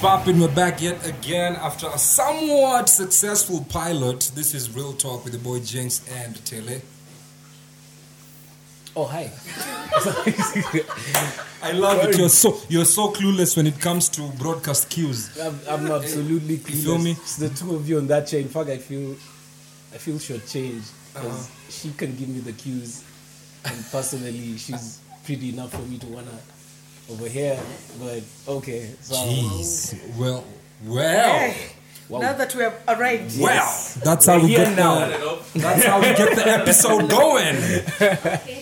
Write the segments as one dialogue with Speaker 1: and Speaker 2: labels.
Speaker 1: popping? We're back yet again after a somewhat successful pilot. This is Real Talk with the boy Jinx and Tele.
Speaker 2: Oh hi.
Speaker 1: I love it. You're so you're so clueless when it comes to broadcast cues.
Speaker 2: I'm, I'm absolutely clueless.
Speaker 1: feel me?
Speaker 2: It's the two of you on that chair. In fact, I feel, I feel shortchanged
Speaker 1: Uh-huh.
Speaker 2: because she can give me the cues, and personally, she's pretty enough for me to wanna over here. But okay, so
Speaker 1: Jeez. Well, well,
Speaker 3: Hey,
Speaker 2: Wow.
Speaker 3: Now that we have arrived,
Speaker 1: well. That's how we
Speaker 2: We're here
Speaker 1: get
Speaker 2: now.
Speaker 1: the, That's how we get the episode going.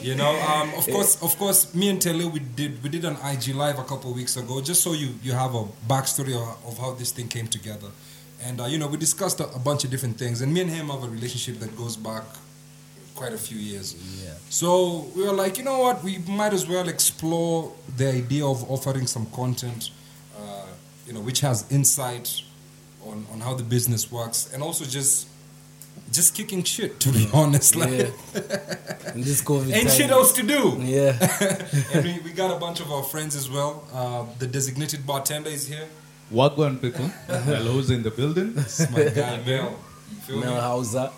Speaker 1: You know, um, of course, of course, me and Tele we did we did an IG live a couple of weeks ago, just so you you have a backstory of, of how this thing came together, and uh, you know we discussed a, a bunch of different things, and me and him have a relationship that goes back quite a few years.
Speaker 2: Yeah.
Speaker 1: So we were like, you know what, we might as well explore the idea of offering some content, uh, you know, which has insight on on how the business works, and also just just kicking shit to be honest like
Speaker 2: yeah. In this COVID
Speaker 1: ain't
Speaker 2: time,
Speaker 1: shit else to do
Speaker 2: Yeah.
Speaker 1: and we, we got a bunch of our friends as well uh, the designated bartender is here
Speaker 4: Wagwan people. Hello's in the building.
Speaker 1: it's my guy mel You feel me?
Speaker 2: Mel Hauser.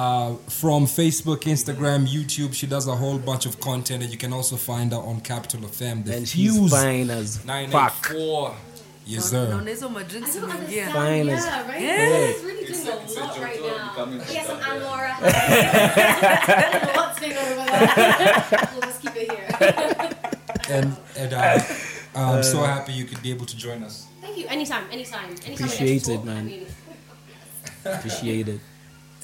Speaker 1: uh, from facebook instagram youtube she does a whole bunch of content and you can also find her on capital fm the
Speaker 2: And she's
Speaker 1: fuse
Speaker 2: fine as fuck.
Speaker 1: 984 yes sir
Speaker 3: naonaweza madrinks
Speaker 5: I don't
Speaker 3: imeingia
Speaker 5: understand.
Speaker 2: Fine as-
Speaker 5: Yeah, right?
Speaker 3: Yeah.
Speaker 5: This is really doing a lot right now. Yes, I'm, I'm Laura. Hi. I don't know what's going on over there. We'll just keep it here.
Speaker 1: and, and uh, i'm
Speaker 2: Uh,
Speaker 1: so happy you could be able to join us
Speaker 5: Thank you. Anytime, anytime. anytime I get to
Speaker 2: Appreciate it,
Speaker 5: talk, I
Speaker 2: man.
Speaker 5: mean,
Speaker 2: Appreciate it.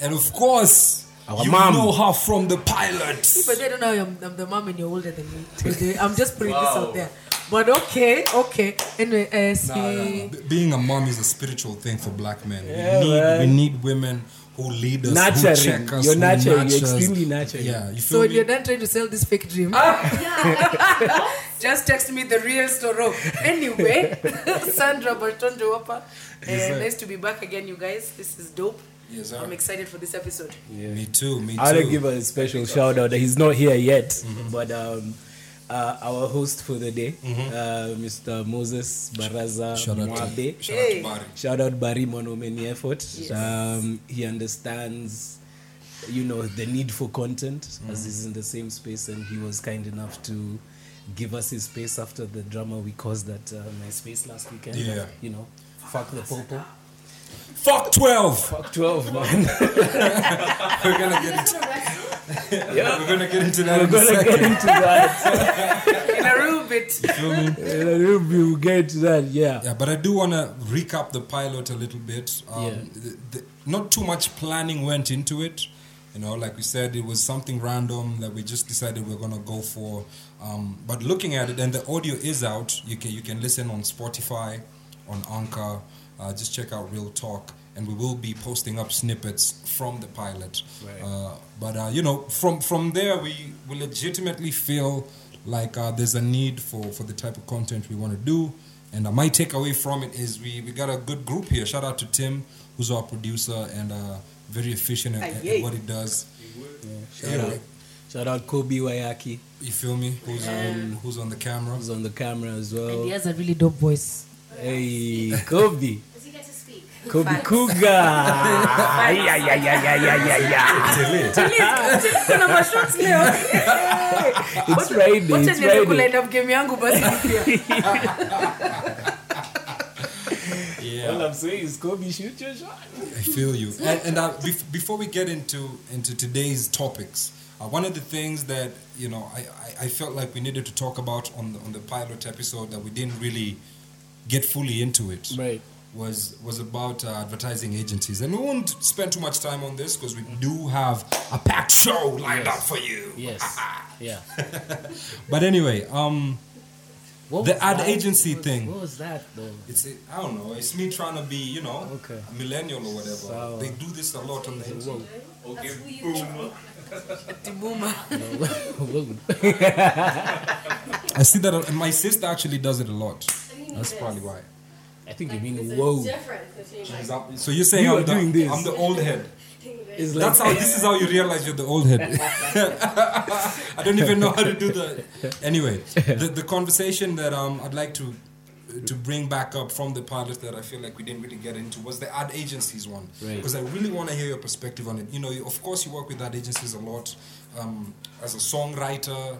Speaker 1: and of course
Speaker 2: Our
Speaker 1: you
Speaker 2: mom.
Speaker 1: know her from the pilots
Speaker 3: but they don't know I'm, I'm the mom and you're older than me Okay, i'm just putting this out there but okay okay anyway uh, see,
Speaker 1: Nah, nah, nah. B- Being a mom is a spiritual thing for black men.
Speaker 2: Yeah,
Speaker 1: we need
Speaker 2: man.
Speaker 1: we need women who lead us, who
Speaker 2: Nurturing.
Speaker 1: check us,
Speaker 2: You're
Speaker 1: who
Speaker 2: nurturing. You're
Speaker 1: nurture us.
Speaker 2: extremely nurturing.
Speaker 1: Yeah, you
Speaker 3: so
Speaker 1: feel
Speaker 3: if you're
Speaker 1: me?
Speaker 3: done trying to sell this fake dream
Speaker 5: yeah, like,
Speaker 1: Ah.
Speaker 3: just text me the real story anyway sandra bartondo wapa uh,
Speaker 1: Yes, sir.
Speaker 3: nice to be back again you guys this is dope
Speaker 1: Yes, sir.
Speaker 3: i'm excited for this episode
Speaker 1: Me too. Me too. Mm-hmm.
Speaker 2: I want to give a special shout out. He's not here yet, but um, uh, our host for the day, uh, Mr. Moses Baraza
Speaker 1: Mm-hmm. shout out to,
Speaker 2: Mwabe.
Speaker 1: shout out to
Speaker 3: Hey.
Speaker 1: Barry.
Speaker 2: Shout out Barry Monomeni effort. Um, he understands, you know, the need for content
Speaker 1: Mm-hmm.
Speaker 2: as he's in the same space, and he was kind enough to give us his space after the drama we caused at uh, my space last weekend.
Speaker 1: Yeah.
Speaker 2: You know, fuck the popo.
Speaker 1: Fuck twelve.
Speaker 2: Fuck twelve, man.
Speaker 1: We're gonna get
Speaker 5: that's what I'm
Speaker 1: we're gonna get into that
Speaker 2: We're
Speaker 1: in a
Speaker 2: gonna
Speaker 1: second.
Speaker 2: get into that.
Speaker 3: in a little bit
Speaker 1: You feel me?
Speaker 2: we'll get to that. Yeah.
Speaker 1: Yeah, but I do want to recap the pilot a little bit. Um,
Speaker 2: Yeah.
Speaker 1: th- th- not too much planning went into it. You know, like we said, it was something random that we just decided we are gonna go for. Um, but looking at it, and the audio is out. You can you can listen on Spotify, on Anchor. Uh, just check out Real Talk, and we will be posting up snippets from the pilot.
Speaker 2: Right.
Speaker 1: Uh, but uh, you know, from from there, we we legitimately feel like uh, there's a need for for the type of content we want to do. And uh, my takeaway from it is we we got a good group here. Shout out to Tim, who's our producer and uh, very efficient at, at- at
Speaker 3: Aye.
Speaker 1: what he does.
Speaker 2: Shout
Speaker 1: Yeah.
Speaker 2: out, shout out Kobe Wayaki,
Speaker 1: You feel me? Who's on, who's on the camera?
Speaker 2: who's on the camera as
Speaker 3: and
Speaker 2: well.
Speaker 3: he has a really dope voice
Speaker 2: Hey, Kobe,
Speaker 5: Does he get to speak?
Speaker 2: Kobe
Speaker 3: Facts.
Speaker 2: Kuga. yeah, yeah, yeah, yeah, yeah, yeah, yeah.
Speaker 3: Please, kuna mashots leo
Speaker 2: It's Friday.
Speaker 3: wacha
Speaker 2: It's
Speaker 3: niende kula
Speaker 2: Friday.
Speaker 3: end up game yangu basi pia
Speaker 2: All I'm saying is Kobe, shoot your shot.
Speaker 1: I feel you. And, and uh, bef- before we get into into today's topics, uh, one of the things that you know I, I, I felt like we needed to talk about on the, on the pilot episode that we didn't really get fully into it
Speaker 2: Right.
Speaker 1: was was about uh, advertising agencies, and we won't spend too much time on this because we do have a packed show lined up for you.
Speaker 2: Yes. Yeah.
Speaker 1: But anyway, um,
Speaker 2: What
Speaker 1: The
Speaker 2: was
Speaker 1: ad
Speaker 2: that?
Speaker 1: agency
Speaker 2: What was-
Speaker 1: thing.
Speaker 2: What was that though?
Speaker 1: it's I don't know. It's me trying to be you know
Speaker 2: Okay.
Speaker 1: a millennial or whatever.
Speaker 2: So-
Speaker 1: they do this a lot on the internet.
Speaker 5: That's who you are.
Speaker 3: tibuma
Speaker 1: I see that, uh, and my sister actually does it a lot.
Speaker 5: I think you
Speaker 1: That's
Speaker 5: need
Speaker 1: probably
Speaker 5: this.
Speaker 1: why.
Speaker 2: I think you
Speaker 5: Like,
Speaker 2: mean
Speaker 5: there's
Speaker 2: whoa.
Speaker 5: a difference between like,
Speaker 1: Exactly. So you're saying
Speaker 2: You
Speaker 1: I'm,
Speaker 2: are
Speaker 1: the,
Speaker 2: doing this.
Speaker 1: I'm the old head.
Speaker 5: thing that-
Speaker 2: It's like
Speaker 1: That's how. This is how you realize you're the old head. I don't even know how to do that. Anyway, the, the conversation that um, I'd like to uh, to bring back up from the pilots that I feel like we didn't really get into was the ad agencies one.
Speaker 2: Right.
Speaker 1: Because I really want to hear your perspective on it. You know, you- of course, you work with ad agencies a lot um, as a songwriter,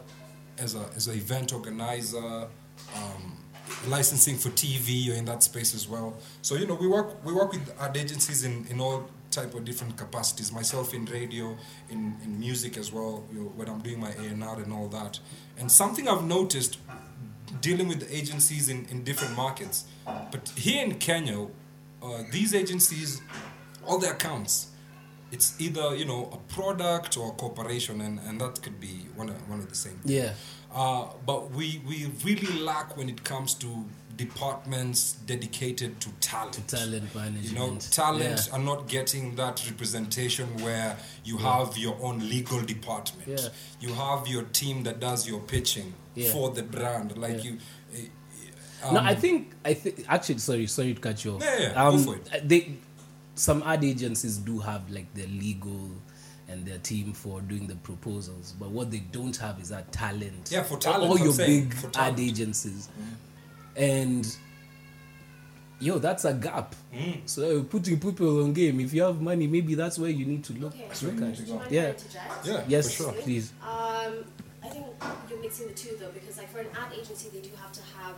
Speaker 1: as a as an event organizer. Um, licensing for TV, you're in that space as well. So you know, we work we work with ad agencies in, in all type of different capacities. Myself in radio, in, in music as well. You know, when I'm doing my A and R and all that. And something I've noticed dealing with the agencies in, in different markets, but here in Kenya, uh, these agencies, all their accounts. It's either you know a product or a corporation, and, and that could be one of, one of the same.
Speaker 2: Yeah.
Speaker 1: Uh, but we, we really lack when it comes to departments dedicated to talent.
Speaker 2: Talent management.
Speaker 1: You know, talent
Speaker 2: Yeah.
Speaker 1: are not getting that representation where you have your own legal department.
Speaker 2: Yeah.
Speaker 1: You have your team that does your pitching
Speaker 2: Yeah.
Speaker 1: for the brand. Like
Speaker 2: Yeah.
Speaker 1: you. uh,
Speaker 2: no,
Speaker 1: um,
Speaker 2: I think I think actually sorry, sorry to cut you off. Um, uh,
Speaker 1: Yeah, yeah, go for it.
Speaker 2: They some ad agencies do have like their legal and their team for doing the proposals, but what they don't have is that talent.
Speaker 1: Yeah, for talent,
Speaker 2: All
Speaker 1: I'm
Speaker 2: your
Speaker 1: saying,
Speaker 2: big
Speaker 1: for
Speaker 2: ad
Speaker 1: talent. Mm-hmm.
Speaker 2: agencies, and yo, that's a gap.
Speaker 1: Mm.
Speaker 2: So eh, you're putting people on game. If you have money, maybe that's where you need to look.
Speaker 5: Okay.
Speaker 2: look at.
Speaker 5: Do you mind if I
Speaker 2: Yeah.
Speaker 5: interject?
Speaker 1: Yeah,
Speaker 2: Yes,
Speaker 1: for sure.
Speaker 2: please.
Speaker 5: Um, I think you're mixing the two though, because like for an ad agency, they do have to have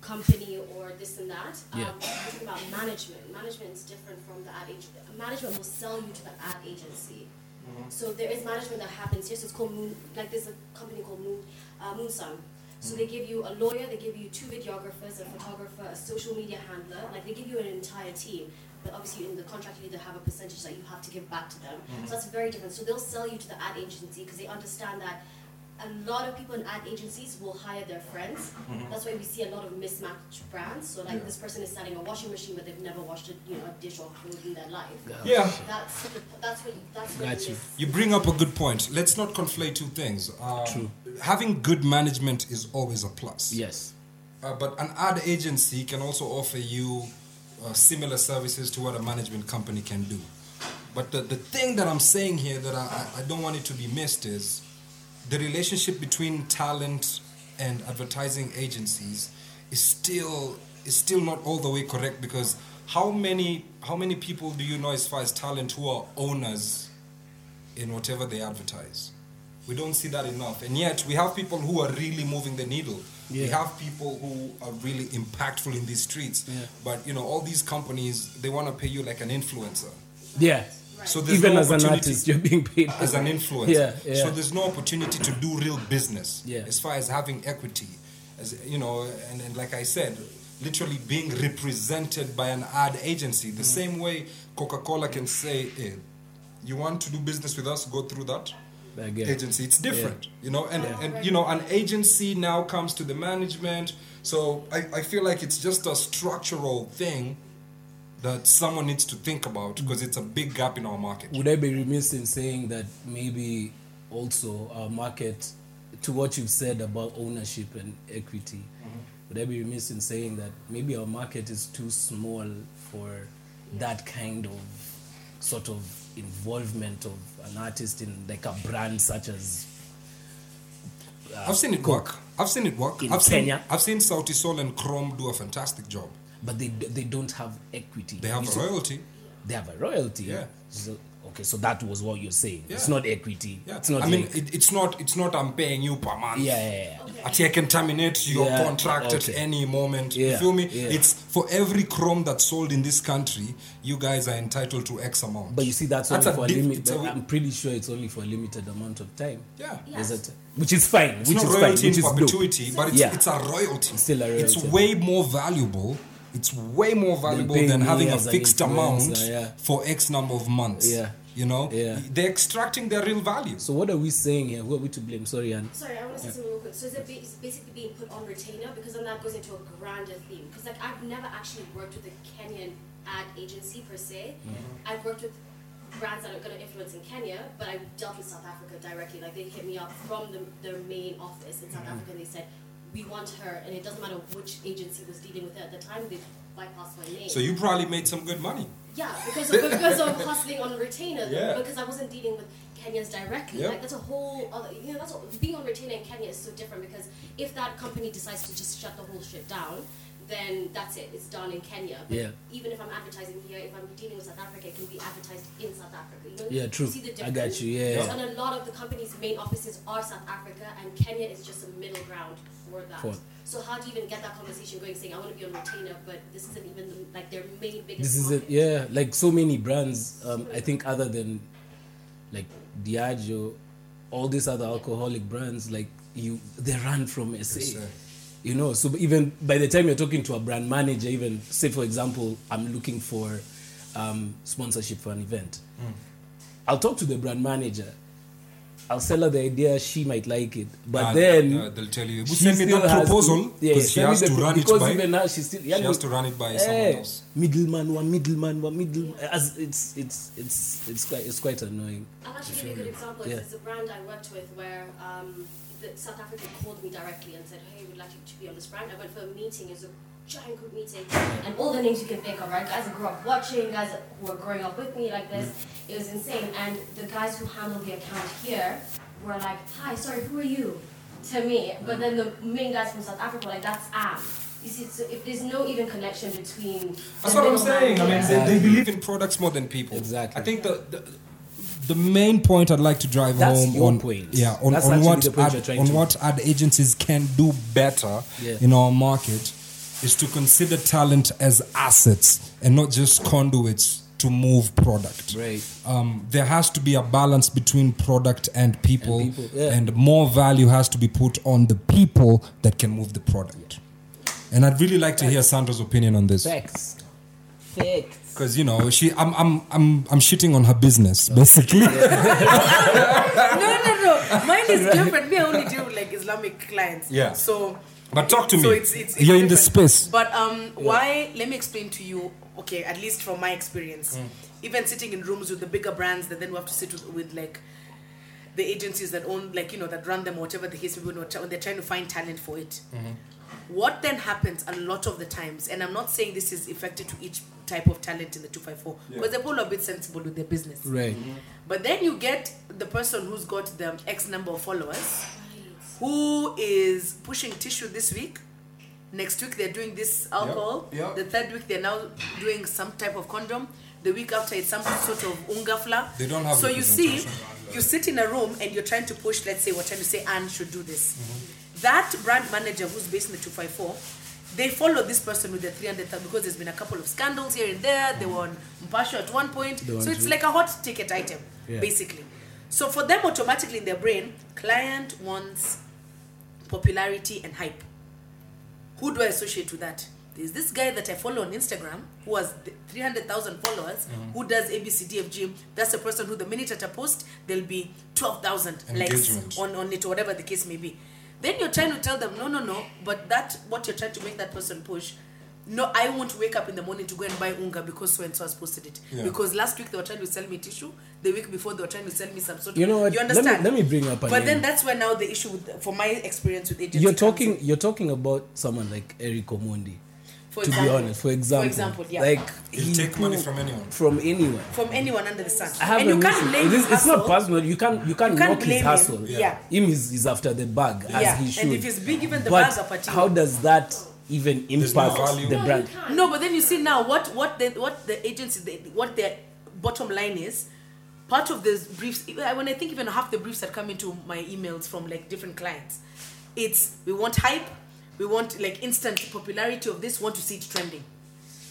Speaker 5: company or this and that. Um,
Speaker 2: Yeah.
Speaker 5: I'm talking about management. Management is different from the ad agency. Management will sell you to the ad agency.
Speaker 1: Mm-hmm.
Speaker 5: So there is management that happens here. So it's called Moon. Like there's a company called Moon uh, Moonsung. So they give you a lawyer, they give you two videographers, a photographer, a social media handler. Like they give you an entire team. But obviously in the contract you either have a percentage that you have to give back to them.
Speaker 1: Mm-hmm.
Speaker 5: So that's very different. So they'll sell you to the ad agency because they understand that a lot of people in ad agencies will hire their friends. That's why we see a lot of mismatched brands. So like
Speaker 1: Mm-hmm. Yeah.
Speaker 5: this person is selling a washing machine, but they've never washed a, you know, a dish or clothes in their life.
Speaker 1: Yeah.
Speaker 5: That's the, that's what that's what
Speaker 2: Got
Speaker 5: it
Speaker 2: you.
Speaker 5: is.
Speaker 1: You bring up a good point. Let's not conflate two things. Um,
Speaker 2: True.
Speaker 1: Having good management is always a plus.
Speaker 2: Yes.
Speaker 1: Uh, but an ad agency can also offer you uh, similar services to what a management company can do. But the, the thing that I'm saying here that I, I I don't want it to be missed is the relationship between talent and advertising agencies is still is still not all the way correct because how many how many people do you know as far as talent who are owners in whatever they advertise. We don't see that enough. And yet, we have people who are really moving the needle. We
Speaker 2: Yeah.
Speaker 1: have people who are really impactful in these streets.
Speaker 2: Yeah.
Speaker 1: But, you know, all these companies, they want to pay you like an influencer.
Speaker 2: Yeah.
Speaker 1: So there's
Speaker 2: Even
Speaker 1: no
Speaker 2: as an
Speaker 1: opportunity-
Speaker 2: artist, you're being paid
Speaker 1: as an influencer.
Speaker 2: Yeah, yeah.
Speaker 1: So there's no opportunity to do real business
Speaker 2: Yeah.
Speaker 1: as far as having equity, as you know, and, and like I said, literally being represented by an ad agency. The
Speaker 2: Mm.
Speaker 1: same way Coca-Cola can say, "Hey, you want to do business with us? Go through that."
Speaker 2: I get it.
Speaker 1: agency it's different you know and, and you know an agency now comes to the management so I, I feel like it's just a structural thing that someone needs to think about because it's a big gap in our market
Speaker 2: would I be remiss in saying that maybe also our market, to what you've said about ownership and equity,
Speaker 1: Mm-hmm.
Speaker 2: would I be remiss in saying that maybe our market is too small for that kind of sort of involvement of an artist in like a brand such as
Speaker 1: I've seen it work. I've seen it work.
Speaker 2: In
Speaker 1: I've
Speaker 2: Kenya.
Speaker 1: seen I've seen Sauti Sol and Chrome do a fantastic job.
Speaker 2: but they they don't have equity.
Speaker 1: They have
Speaker 2: You
Speaker 1: a
Speaker 2: see-
Speaker 1: royalty.
Speaker 2: They have a royalty.
Speaker 1: Yeah.
Speaker 2: So, okay, so that was what you're saying. It's
Speaker 1: Yeah.
Speaker 2: not equity.
Speaker 1: Yeah.
Speaker 2: It's not.
Speaker 1: I mean,
Speaker 2: like-
Speaker 1: it, it's not it's not I'm paying you per month.
Speaker 2: yeah, yeah, yeah.
Speaker 1: At here can terminate your
Speaker 2: Yeah,
Speaker 1: contract
Speaker 2: okay.
Speaker 1: at any moment.
Speaker 2: Yeah,
Speaker 1: You feel me?
Speaker 2: yeah.
Speaker 1: It's for every Chrome that's sold in this country, you guys are entitled to X amount.
Speaker 2: But you see, that's,
Speaker 1: That's
Speaker 2: only
Speaker 1: a
Speaker 2: for a
Speaker 1: diff-
Speaker 2: limit.
Speaker 1: it's a-
Speaker 2: but I'm pretty sure it's only for a limited amount of time.
Speaker 1: yeah.
Speaker 5: Yeah.
Speaker 2: Is it? Which is fine.
Speaker 1: It's
Speaker 2: which
Speaker 1: not
Speaker 2: is fine.
Speaker 1: royalty
Speaker 2: Which
Speaker 1: in
Speaker 2: is dope.
Speaker 1: perpetuity, but it's,
Speaker 2: Yeah.
Speaker 1: it's a royalty.
Speaker 2: It's still a
Speaker 1: It's
Speaker 2: royalty.
Speaker 1: way more valuable. It's way more valuable
Speaker 2: paying
Speaker 1: than
Speaker 2: me
Speaker 1: having a
Speaker 2: as an
Speaker 1: fixed amount
Speaker 2: influencer, yeah.
Speaker 1: for X number of months.
Speaker 2: Yeah.
Speaker 1: You know?
Speaker 2: Yeah.
Speaker 1: They're extracting their real value.
Speaker 2: So what are we saying here? Who are we to blame? Sorry, Anne.
Speaker 5: Sorry, I want to say something real quick. So is it ba- is basically being put on retainer because then that goes into a grander theme. Because like I've never actually worked with a Kenyan ad agency per se.
Speaker 1: Mm-hmm.
Speaker 5: I've worked with brands that are going to influence in Kenya, but I dealt with South Africa directly. Like they hit me up from the, their main office in South
Speaker 1: Mm-hmm.
Speaker 5: Africa and they said, "We want her," and it doesn't matter which agency was dealing with her at the time. They bypassed my name.
Speaker 1: So you probably made some good money.
Speaker 5: Yeah, because because I'm hustling on retainer.
Speaker 1: Yeah.
Speaker 5: Because I wasn't dealing with Kenyans directly.
Speaker 1: Yeah.
Speaker 5: Like that's a whole other. You know, that's what, being on retainer in Kenya is so different because if that company decides to just shut the whole shit down, then that's it. It's done in Kenya.
Speaker 2: Yeah.
Speaker 5: Even if I'm advertising here, if I'm dealing with South Africa, it can be advertised in South Africa. You know,
Speaker 2: Yeah, true.
Speaker 5: You see the
Speaker 2: I
Speaker 5: difference?
Speaker 2: got you. Yeah,
Speaker 5: And a lot of the company's main offices are South Africa, and Kenya is just a middle ground for that.
Speaker 2: For-
Speaker 5: So how do you even get that conversation going? Saying I want to be on retainer, but this isn't even the, like their main biggest.
Speaker 2: this is it.
Speaker 5: market.
Speaker 2: Yeah, like so many brands. Um, I think other than like Diageo, all these other alcoholic brands, like you, they run from SA.
Speaker 1: sir.
Speaker 2: You know, so even by the time you're talking to a brand manager, even say for example, I'm looking for um, sponsorship for an event. I'll talk to the brand manager. I'll sell her the idea. She might like it, but
Speaker 1: Uh,
Speaker 2: then
Speaker 1: uh, they'll tell you.
Speaker 2: she
Speaker 1: send me
Speaker 2: still
Speaker 1: that
Speaker 2: has
Speaker 1: proposal
Speaker 2: to- yeah,
Speaker 1: because she
Speaker 2: send me
Speaker 1: has
Speaker 2: the
Speaker 1: to
Speaker 2: pro-
Speaker 1: run it
Speaker 2: because
Speaker 1: by.
Speaker 2: even now she's still
Speaker 1: she has to run it by someone
Speaker 2: Eh,
Speaker 1: else.
Speaker 2: middleman one middleman one middle as it's it's it's it's quite it's quite annoying
Speaker 5: I'll actually give you a good example.
Speaker 2: Yeah.
Speaker 5: There's a brand I worked with where um, the South Africa called me directly and said, "Hey, we'd like you to be on this brand." I went for a meeting. It was a giant group meeting, and all the names you can think of, right? Guys who grew up watching, guys who were growing up with me like this. It was insane. And the guys who handle the account here were like, "Hi, sorry, who are you?" To me,
Speaker 1: Mm.
Speaker 5: but then the main guys from South Africa were like, "That's Am." You see, so if there's no even connection between
Speaker 1: That's
Speaker 5: the
Speaker 1: what I'm
Speaker 5: middleman
Speaker 1: saying. I mean,
Speaker 5: here-
Speaker 1: they, they believe in products more than people.
Speaker 2: Exactly.
Speaker 1: I think the, the the main point I'd like to drive
Speaker 2: That's
Speaker 1: home
Speaker 2: your
Speaker 1: on
Speaker 2: point.
Speaker 1: yeah on,
Speaker 2: That's
Speaker 1: on
Speaker 2: actually
Speaker 1: what
Speaker 2: the point
Speaker 1: ad-
Speaker 2: you're trying
Speaker 1: on
Speaker 2: to-
Speaker 1: what ad agencies can do better
Speaker 2: Yeah.
Speaker 1: in our market is to consider talent as assets and not just conduits to move product.
Speaker 2: Right.
Speaker 1: Um, there has to be a balance between product and people,
Speaker 2: And people, yeah.
Speaker 1: and more value has to be put on the people that can move the product. And I'd really like to hear Sandra's opinion on this.
Speaker 2: facts facts
Speaker 1: Because you know she, I'm, I'm, I'm, I'm shitting on her business basically.
Speaker 3: no, no, no. Mine is different. Me, I only deal with like Islamic clients.
Speaker 1: Yeah.
Speaker 3: So.
Speaker 1: But talk to
Speaker 3: so
Speaker 1: me.
Speaker 3: It's, it's, it's
Speaker 1: You're in this
Speaker 3: different.
Speaker 1: space.
Speaker 3: But um, why? Let me explain to you. Okay, at least from my experience,
Speaker 1: Mm.
Speaker 3: even sitting in rooms with the bigger brands, that then we have to sit with, with like the agencies that own, like you know, that run them, whatever the case may be, when we're try- when they're trying to find talent for it.
Speaker 1: Mm-hmm.
Speaker 3: What then happens a lot of the times, and I'm not saying this is effective to each type of talent in the 254, because they're all a bit sensible with their business.
Speaker 2: right
Speaker 3: But then you get the person who's got the X number of followers who is pushing tissue this week. Next week they're doing this alcohol.
Speaker 1: yep.
Speaker 3: The third week they're now doing some type of condom. The week after it's some sort of ungafla.
Speaker 1: They don't have
Speaker 3: So you see,
Speaker 1: representation.
Speaker 3: you sit in a room and you're trying to push. Let's say what time you say Anne should do this. That brand manager who's based in the two five four, they follow this person with the three hundred thousand because there's been a couple of scandals here and there. They were on Mpasho at one point.
Speaker 2: were
Speaker 3: So
Speaker 2: on
Speaker 3: it's
Speaker 2: Ju-
Speaker 3: like a hot ticket item,
Speaker 2: Yeah.
Speaker 3: basically. So for them, automatically in their brain, client wants popularity and hype. Who do I associate with that? There's this guy that I follow on Instagram who has th- 300,000 followers
Speaker 2: Mm-hmm.
Speaker 3: who does ABCDFG. That's the person who, the minute at a post, there'll be 12,000 likes
Speaker 1: Engagement.
Speaker 3: on, on it, or whatever the case may be. Then you're trying to tell them, no, no, no, but that, what you're trying to make that person push, no, I won't wake up in the morning to go and buy unga because so and so has posted it.
Speaker 1: Yeah.
Speaker 3: Because last week they were trying to sell me tissue, the week before they were trying to sell me some sort of.
Speaker 2: you know what
Speaker 3: You
Speaker 2: let me-
Speaker 3: understand?
Speaker 2: let me bring up a
Speaker 3: But
Speaker 2: name.
Speaker 3: then that's where now the issue with, for my experience with agency.
Speaker 2: you're
Speaker 3: comes
Speaker 2: talking
Speaker 3: in.
Speaker 2: you're talking about someone like eric omondi
Speaker 3: For
Speaker 2: to
Speaker 3: example.
Speaker 2: be honest for example
Speaker 3: For example, yeah.
Speaker 2: like
Speaker 1: He'll
Speaker 2: he
Speaker 1: take money
Speaker 2: pull-
Speaker 1: from anyone.
Speaker 2: from anyone
Speaker 3: from anyone under the sun.
Speaker 2: I have
Speaker 3: and
Speaker 2: an
Speaker 3: you
Speaker 2: issue.
Speaker 3: can't
Speaker 2: It
Speaker 3: blame
Speaker 2: is-
Speaker 3: his
Speaker 2: it's not
Speaker 3: hustle.
Speaker 2: personal you can't you can't
Speaker 3: You can't
Speaker 2: knock
Speaker 3: blame
Speaker 2: his
Speaker 3: him.
Speaker 2: hustle
Speaker 3: Yeah.
Speaker 2: him is, is after the bag
Speaker 3: Yeah.
Speaker 2: as he should
Speaker 3: And if he's big, even the
Speaker 2: but
Speaker 3: bags are particular.
Speaker 2: how does that even
Speaker 1: no
Speaker 2: impact
Speaker 1: value.
Speaker 2: the
Speaker 5: No, you
Speaker 2: brand
Speaker 5: can't.
Speaker 3: No, but then you see now what what the what the agency they, what their bottom line is. Part of these briefs, even- when I think even half the briefs that come into my emails from like different clients, it's we want hype, we want like instant popularity of this, want to see it trending.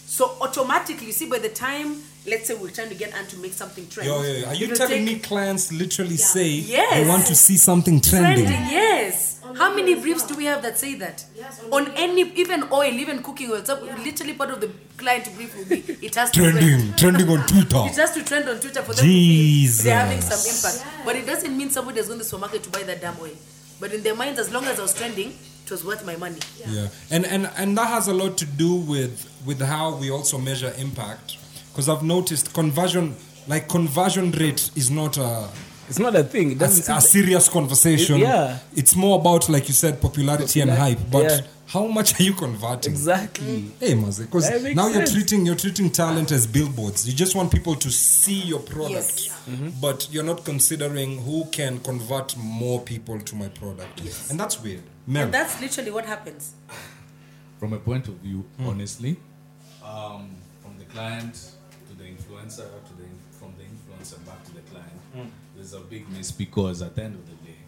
Speaker 3: So automatically, you see, by the time let's say we're trying to get Anne to make something trend,
Speaker 1: Yo, yo, yo. Are you
Speaker 3: it'll
Speaker 1: telling
Speaker 3: take-
Speaker 1: me clients literally say
Speaker 3: Yes.
Speaker 1: they want to see something trending?
Speaker 3: trending. Yes.
Speaker 5: On
Speaker 3: How many
Speaker 5: video as
Speaker 3: briefs
Speaker 5: well.
Speaker 3: do we have that say that?
Speaker 5: Yes, on
Speaker 3: on
Speaker 5: video.
Speaker 3: any, even oil, even cooking oil, so literally part of the client brief will be it has to trend.
Speaker 1: Trending, trending on
Speaker 3: It
Speaker 1: Twitter.
Speaker 3: has to trend on Twitter for them to be they're having some
Speaker 1: Jesus.
Speaker 3: impact. But it doesn't mean somebody has gone to the supermarket to buy that damn oil. But in their minds, as long as I was trending, it was worth my money.
Speaker 1: Yeah, and and and that has a lot to do with with how we also measure impact. Because I've noticed conversion, like conversion rate, is not a
Speaker 2: it's not a thing it
Speaker 1: a,
Speaker 2: doesn't
Speaker 1: a serious conversation.
Speaker 2: Yeah.
Speaker 1: it's more about like you said, popularity and
Speaker 2: Popular-
Speaker 1: hype. But
Speaker 2: yeah.
Speaker 1: how much are you converting?
Speaker 2: exactly
Speaker 1: Hey, Mazi, because
Speaker 2: That makes
Speaker 1: now you're
Speaker 2: sense.
Speaker 1: treating you're treating talent as billboards. You just want people to see your product, Mm-hmm.
Speaker 3: Yes.
Speaker 1: but you're not considering who can convert more people to my product, and that's weird. Mary,
Speaker 3: And that's literally what happens.
Speaker 4: from a point of view,
Speaker 1: Hmm.
Speaker 4: honestly, um, from the client to the influencer to the from the influencer back to the client,
Speaker 1: Hmm.
Speaker 4: there's a big miss because at the end of the day,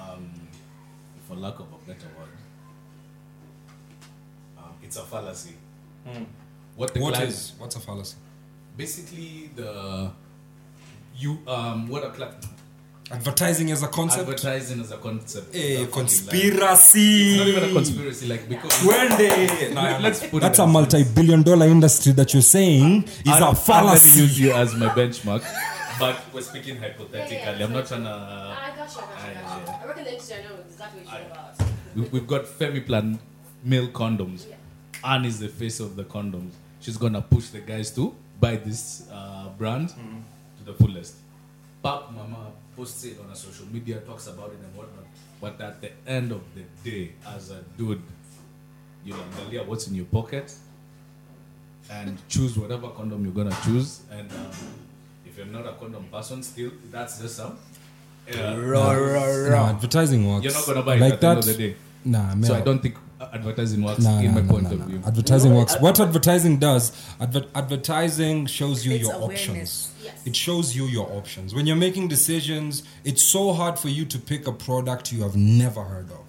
Speaker 4: um, for lack of a better word, um, it's a fallacy. What
Speaker 1: Hmm.
Speaker 4: the
Speaker 1: What
Speaker 4: client
Speaker 1: is what's a fallacy?
Speaker 4: basically the you um what a cla-
Speaker 1: Advertising as a concept.
Speaker 4: advertising as a concept.
Speaker 1: Eh,
Speaker 4: a
Speaker 1: conspiracy.
Speaker 4: It's not even a conspiracy, like because
Speaker 1: When they-
Speaker 4: Let- let's put
Speaker 1: That's
Speaker 4: it
Speaker 1: a
Speaker 4: as this.
Speaker 1: multi-billion dollar industry that you're saying is a
Speaker 4: I'm- I'm gonna
Speaker 1: fallacy.
Speaker 4: use you as my benchmark, but we're speaking hypothetically.
Speaker 5: Yeah, yeah,
Speaker 4: I'm not trying to.
Speaker 5: I got you, I got you, I got you. I work in the industry, I know exactly what you're about.
Speaker 4: We, we've got Femiplan male condoms.
Speaker 5: Yeah.
Speaker 4: Anne is the face of the condoms. She's gonna push the guys to buy this uh, brand to the fullest. Pap Mama posts it on her social media, talks about it and whatnot. But at the end of the day, as a dude, you'll angalia what's in your pocket and choose whatever condom you're gonna choose. And um, if you're not a condom person, still, that's just some. Uh,
Speaker 2: Raw, raw,
Speaker 1: No,
Speaker 2: raw.
Speaker 1: advertising works.
Speaker 4: you're not gonna buy it
Speaker 1: like
Speaker 4: at the
Speaker 1: that.
Speaker 4: end of the day.
Speaker 1: Nah, man.
Speaker 4: So I don't think advertising works
Speaker 1: Nah,
Speaker 4: in
Speaker 1: nah,
Speaker 4: my
Speaker 1: nah,
Speaker 4: point
Speaker 1: nah,
Speaker 4: of
Speaker 1: nah.
Speaker 4: view.
Speaker 1: Advertising works. What advertising does, adver- advertising shows you
Speaker 3: It's
Speaker 1: your
Speaker 3: awareness.
Speaker 1: options.
Speaker 5: Yes.
Speaker 1: It shows you your options. When you're making decisions, it's so hard for you to pick a product you have never heard of.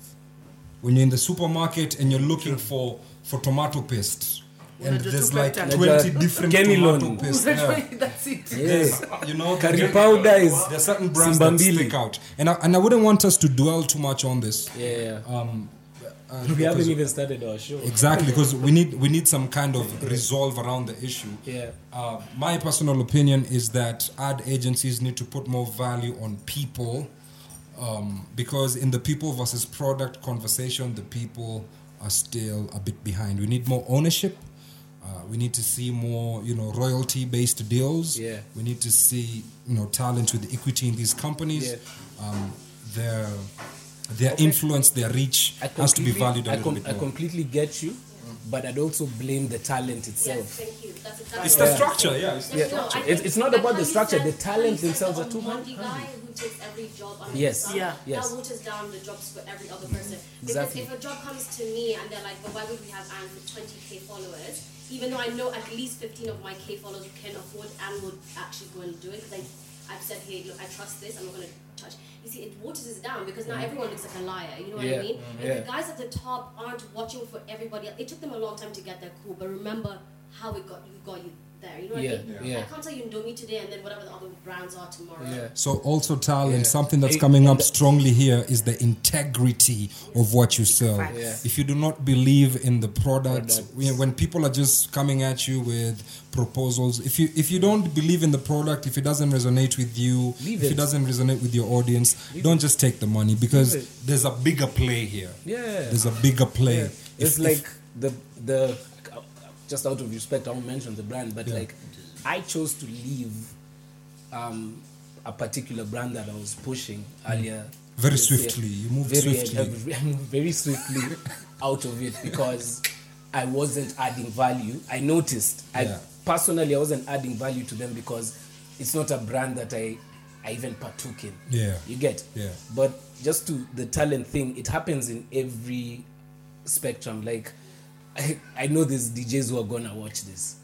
Speaker 1: When you're in the supermarket and you're looking for, for tomato paste, and
Speaker 3: Unajua tu
Speaker 1: there's like
Speaker 3: pattern.
Speaker 1: 20 different
Speaker 2: Kenilon.
Speaker 1: tomato paste. yeah.
Speaker 3: That's it.
Speaker 1: There's, you know,
Speaker 2: Curry
Speaker 1: there-
Speaker 2: powder is
Speaker 1: there's certain brands that
Speaker 2: Simbambili.
Speaker 1: stick out, and I, and I wouldn't want us to dwell too much on this.
Speaker 2: Yeah, yeah.
Speaker 1: Um, uh,
Speaker 2: we haven't
Speaker 1: because-
Speaker 2: even started our show.
Speaker 1: Exactly, because we need we need some kind of resolve around the issue.
Speaker 2: Yeah.
Speaker 1: Uh, my personal opinion is that ad agencies need to put more value on people, um, because in the people versus product conversation, the people are still a bit behind. We need more ownership. Uh, we need to see more, you know, royalty-based deals.
Speaker 2: Yeah.
Speaker 1: We need to see, you know, talent with equity in these companies. Um, their their influence, their reach
Speaker 2: I
Speaker 1: has to be
Speaker 2: completely-
Speaker 1: valued a
Speaker 2: I,
Speaker 1: little
Speaker 2: com-
Speaker 1: bit
Speaker 2: I
Speaker 1: more.
Speaker 2: completely get you, but I'd also blame the talent
Speaker 5: Yes,
Speaker 2: itself.
Speaker 5: thank you. That's exactly
Speaker 1: It's
Speaker 5: what
Speaker 1: the
Speaker 5: I'm
Speaker 1: structure,
Speaker 5: saying.
Speaker 1: yeah, it's the
Speaker 5: Yes,
Speaker 2: structure.
Speaker 5: I
Speaker 2: It's-
Speaker 5: think
Speaker 2: it's not
Speaker 5: that
Speaker 2: about the
Speaker 5: Harley
Speaker 2: structure,
Speaker 5: Sand-
Speaker 2: the talent
Speaker 5: Harley Sand
Speaker 2: themselves
Speaker 5: on
Speaker 2: are too
Speaker 5: one guy who takes every job under the
Speaker 2: Yes.
Speaker 5: sun,
Speaker 3: Yeah.
Speaker 2: Yes.
Speaker 5: That waters down the jobs for every other person. Because
Speaker 2: Exactly.
Speaker 5: if a job comes to me and they're like, but why would we have Anne with 20k followers? Even though I know at least 15 of my K followers who can afford Anne would actually go and do it because I've said, hey, look, I trust this, I'm not going to touch. You see, it waters it down because now everyone looks like a liar. You know what
Speaker 2: Mm. Yeah. Mm.
Speaker 5: I mean? If
Speaker 2: Yeah.
Speaker 5: the guys at the top aren't watching for everybody else, it took them a long time to get there, cool, but remember how it got you, got you there. You know what
Speaker 2: Yeah,
Speaker 5: I mean?
Speaker 2: yeah.
Speaker 5: I can't tell you Indomie today and then whatever the other brands are tomorrow.
Speaker 2: Yeah.
Speaker 1: So also talent,
Speaker 2: Yeah.
Speaker 1: something that's
Speaker 2: It-
Speaker 1: coming up
Speaker 2: and-
Speaker 1: strongly here is the integrity of what you sell.
Speaker 3: Facts.
Speaker 2: Yeah.
Speaker 1: If you do not believe in the product,
Speaker 2: Products.
Speaker 1: you know, when people are just coming at you with proposals, if you if you don't believe in the product, if it doesn't resonate with you,
Speaker 2: Leave
Speaker 1: if
Speaker 2: it.
Speaker 1: it doesn't resonate with your audience, don't just take the money because
Speaker 2: Leave
Speaker 1: there's a bigger play here.
Speaker 2: Yeah.
Speaker 1: There's a bigger play.
Speaker 2: Yeah.
Speaker 1: If-
Speaker 2: It's
Speaker 1: if-
Speaker 2: like the the just out of respect, I won't mention the brand, but like I chose to leave um, a particular brand that I was pushing earlier.
Speaker 1: Hmm. Very
Speaker 2: this year. uh,
Speaker 1: swiftly. You moved swiftly.
Speaker 2: I moved very swiftly out of it because I wasn't adding value. I noticed. I
Speaker 1: Yeah.
Speaker 2: personally I wasn't adding value to them because it's not a brand that I I even partook in.
Speaker 1: Yeah.
Speaker 2: You get.
Speaker 1: Yeah.
Speaker 2: But just to the talent thing, it happens in every spectrum. Like, I, I know there's DJs who are gonna watch this,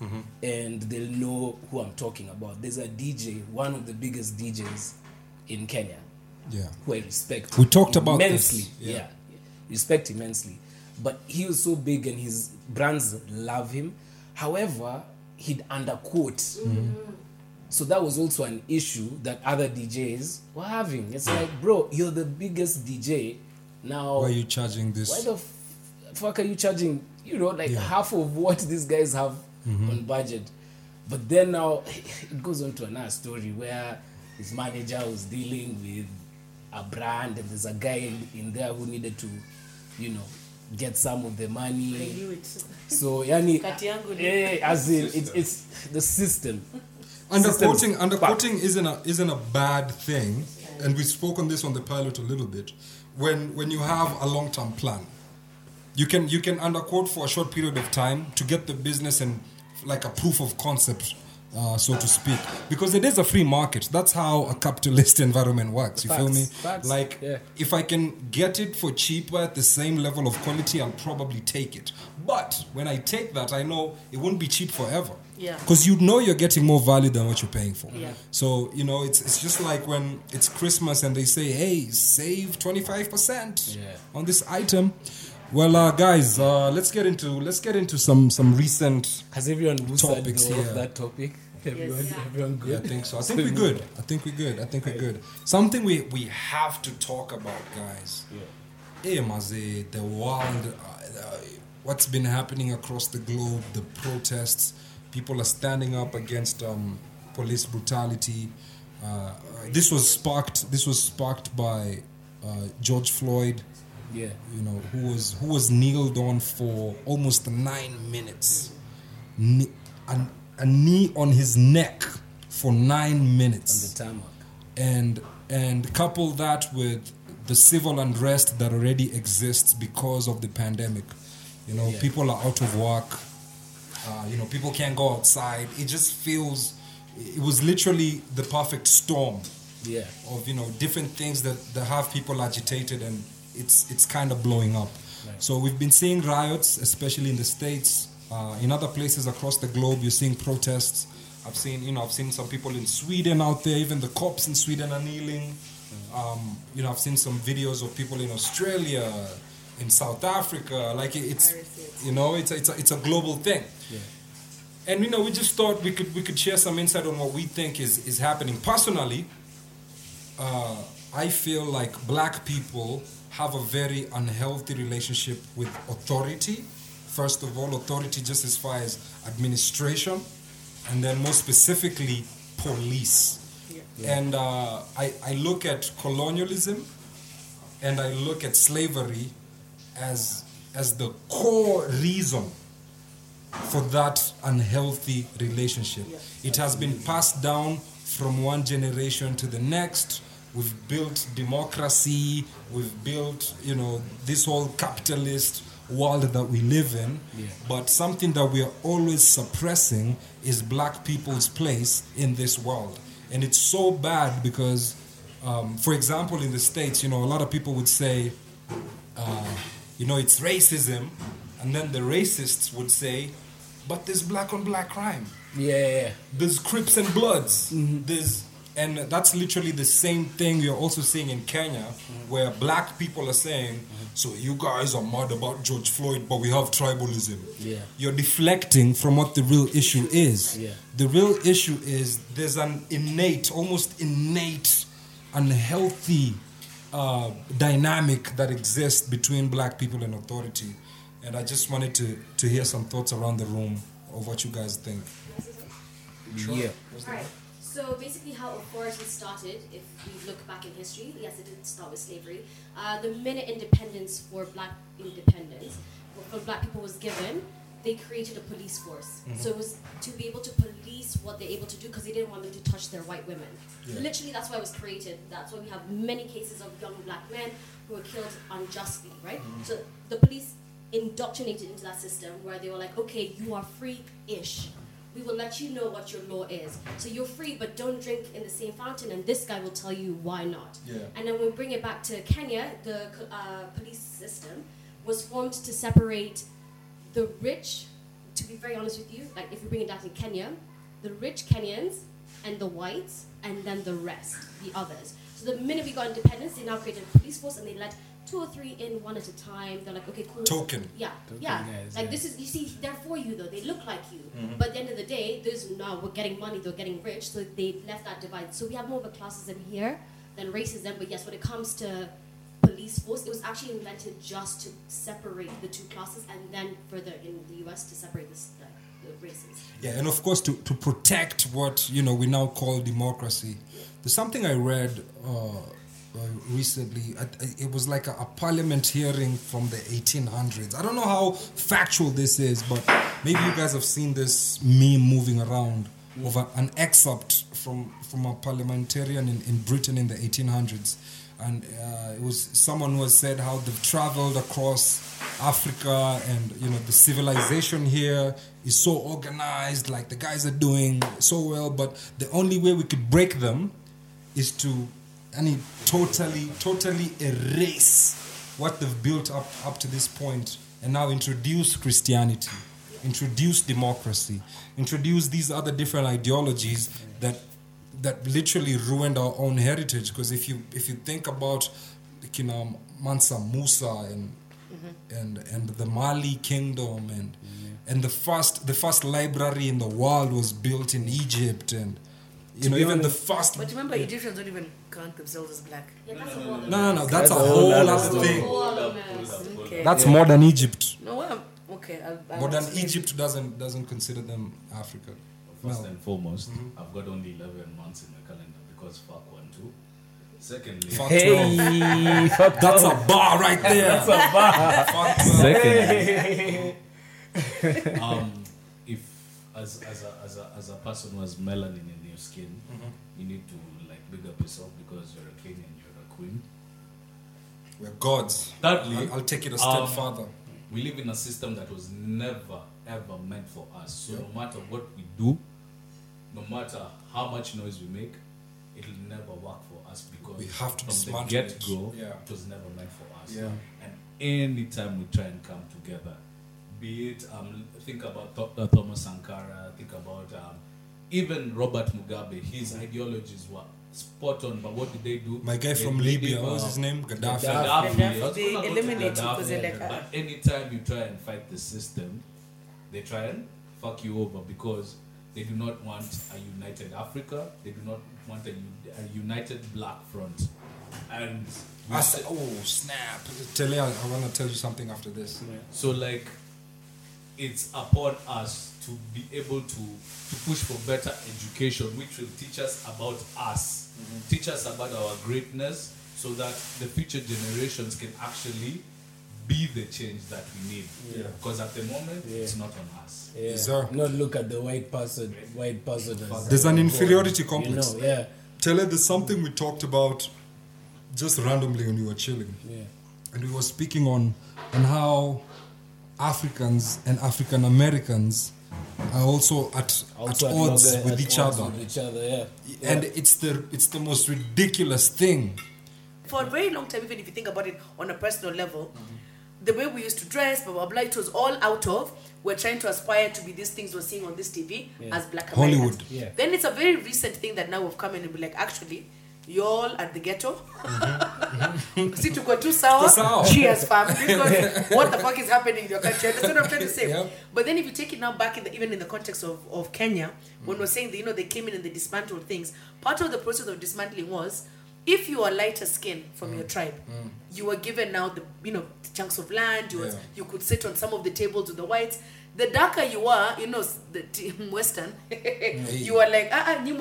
Speaker 2: and they'll know who I'm talking about. There's a DJ, one of the biggest DJs in Kenya,
Speaker 1: yeah.
Speaker 2: who I respect.
Speaker 1: We talked about this,
Speaker 2: immensely.
Speaker 1: yeah.
Speaker 2: Yeah. respect immensely. But he was so big, and his brands love him. However, he'd underquote.
Speaker 1: Mm-hmm.
Speaker 2: So that was also an issue that other DJs were having. It's like, bro, you're the biggest DJ now.
Speaker 1: Why are you charging this?
Speaker 2: why the f- fuck are you charging? You know, like
Speaker 1: Yeah. Mm-hmm.
Speaker 2: half of what these guys have on budget. But then now it goes on to another story where his manager was dealing with a brand, and there's a guy in, in there who needed to, you know, get some of the money.
Speaker 3: I knew it.
Speaker 2: So yani,
Speaker 3: Kati yangu ni-
Speaker 2: eh, as in it's, it's the system.
Speaker 1: underquoting
Speaker 2: Systems.
Speaker 1: underquoting isn't a isn't a bad thing and we spoke on this on the pilot a little bit when when you have a long-term plan you can you can underquote for a short period of time to get the business and like a proof of concept uh, so to speak, because it is a free market. That's how a capitalist environment works. You feel
Speaker 2: Facts,
Speaker 1: me?
Speaker 2: facts,
Speaker 1: Like,
Speaker 2: yeah.
Speaker 1: if I can get it for cheaper at the same level of quality, I'll probably take it. But when I take that, I know it won't be cheap forever.
Speaker 3: Yeah.
Speaker 1: Because you know you're getting more value than what you're paying for.
Speaker 3: Yeah.
Speaker 1: So, you know, it's, it's just like when it's Christmas and they say, hey, save 25%
Speaker 2: Yeah.
Speaker 1: on this item. Well, uh, guys, uh, let's get into let's get into some some recent.
Speaker 2: Has everyone woosted
Speaker 1: Topics,
Speaker 2: though
Speaker 1: yeah.
Speaker 2: of that topic? Everyone, everyone good?
Speaker 1: Yeah, I think so. I think we're good. I think we're good. I think we're good. Something we we have to talk about, guys. Eh, maze, the world, uh, uh, what's been happening across the globe, the protests, people are standing up against um, police brutality. Uh, Uh, this was sparked. This was sparked by uh, George Floyd,
Speaker 2: Yeah.
Speaker 1: you know, who was who was kneeled on for almost nine minutes, Kne- a, a knee on his neck for nine minutes
Speaker 2: On the tarmac.
Speaker 1: and and couple that with the civil unrest that already exists because of the pandemic you know
Speaker 2: Yeah.
Speaker 1: people are out of work uh, you know people can't go outside it just feels it was literally the perfect storm
Speaker 2: Yeah.
Speaker 1: of you know different things that, that have people agitated and it's it's kind of blowing up
Speaker 2: Right.
Speaker 1: so we've been seeing riots especially in the states uh, in other places across the globe you're seeing protests i've seen you know i've seen some people in sweden out there even the cops in sweden are kneeling um, you know i've seen some videos of people in australia in south africa like it- it's you know it's a, it's a, it's a global thing and you know we just thought we could we could share some insight on what we think is is happening personally uh, i feel like black people have a very unhealthy relationship with authority first of all authority just as far as administration and then more specifically police and uh, I, I look at colonialism and i look at slavery as as the core reason for that unhealthy relationship. It has been passed down from one generation to the next. We've built democracy, we've built, you know, this whole capitalist world that we live in. But something that we are always suppressing is black people's place in this world. And it's so bad because, um, for example, in the States, you know, a lot of people would say, you know, it's racism. And then the racists would say, but there's black on black crime.
Speaker 2: Yeah, yeah,
Speaker 1: There's Crips and Bloods. There's, and that's literally the same thing you're also seeing in Kenya, where black people are saying, so you guys are mad about George Floyd, but we have tribalism.
Speaker 2: Yeah.
Speaker 1: You're deflecting from what the real issue is.
Speaker 2: Yeah.
Speaker 1: The real issue is there's an innate, almost innate, unhealthy uh, dynamic that exists between black people and authority. And I just wanted to, to hear some thoughts around the room of what you guys think.
Speaker 2: yeah. yeah.
Speaker 5: Alright, so basically how authority started, if we look back in history, yes, it did start with slavery. Uh, the minute independence for black independence, for black people was given, they created a police force. So it was to be able to police what they're able to do because they didn't want them to touch their white women.
Speaker 1: Yeah.
Speaker 5: Literally, that's why it was created. That's why we have many cases of young black men who were killed unjustly, right? So the police indoctrinated into that system where they were like, okay, you are free ish. We will let you know what your law is. So you're free, but don't drink in the same fountain, and this guy will tell you why not.
Speaker 1: Yeah.
Speaker 5: And then we bring it back to Kenya, the uh, police system was formed to separate the rich, to be very honest with you, like if you bring it down to Kenya, the rich Kenyans and the whites, and then the rest, the others. So the minute we got independence, they now created a police force and they let two or three in one at a time. They're like, okay, cool.
Speaker 1: Token.
Speaker 5: Yeah,
Speaker 2: Token
Speaker 5: yeah.
Speaker 2: guys,
Speaker 5: like
Speaker 2: yeah.
Speaker 5: this is you see, they're for you though. They look like you.
Speaker 1: Mm-hmm.
Speaker 5: But at the end of the day, those now we're getting money, they're getting rich, so they left that divide. So we have more of a classism here than racism. But yes, when it comes to police force, it was actually invented just to separate the two classes, and then further in the U.S. to separate this, the, the races.
Speaker 1: Yeah, and of course to, to protect what you know we now call democracy. There's something I read uh, uh, recently. I, I- it was like a, a parliament hearing from the 1800s. I don't know how factual this is, but maybe you guys have seen this meme moving around of a, an excerpt from from a parliamentarian in, in Britain in the 1800s, and uh, it was someone who has said how they've traveled across Africa and you know the civilization here is so organized. Like the guys are doing so well, but the only way we could break them is to, I mean, totally, totally erase what they've built up up to this point, and now introduce Christianity, introduce democracy, introduce these other different ideologies that that literally ruined our own heritage. Because if you if you think about you know Mansa Musa and and and the Mali kingdom and and the first the first library in the world was built in Egypt and you
Speaker 2: To
Speaker 1: know
Speaker 2: be
Speaker 1: even the
Speaker 2: honest-
Speaker 1: first
Speaker 3: But remember, Egyptians don't even count themselves as black.
Speaker 5: Yeah, that's a whole
Speaker 1: no no no that's,
Speaker 2: That's
Speaker 1: a
Speaker 2: a
Speaker 1: whole
Speaker 2: whole
Speaker 1: other
Speaker 2: other
Speaker 1: thing
Speaker 3: Okay.
Speaker 1: that's more than Egypt
Speaker 3: no, well, I'm, okay. I'll, I'll
Speaker 1: modern
Speaker 3: explain.
Speaker 1: Egypt doesn't doesn't consider them Africa
Speaker 4: First
Speaker 1: no
Speaker 4: and foremost, I've got only 11 months in the calendar because fuck one, two. Secondly,
Speaker 1: fuck twelve.
Speaker 2: Hey, fuck
Speaker 1: that's
Speaker 2: off.
Speaker 1: a bar right there that's a bar fuck twelve.
Speaker 4: Secondly, um, if as, as, a, as, a, as a person who has melanin in your skin, you need to like big up yourself because you're a king and you're a queen.
Speaker 1: we're gods
Speaker 4: Thirdly,
Speaker 1: I'll, I'll take it a step
Speaker 4: um,
Speaker 1: further
Speaker 4: we live in a system that was never ever meant for us. So
Speaker 1: Yeah.
Speaker 4: no matter what we do, no matter how much noise we make, it'll never work for us because
Speaker 1: We have to be
Speaker 4: from
Speaker 1: smart
Speaker 4: the
Speaker 1: with it.
Speaker 4: get go.
Speaker 1: Yeah.
Speaker 4: It was never meant for us.
Speaker 1: Yeah.
Speaker 4: And anytime we try and come together, be it um, think about Tho- uh, Thomas Sankara, think about um, even Robert Mugabe. His ideologies were spot on, but what did they do?
Speaker 1: my guy
Speaker 4: They
Speaker 1: from
Speaker 4: made
Speaker 1: Libya
Speaker 4: him,
Speaker 1: what was
Speaker 4: uh,
Speaker 1: his name Gaddafi,
Speaker 4: Gaddafi.
Speaker 3: Gaddafi,
Speaker 4: I was
Speaker 3: they
Speaker 4: gonna go to
Speaker 3: eliminate him 'cause they're
Speaker 4: Gaddafi,
Speaker 3: like,
Speaker 4: But anytime you try and fight the system, they try and fuck you over because they do not want a united Africa. They do not want a, u- a united black front. And we
Speaker 1: I said,
Speaker 4: said-
Speaker 1: oh snap! Tell you, I, I want to tell you something after this.
Speaker 4: so like it's upon us to be able to to push for better education which will teach us about us teach us about our greatness so that the future generations can actually be the change that we need
Speaker 1: Yeah.
Speaker 4: because at the moment
Speaker 2: Yeah.
Speaker 4: it's not on us
Speaker 2: Yeah.
Speaker 1: Yes, sir.
Speaker 2: Not look at the white person. White person. as-
Speaker 1: There's an
Speaker 2: you
Speaker 1: inferiority complex.
Speaker 2: know, yeah,
Speaker 1: Tell her there's something we talked about just randomly when we were chilling,
Speaker 2: yeah.
Speaker 1: and we were speaking on on how Africans and African Americans are also at
Speaker 2: Also
Speaker 1: at
Speaker 2: logger-
Speaker 1: odds with
Speaker 2: at
Speaker 1: each
Speaker 2: odds
Speaker 1: other,
Speaker 2: With each other, yeah.
Speaker 1: and it's the it's the most ridiculous thing.
Speaker 3: for a very long time, even if you think about it on a personal level, the way we used to dress, blah blah blah, it was all out of we're trying to aspire to be these things we're seeing on this TV
Speaker 2: Yeah.
Speaker 3: as black
Speaker 1: Hollywood.
Speaker 3: Americans.
Speaker 2: Yeah.
Speaker 3: Then it's a very recent thing that now we've come in and be like, actually, y'all at the ghetto. See, to go too sour.
Speaker 1: Mm-hmm. Too sour.
Speaker 3: She has fam. Because what the fuck is happening in your country? That's what I'm trying to say.
Speaker 1: Yep.
Speaker 3: But then if you take it now back, in the, even in the context of, of Kenya, when we're saying that, you know, they came in and they dismantled things, part of the process of dismantling was if you are lighter skinned from your tribe, you were given now the, you know, chunks of land, you, was,
Speaker 1: Yeah.
Speaker 3: you could sit on some of the tables with the whites. The darker you are, you know, s- the t- Western, you are like, ah, ah, you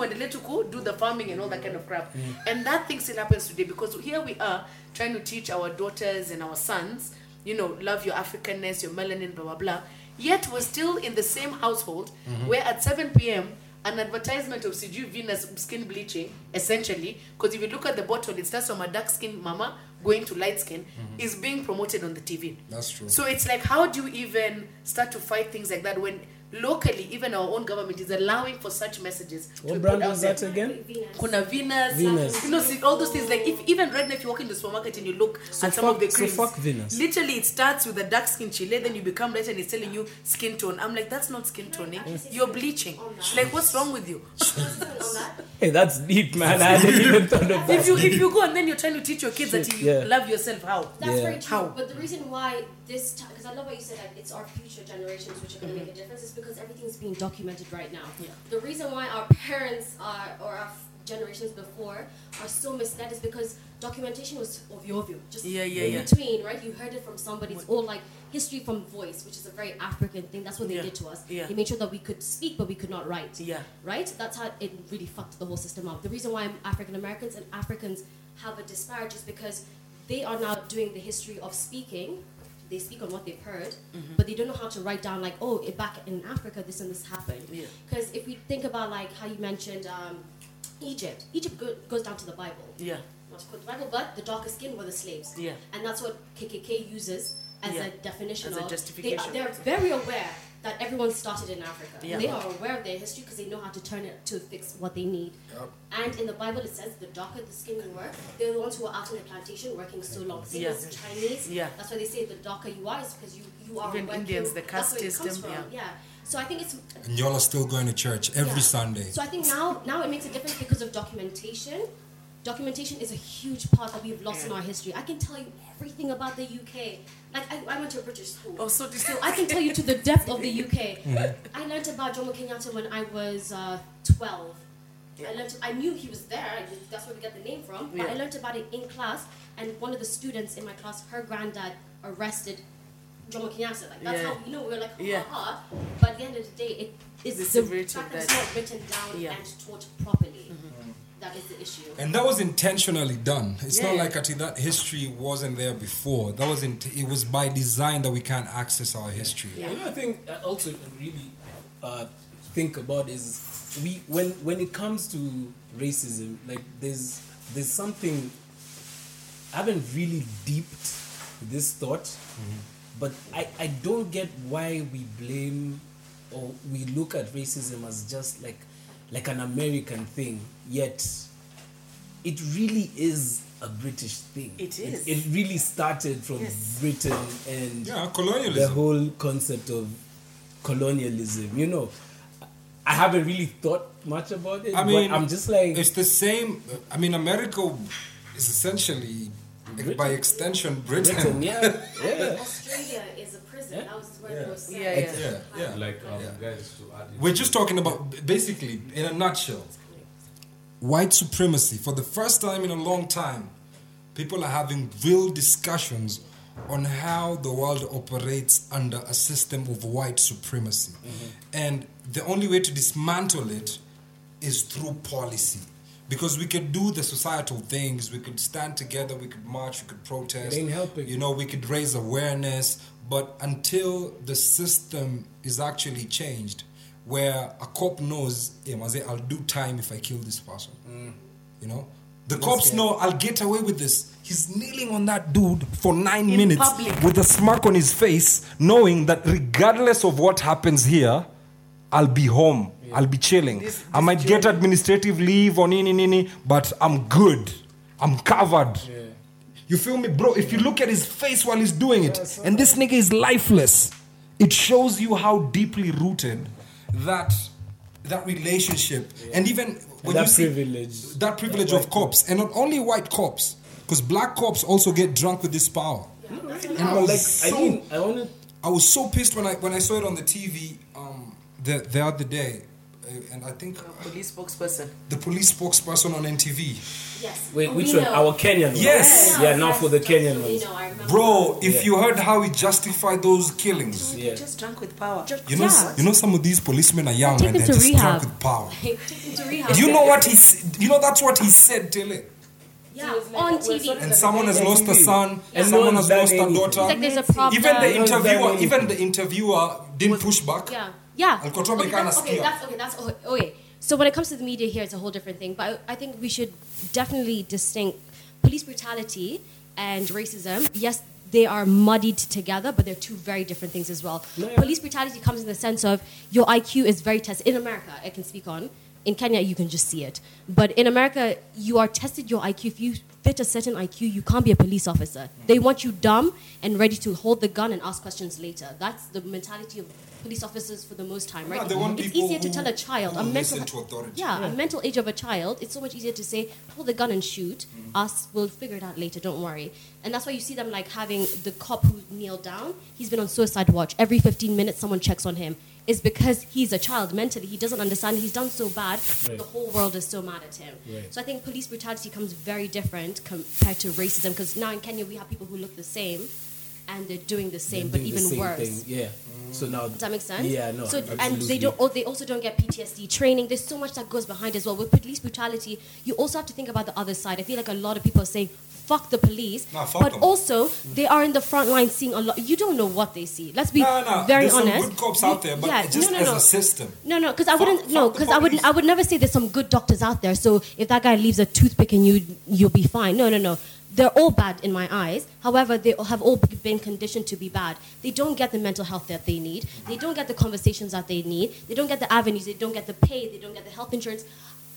Speaker 3: do the farming and all that kind of crap. And that thing still happens today because here we are trying to teach our daughters and our sons you know, love your Africanness, your melanin, blah blah blah. Yet we're still in the same household
Speaker 2: Mm-hmm.
Speaker 3: where at 7 p.m. an advertisement of CG Venus skin bleaching, essentially, because if you look at the bottle, it starts from a dark skinned mama going to light skin,
Speaker 2: Mm-hmm.
Speaker 3: is being promoted on the TV.
Speaker 1: That's true.
Speaker 3: So it's like, how do you even start to fight things like that when locally, even our own government is allowing for such messages? to be
Speaker 2: What
Speaker 3: put
Speaker 2: brand
Speaker 3: out
Speaker 2: was
Speaker 3: there?
Speaker 2: that again?
Speaker 5: Venus.
Speaker 3: Kuna Venus,
Speaker 2: Venus.
Speaker 3: you know, see, all those things. Like if even right now, if you walk into the supermarket and you look
Speaker 2: So
Speaker 3: at some
Speaker 2: fuck-
Speaker 3: of the
Speaker 2: so
Speaker 3: creams,
Speaker 2: fuck Venus.
Speaker 3: literally it starts with a dark skin chile, then you become light, and it's telling you skin tone. I'm like, that's not skin toning. You're bleaching. Like, what's wrong with you?
Speaker 5: On that,
Speaker 2: Hey, that's deep, man. I hadn't even thought of that.
Speaker 3: If you if you go and then you're trying to teach your kids that
Speaker 2: Shit,
Speaker 3: you
Speaker 2: yeah.
Speaker 3: love yourself, how?
Speaker 5: That's
Speaker 2: Yeah.
Speaker 5: very true.
Speaker 3: How?
Speaker 5: But the reason why this time, because I love what you said, like it's our future generations which are going to make a difference, is because everything's being documented right now.
Speaker 3: Mm-hmm. Yeah.
Speaker 5: The reason why our parents are, or our f- generations before, are so misled is because documentation was ovyo ovyo. Just
Speaker 3: Yeah, yeah,
Speaker 5: in
Speaker 3: yeah.
Speaker 5: between, right? You heard it from somebody. It's all like history from voice, which is a very African thing. That's what they
Speaker 3: Yeah.
Speaker 5: did to us.
Speaker 3: Yeah.
Speaker 5: They made sure that we could speak, but we could not write
Speaker 3: Yeah.
Speaker 5: right? That's how it really fucked the whole system up. The reason why African Americans and Africans have a disparage is because they are now doing the history of speaking. They speak on what they've heard,
Speaker 3: Mm-hmm.
Speaker 5: but they don't know how to write down like, oh, it, back in Africa, this and this happened.
Speaker 3: Yeah.
Speaker 5: Because if we think about like how you mentioned um, Egypt, Egypt go- goes down to the Bible
Speaker 3: Yeah.
Speaker 5: not to quote the Bible, but the darker skin were the slaves.
Speaker 3: Yeah.
Speaker 5: And that's what KKK uses as
Speaker 3: Yeah.
Speaker 5: a definition
Speaker 3: As a
Speaker 5: of.
Speaker 3: justification.
Speaker 5: They, are very aware that everyone started in Africa.
Speaker 3: Yeah.
Speaker 5: They are aware of their history because they know how to turn it to fix what they need.
Speaker 1: Yep.
Speaker 5: And in the Bible, it says the darker the skin you were, they're the ones who are out in the plantation working so long. Same
Speaker 3: Yeah.
Speaker 5: as Chinese.
Speaker 3: Yeah.
Speaker 5: That's why they say the darker you are is because you, you are
Speaker 3: Even
Speaker 5: working.
Speaker 3: Indians, the
Speaker 5: that's where it
Speaker 3: caste
Speaker 5: comes
Speaker 3: system,
Speaker 5: from. yeah. So I think it's
Speaker 1: And y'all are still going to church every
Speaker 5: yeah.
Speaker 1: Sunday.
Speaker 5: So I think now now it makes a difference because of documentation. Documentation is a huge part that we've lost in
Speaker 3: Yeah.
Speaker 5: our history. I can tell you everything about the UK. Like I, I went to a British school.
Speaker 3: Oh, so this
Speaker 5: So I can tell you to the depth of the UK. I learned about Jomo Kenyatta when I was uh, 12. I learned. I knew he was there. I just- That's where we got the name from. But I
Speaker 3: Yeah.
Speaker 5: learned about it in class, and one of the students in my class, her granddad arrested Jomo Kenyatta. Like that's
Speaker 3: Yeah.
Speaker 5: how you know we were like, ha
Speaker 3: Yeah.
Speaker 5: ha. But at the end of the day, it is
Speaker 3: The
Speaker 5: the,
Speaker 3: severity
Speaker 5: fact
Speaker 3: of
Speaker 5: that it's
Speaker 3: that.
Speaker 5: not written down
Speaker 3: Yeah.
Speaker 5: and taught properly. That is the issue.
Speaker 1: And that was intentionally done. It's not
Speaker 3: Yeah.
Speaker 1: like actually that history wasn't there before. That wasn't. It was by design that we can't access our history.
Speaker 3: Yeah.
Speaker 2: Another thing I also really uh, think about is we when when it comes to racism, like there's there's something I haven't really deeped this thought,
Speaker 3: Mm-hmm.
Speaker 2: but I, I don't get why we blame or we look at racism as just like like an American thing, yet it really is a British thing.
Speaker 3: It is.
Speaker 2: It, really started from Britain and
Speaker 1: Yeah,
Speaker 2: the
Speaker 1: colonialism.
Speaker 2: whole concept of colonialism. You know, I haven't really thought much about it.
Speaker 1: I mean,
Speaker 2: but I'm just like
Speaker 1: it's the same. I mean, America is essentially, by extension, Britain.
Speaker 2: Britain, yeah, yeah.
Speaker 5: Australia is a prison.
Speaker 2: Yeah.
Speaker 5: That was where they were sent.
Speaker 3: Yeah, yeah.
Speaker 1: Yeah, yeah.
Speaker 4: Like um,
Speaker 1: Yeah.
Speaker 4: guys to add in-
Speaker 1: We're just talking about basically, in a nutshell, white supremacy. For the first time in a long time, people are having real discussions on how the world operates under a system of white supremacy.
Speaker 2: Mm-hmm.
Speaker 1: And the only way to dismantle it is through policy. Because we could do the societal things, we could stand together, we could march, we could protest.
Speaker 2: It ain't helping.
Speaker 1: You know, we could raise awareness, but until the system is actually changed, where a cop knows, hey, Maze, I'll do time if I kill this person. You know, the cops
Speaker 2: yeah.
Speaker 1: know I'll get away with this. He's kneeling on that dude for nine
Speaker 3: In
Speaker 1: minutes
Speaker 3: public.
Speaker 1: with a smirk on his face, knowing that regardless of what happens here, I'll be home. I'll be chilling.
Speaker 3: This-
Speaker 1: I
Speaker 3: this
Speaker 1: might get
Speaker 3: journey-
Speaker 1: administrative leave or nini nini, but I'm good. I'm covered. You feel me, bro? If you look at his face while he's doing it, and this nigga is lifeless, it shows you how deeply rooted that that relationship and even when
Speaker 2: that
Speaker 1: you see
Speaker 2: privilege.
Speaker 1: that privilege of cops and not only white cops because black cops also get drunk with this power and I
Speaker 2: But
Speaker 1: was
Speaker 2: like I
Speaker 1: so-
Speaker 2: mean, I want to.
Speaker 1: I was so pissed when I when I saw it on the TV um, the the other day, uh, and I think
Speaker 3: Police spokesperson.
Speaker 1: the police spokesperson on NTV,
Speaker 5: Yes.
Speaker 2: Wait,
Speaker 5: Oh,
Speaker 2: which
Speaker 5: we
Speaker 2: one?
Speaker 5: know.
Speaker 2: Our Kenyan one.
Speaker 1: Yes.
Speaker 2: Yeah, now for the Kenyan
Speaker 5: We
Speaker 2: ones.
Speaker 5: know, I remember.
Speaker 1: bro. If
Speaker 2: Yeah.
Speaker 1: you heard how he justified those killings,
Speaker 2: Yeah.
Speaker 3: Just drunk with power.
Speaker 1: you know you know some of these policemen are young
Speaker 6: Take
Speaker 1: and
Speaker 6: him
Speaker 1: they're
Speaker 6: to
Speaker 1: just drunk
Speaker 6: rehab.
Speaker 1: with power.
Speaker 5: Take him to rehab.
Speaker 1: Do you know what he? s- You know that's what he said, Tilly.
Speaker 5: Yeah, on TV.
Speaker 1: And someone has lost a son.
Speaker 2: And no
Speaker 1: someone
Speaker 2: one's
Speaker 1: has lost
Speaker 2: done
Speaker 1: a
Speaker 2: anything.
Speaker 1: daughter.
Speaker 6: It's like there's a problem.
Speaker 1: even the
Speaker 2: No one's done
Speaker 1: interviewer,
Speaker 2: anything.
Speaker 1: even the interviewer didn't push back.
Speaker 5: Yeah.
Speaker 6: Yeah.
Speaker 1: Alikuwa tu amekaa
Speaker 5: that's, okay,
Speaker 1: anasikia.
Speaker 5: that's okay. That's okay. okay. So when it comes to the media here, it's a whole different thing. But I, I think we should definitely distinct police brutality and racism. Yes, they are muddied together, but they're two very different things as well.
Speaker 2: No, yeah.
Speaker 5: Police brutality comes in the sense of your IQ is very tested. In America, I can speak on. In Kenya, you can just see it. But in America, you are tested your IQ. If you fit a certain IQ, you can't be a police officer. They want you dumb and ready to hold the gun and ask questions later. That's the mentality of police officers for the most time, right?
Speaker 1: No, they want
Speaker 5: it's
Speaker 1: people
Speaker 5: easier to
Speaker 1: who-
Speaker 5: tell a child.
Speaker 1: who
Speaker 5: A mental,
Speaker 1: listen to authority.
Speaker 5: Yeah, a mental age of a child. It's so much easier to say, pull the gun and shoot.
Speaker 1: Mm-hmm.
Speaker 5: Us, we'll figure it out later. Don't worry. And that's why you see them like having the cop who kneeled down. He's been on suicide watch. Every 15 minutes, someone checks on him. Is because he's a child mentally. He doesn't understand. He's done so bad.
Speaker 2: Right.
Speaker 5: The whole world is so mad at him.
Speaker 2: Right.
Speaker 5: So I think police brutality comes very different compared to racism. Because now in Kenya, we have people who look the same, and they're doing the same,
Speaker 2: They're
Speaker 5: but
Speaker 2: doing
Speaker 5: even
Speaker 2: the same
Speaker 5: worse.
Speaker 2: Thing. Yeah. So now.
Speaker 5: Does that make sense?
Speaker 2: Yeah. No.
Speaker 5: So and
Speaker 2: absolutely.
Speaker 5: they don't. oh, They also don't get PTSD training. There's so much that goes behind as well. With police brutality, you also have to think about the other side. I feel like a lot of people are saying, "Fuck the police,"
Speaker 1: Nah, fuck
Speaker 5: but
Speaker 1: them.
Speaker 5: also they are in the front line seeing a lot. You don't know what they see. Let's be
Speaker 1: No, no,
Speaker 5: very
Speaker 1: there's some
Speaker 5: honest.
Speaker 1: good cops
Speaker 5: You-
Speaker 1: out there, but
Speaker 5: yeah,
Speaker 1: just
Speaker 5: no, no,
Speaker 1: as
Speaker 5: no.
Speaker 1: a system.
Speaker 5: No, no, because I
Speaker 1: Fuck-
Speaker 5: wouldn't.
Speaker 1: fuck
Speaker 5: no,
Speaker 1: the
Speaker 5: because I wouldn't.
Speaker 1: police.
Speaker 5: I would never say there's some good doctors out there. So if that guy leaves a toothpick and you, you'll be fine. No, no, no. They're all bad in my eyes. However, they all- have all been conditioned to be bad. They don't get the mental health that they need. They don't get the conversations that they need. They don't get the avenues. They don't get the pay. They don't get the health insurance.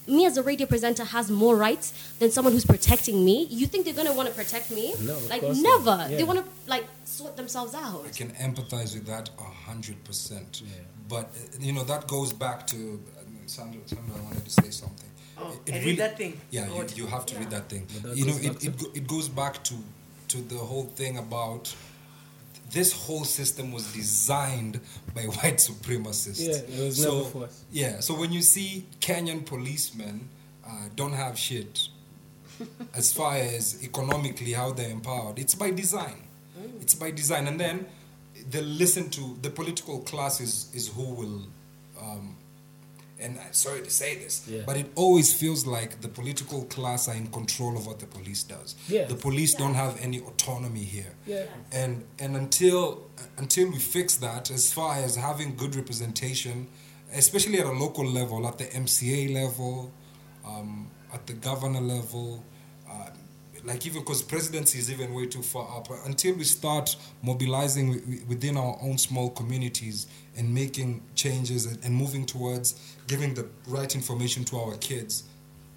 Speaker 5: Me as a radio presenter has more rights than someone who's protecting me. You think they're gonna want to protect me?
Speaker 2: No, of
Speaker 5: like
Speaker 2: course not.
Speaker 5: never. They
Speaker 2: Yeah.
Speaker 5: want to like sort themselves out.
Speaker 1: I can empathize with that a hundred percent. But uh, you know that goes back to uh, Sandra. Sandra, I wanted to say something.
Speaker 3: Oh,
Speaker 1: It- it
Speaker 3: I read that thing.
Speaker 1: Yeah, you,
Speaker 3: What?
Speaker 1: you have to read that thing.
Speaker 2: But that
Speaker 1: you know,
Speaker 2: goes back
Speaker 1: it, it,
Speaker 2: to-
Speaker 1: go, it goes back to to the whole thing about this whole system was designed by white supremacists.
Speaker 2: Yeah, it was
Speaker 1: so,
Speaker 2: never for us.
Speaker 1: Yeah, so when you see Kenyan policemen uh, don't have shit, as far as economically how they're empowered. It's by design. It's by design, and then they listen to the political class is is who will. Um, and I'm sorry to say this,
Speaker 2: Yeah.
Speaker 1: but it always feels like the political class are in control of what the police does.
Speaker 2: Yeah.
Speaker 1: The police don't have any autonomy here.
Speaker 2: Yeah.
Speaker 1: And and until until we fix that, as far as having good representation, especially at a local level, at the MCA level, um, at the governor level, uh, like even because presidency is even way too far up. Until we start mobilizing wi- wi- within our own small communities and making changes and, and moving towards giving the right information to our kids,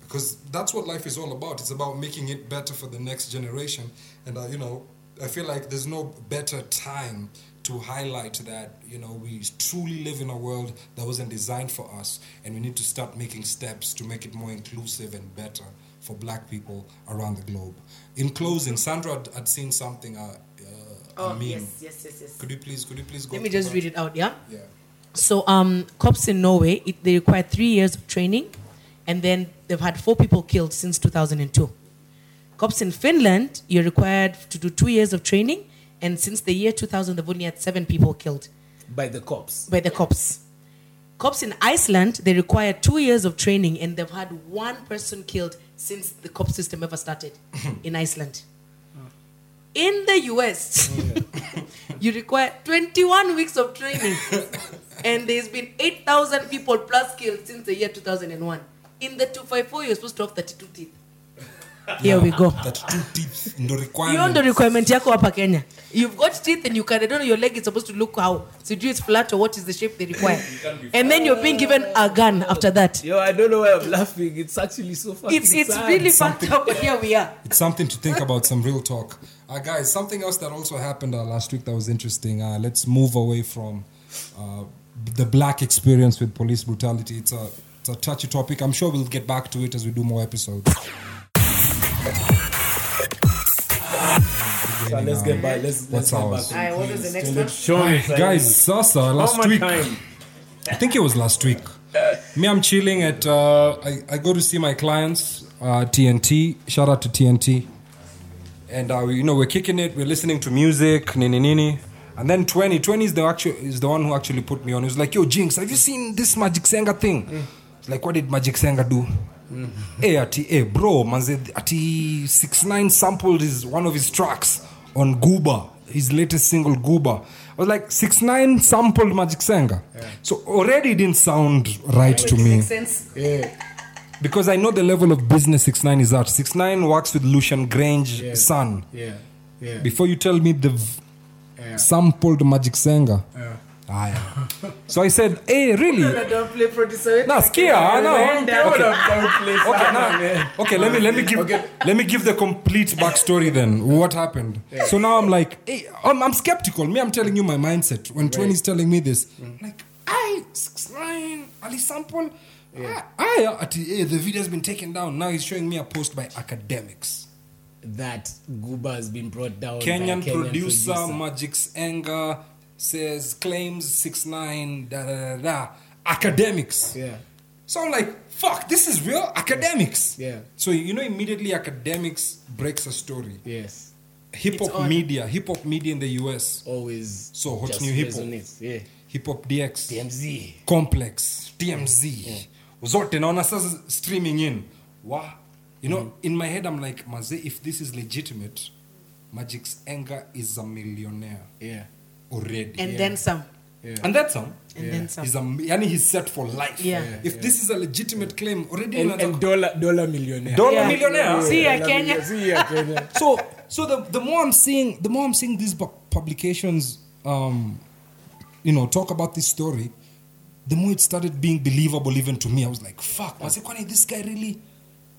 Speaker 1: because that's what life is all about. It's about making it better for the next generation. And uh, you know, I feel like there's no better time to highlight that you know we truly live in a world that wasn't designed for us, and we need to start making steps to make it more inclusive and better for Black people around the globe. In closing, Sandra had, had seen something. Uh, uh,
Speaker 3: Oh,
Speaker 1: a meme.
Speaker 3: yes, yes, yes, yes.
Speaker 1: Could you please? Could you please go?
Speaker 3: Let me
Speaker 1: to
Speaker 3: just
Speaker 1: that?
Speaker 3: read it out, yeah?
Speaker 1: Yeah.
Speaker 3: So, um, cops in Norway, it, they require three years of training, and then they've had four people killed since 2002. Cops in Finland, you're required to do two years of training, and since the year 2000, they've only had seven people killed
Speaker 2: by the cops.
Speaker 3: by the cops. Cops in Iceland, they require two years of training, and they've had one person killed since the cop system ever started in Iceland. In the US, you require 21 weeks of training, and there's been 8,000 people plus killed since the year 2001. In the 254, you're supposed to have 32 teeth. Here we go.
Speaker 1: That two teeth no
Speaker 3: hiyo
Speaker 1: requirement.
Speaker 3: ndo requirement yako hapa kenya you've got teeth and you can, I don't know, your leg is supposed to look how sijui it's flat or what is the shape they require and then you're being given a gun after that
Speaker 2: Yo, I don't know why I'm laughing. It's actually so fucking
Speaker 3: it's, it's
Speaker 2: sad.
Speaker 3: really fucked up but here we are
Speaker 1: It's something to think about, some real talk. Uh, guys, something else that also happened uh, last week that was interesting. Uh, let's move away from uh, the black experience with police brutality. It's a, it's a touchy topic. I'm sure we'll get back to it as we do more episodes.
Speaker 2: So let's get back. Let's,
Speaker 1: What's
Speaker 2: let's get
Speaker 1: ours?
Speaker 2: back.
Speaker 3: Aye, what is the next
Speaker 2: Don't
Speaker 3: one?
Speaker 2: let Sean decide.
Speaker 1: guys, Sasa,
Speaker 6: One
Speaker 1: last
Speaker 6: more
Speaker 1: week,
Speaker 6: time.
Speaker 1: I think it was last week. Me, I'm chilling at, uh, I, I go to see my clients, uh, TNT. Shout out to TNT. and uh, we- you know we're kicking it we're listening to music nini nini and then 20 20 is the actual is the one who actually put me on he was like yo jinx have you seen this magic senga thing It's like what did magic senga do hey ati hey bro manze ati 69 sampled is one of his tracks on gooba his latest single gooba I was like 69 sampled magic senga so already it didn't sound right to me
Speaker 3: makes sense
Speaker 1: because I know the level of business 69 is at. 69 works with Lucian Grange, son.
Speaker 6: Yeah. Yeah.
Speaker 1: Before you tell me the v- sampled Magic Singer. Aya. so I said, hey, really?
Speaker 2: Don't play producer.
Speaker 1: Nah, skia, no. Okay, okay,
Speaker 2: Okay,
Speaker 1: nah. okay let me let me give let me give the complete backstory then. What happened? So now I'm like, hey, I'm, I'm skeptical. Me, I'm telling you my mindset. When Twenty's telling me this, like, I six nine Ali sample. Yeah. I, hey, the video's been taken down. Now he's showing me a post by academics.
Speaker 2: That Guba has been brought down.
Speaker 1: Kenyan,
Speaker 2: by a Kenyan
Speaker 1: producer, Magic's anger says claims six nine da da da. da. Academics.
Speaker 2: Yeah.
Speaker 1: So I'm like, fuck, this is real academics.
Speaker 2: Yeah.
Speaker 1: So you know immediately academics breaks a story.
Speaker 2: Yes.
Speaker 1: Hip hop
Speaker 3: on.
Speaker 1: media, hip hop media in the US,
Speaker 2: Always.
Speaker 1: So, what's
Speaker 2: just
Speaker 1: new hip hop?
Speaker 2: resonates. Yeah.
Speaker 1: hip hop DX,
Speaker 2: DMZ.
Speaker 1: Complex, TMZ. Zote naona sasa streaming in. Wah. You know,
Speaker 2: Mm.
Speaker 1: in my head I'm like, Maze, if this is legitimate, Magic's anger is a millionaire
Speaker 2: Yeah.
Speaker 1: already.
Speaker 3: and then some
Speaker 2: Yeah.
Speaker 1: And that song
Speaker 3: and then some.
Speaker 1: is a, yani he's set for life.
Speaker 3: Yeah. Yeah,
Speaker 1: If this is a legitimate claim, already
Speaker 2: and,
Speaker 1: unaanza
Speaker 2: and dollar dollar millionaire.
Speaker 1: Dollar Yeah. millionaire.
Speaker 3: See ya,
Speaker 2: dollar
Speaker 3: Kenya.
Speaker 2: millionaire. See ya, Kenya.
Speaker 1: so so the, the more I'm seeing the more I'm seeing these bu- publications um, you know talk about this story the more it started being believable even to me I was like fuck I said kwani this guy really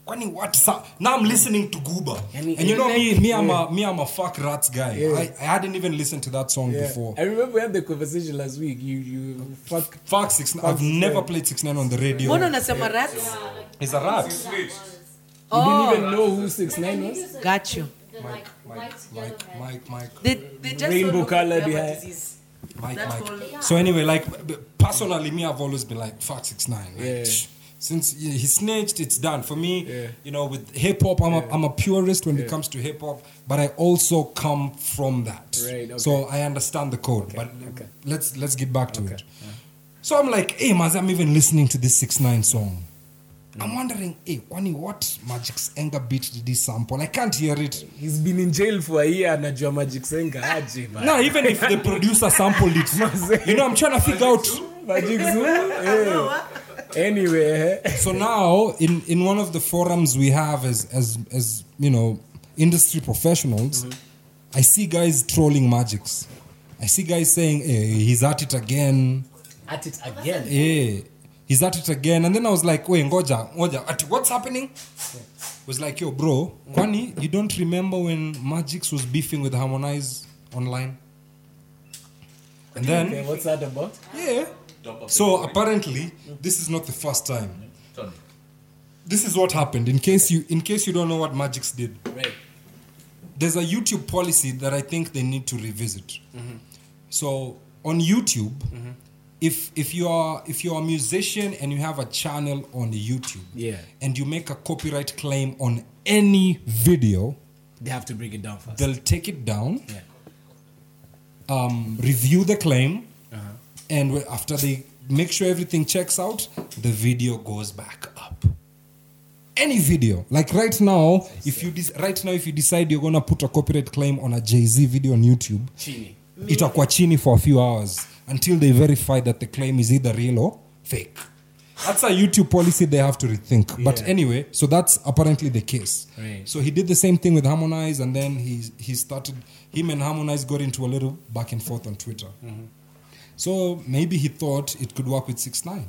Speaker 1: kwani what sa- now I'm listening to Gooba and,
Speaker 2: Yani-
Speaker 1: you know me me I'm
Speaker 2: Yeah.
Speaker 1: a me I'm a fuck rats guy
Speaker 2: Yeah.
Speaker 1: I, I hadn't even listened to that song
Speaker 2: Yeah.
Speaker 1: before
Speaker 2: I remember we had the conversation last week. You you fuck
Speaker 1: fuck 6
Speaker 2: Fuck
Speaker 1: I've never
Speaker 2: 69.
Speaker 1: played 6 9 on the radio
Speaker 3: Mbona unasema rats?
Speaker 1: it's a rat
Speaker 2: You didn't
Speaker 3: Oh,
Speaker 2: even know who six nine was.
Speaker 3: got you.
Speaker 5: The
Speaker 1: Mike
Speaker 5: like
Speaker 1: Mike
Speaker 5: white, yellow
Speaker 1: Mike
Speaker 5: head.
Speaker 1: Mike Mike
Speaker 3: They, they just
Speaker 2: Rainbow
Speaker 3: don't look
Speaker 2: colored
Speaker 3: at
Speaker 2: behind.
Speaker 3: disease.
Speaker 1: Mike,
Speaker 3: That's
Speaker 1: Mike.
Speaker 3: all-
Speaker 1: So anyway, like b- personally, me, I've always been like fuck six nine. Like,
Speaker 2: Yeah.
Speaker 1: tch, Since he he snitched, it's done for me.
Speaker 2: Yeah.
Speaker 1: You know, with hip hop, I'm a I'm a purist when it comes to hip hop, but I also come from that.
Speaker 2: Right, okay.
Speaker 1: So I understand the code. but uh,
Speaker 2: okay.
Speaker 1: let's let's get back to it. So I'm like, hey, Maz, I'm even listening to this six nine song.
Speaker 2: Mm.
Speaker 1: I'm wondering, hey, Kwani, what Magic's anger beat did he sample? I can't hear it.
Speaker 2: He's been in jail for a year anajua Magic Senga aje man.
Speaker 1: No, even if the producer sampled it, you know, I'm trying to figure out.
Speaker 2: Magic Zoo. eh. Anyway, eh.
Speaker 1: so now in in one of the forums we have as as as you know industry professionals i see guys trolling magics i see guys saying hey, he's at it again
Speaker 2: at it again.
Speaker 1: hey, he's at it again and then i was like wait ngoja ngoja ati what's happening was like yo bro kwani you don't remember when magics was beefing with harmonize online and then
Speaker 2: Okay, what's that about?
Speaker 1: yeah so apparently this is not the first time
Speaker 4: Tony.
Speaker 1: this is what happened in case you in case you don't know what magics did
Speaker 2: Right.
Speaker 1: there's a youtube policy that i think they need to revisit
Speaker 2: Mm-hmm.
Speaker 1: so on youtube if if you are if you're a musician and you have a channel on youtube
Speaker 2: Yeah.
Speaker 1: and you make a copyright claim on any video
Speaker 2: They have to break it down first.
Speaker 1: they'll take it down
Speaker 2: yeah.
Speaker 1: um, review the claim
Speaker 2: Uh-huh.
Speaker 1: and we- after they make sure everything checks out the video goes back up any video like right now if you dis- right now if you decide you're gonna put a copyright claim on a jay-z video on youtube
Speaker 2: Chini.
Speaker 1: itakuwa chini for a few hours until they verify that the claim is either real or fake that's a youtube policy they have to rethink but
Speaker 2: Yeah.
Speaker 1: anyway so that's apparently the case
Speaker 2: Right.
Speaker 1: so he did the same thing with harmonize and then he he started him and harmonize got into a little back and forth on twitter
Speaker 2: Mm-hmm.
Speaker 1: so maybe he thought it could work with 6-9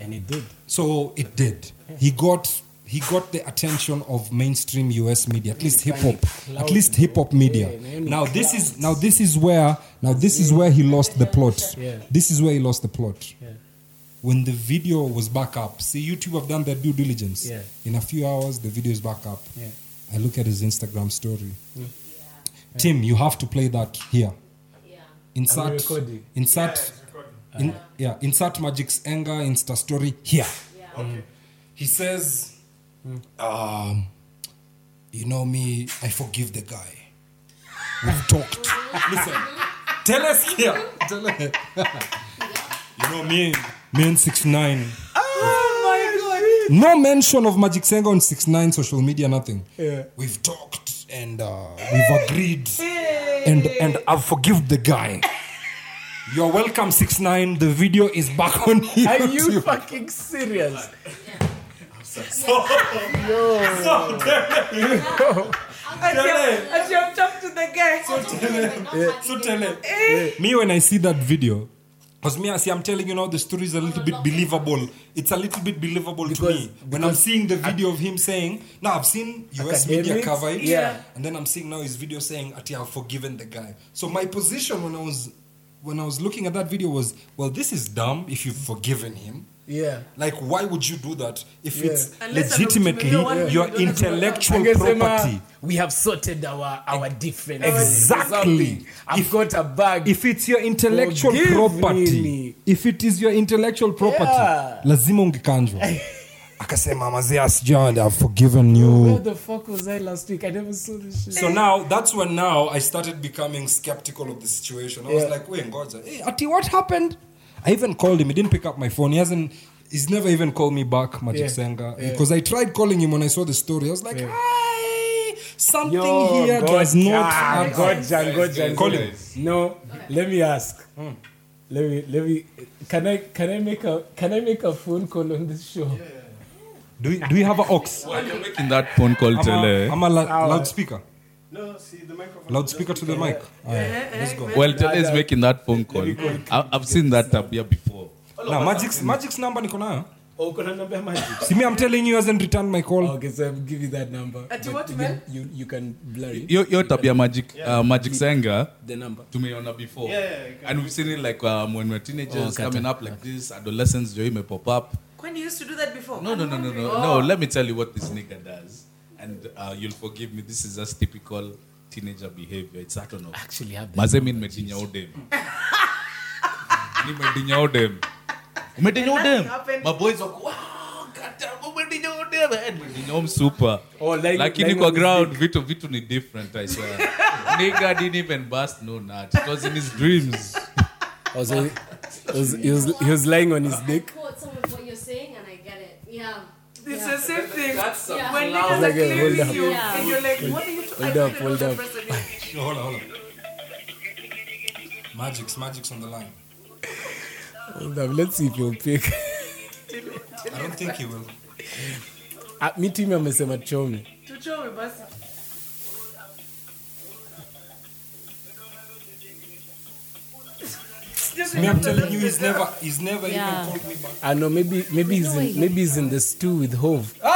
Speaker 2: And it did.
Speaker 1: so it did. He got he got the attention of mainstream US media, at least hip hop, at
Speaker 2: clout
Speaker 1: least hip hop media.
Speaker 2: Yeah, and
Speaker 1: Now this is now this is where now this is where he lost the plot.
Speaker 2: Yeah.
Speaker 1: This is where he lost the plot.
Speaker 2: Yeah.
Speaker 1: When the video was back up, see YouTube have done their due diligence.
Speaker 2: Yeah.
Speaker 1: In a few hours, the video is back up.
Speaker 2: Yeah.
Speaker 1: I look at his Instagram story. Tim, you have to play that here.
Speaker 5: Yeah.
Speaker 2: Are we
Speaker 1: Insert
Speaker 2: recording?
Speaker 1: insert in, yeah, insert Magic's anger Insta story here Mm.
Speaker 5: Yeah.
Speaker 1: he says, um, you know me, I forgive the guy. We've talked. Listen, tell us here. Tell us. you know me, me and 69. Oh my god. No mention of Magic Senga on 69 social media, nothing.
Speaker 2: Yeah.
Speaker 1: We've talked and uh, we've agreed and and I've forgive the guy. You're welcome, 69. The video is back on YouTube.
Speaker 2: Are you fucking serious?
Speaker 3: And you talk to the guy.
Speaker 1: So tell him. Eh. Me when I see that video, because me I see I'm telling you now the story is a little bit believable. It's a little bit believable to
Speaker 2: Because-
Speaker 1: me when I'm seeing the video of him saying, "Now I've seen US media
Speaker 2: Academics?
Speaker 1: cover it,
Speaker 2: Yeah.
Speaker 1: and then I'm seeing now his video saying, "Ati I've forgiven the guy." So my position when I was when I was looking at that video was, well, this is dumb if you've forgiven him.
Speaker 2: Yeah.
Speaker 1: Like, why would you do that if
Speaker 2: Yeah.
Speaker 1: it's
Speaker 3: Unless I don't-
Speaker 1: legitimately
Speaker 3: you know what? You
Speaker 1: your
Speaker 3: don't have to do that.
Speaker 1: intellectual
Speaker 2: Angesema,
Speaker 1: property?
Speaker 2: we have sorted our our differences.
Speaker 1: Exactly.
Speaker 2: Something. I've
Speaker 1: If-
Speaker 2: got a bag.
Speaker 1: if it's your intellectual
Speaker 2: Forgive
Speaker 1: property
Speaker 2: me.
Speaker 1: if it is your intellectual property
Speaker 2: Yeah.
Speaker 1: lazima ungekanjwa akasema mazee asijad i've forgiven
Speaker 2: Where
Speaker 1: you
Speaker 2: the fuck was I last week? I never saw this shit.
Speaker 1: so now that's when now i started becoming skeptical of the situation i
Speaker 2: Yeah.
Speaker 1: was like wait ngoja hey, ati what happened i even called him he didn't pick up my phone he hasn't he's never even called me back magic
Speaker 2: Yeah.
Speaker 1: senga
Speaker 2: Yeah.
Speaker 1: because i tried calling him when i saw the story i was like
Speaker 2: Yeah.
Speaker 1: "Hey, something
Speaker 2: Yo,
Speaker 1: here does
Speaker 2: Gojan,
Speaker 1: not add up."
Speaker 2: Gojan,
Speaker 4: Guys,
Speaker 2: Gojan.
Speaker 4: guys,
Speaker 1: Call him.
Speaker 4: guys.
Speaker 2: Hmm. No, let me ask. let me let me can I can I make a can I make a phone call on this show?
Speaker 1: Do you, do you have an ox?
Speaker 4: While you're making that phone call,
Speaker 1: I'm
Speaker 4: tell
Speaker 1: a,
Speaker 4: her.
Speaker 1: I'm a la-
Speaker 2: Alright.
Speaker 1: loudspeaker.
Speaker 6: No, see the microphone.
Speaker 1: Loudspeaker to the mic. Alright, let's go.
Speaker 4: While Tele is
Speaker 2: Yeah,
Speaker 4: making that phone call,
Speaker 2: me call
Speaker 4: I, I've seen that tabia before.
Speaker 1: Now, Magic's, Magic's number niko nayo.
Speaker 2: Oh, kuna number ya magic.
Speaker 1: See me, I'm telling you, hasn't returned my call.
Speaker 2: Okay, so I'll give you that number. But
Speaker 3: Ati Uh, what,
Speaker 2: you
Speaker 3: man?
Speaker 2: can- You you can blur it.
Speaker 4: Yo, yo tabia magic, uh, magic Senga.
Speaker 2: the number.
Speaker 4: tumeona before
Speaker 6: Yeah, yeah, yeah.
Speaker 4: and we've seen it like um, when we're
Speaker 2: Oh,
Speaker 4: teenagers
Speaker 2: kata.
Speaker 4: coming up like this adolescents jo may pop up
Speaker 3: When you used to do that before? Oh.
Speaker 4: no no no no no
Speaker 6: Oh.
Speaker 4: no let me tell you what this nigga does and uh, you'll forgive me this is just typical teenager behavior it's I don't know
Speaker 2: Actually have the
Speaker 4: mazemi nimedinya udem nimedinya udem umedinya
Speaker 3: And nothing
Speaker 4: udem
Speaker 3: happened.
Speaker 4: my boys wako wow kata umedinya udem eh nimedinya umsupa
Speaker 2: Oh, like-
Speaker 4: lakini
Speaker 2: like
Speaker 4: kwa
Speaker 2: on his
Speaker 4: ground vitu vitu ni different i swear nigga didn't even bust no nut it was in his dreams
Speaker 2: Also, he was, he was he was lying on his
Speaker 5: I
Speaker 2: dick.
Speaker 5: quote some of what you're saying and I get it. Yeah.
Speaker 3: It's the same thing.
Speaker 4: That's
Speaker 5: Yeah.
Speaker 3: when
Speaker 5: Like
Speaker 3: niggas
Speaker 2: a-
Speaker 3: are clearing
Speaker 2: hold up.
Speaker 3: you
Speaker 5: Yeah.
Speaker 3: and you're like, what are you talking
Speaker 2: Hold up, hold up.
Speaker 1: Yo, hold on, hold on. Magic's, Magic's on the line.
Speaker 2: Hold up, Let's see if you'll pick.
Speaker 1: I don't think he will.
Speaker 2: Ah, Mi timu amesema chome.
Speaker 3: Tuchome basi.
Speaker 1: Me, I'm telling you, he's never, he's never
Speaker 7: Yeah.
Speaker 1: even called me back.
Speaker 2: I know Ah, maybe maybe he's
Speaker 7: No
Speaker 2: in
Speaker 7: way.
Speaker 2: maybe he's in the stew with Hove.
Speaker 1: Oh,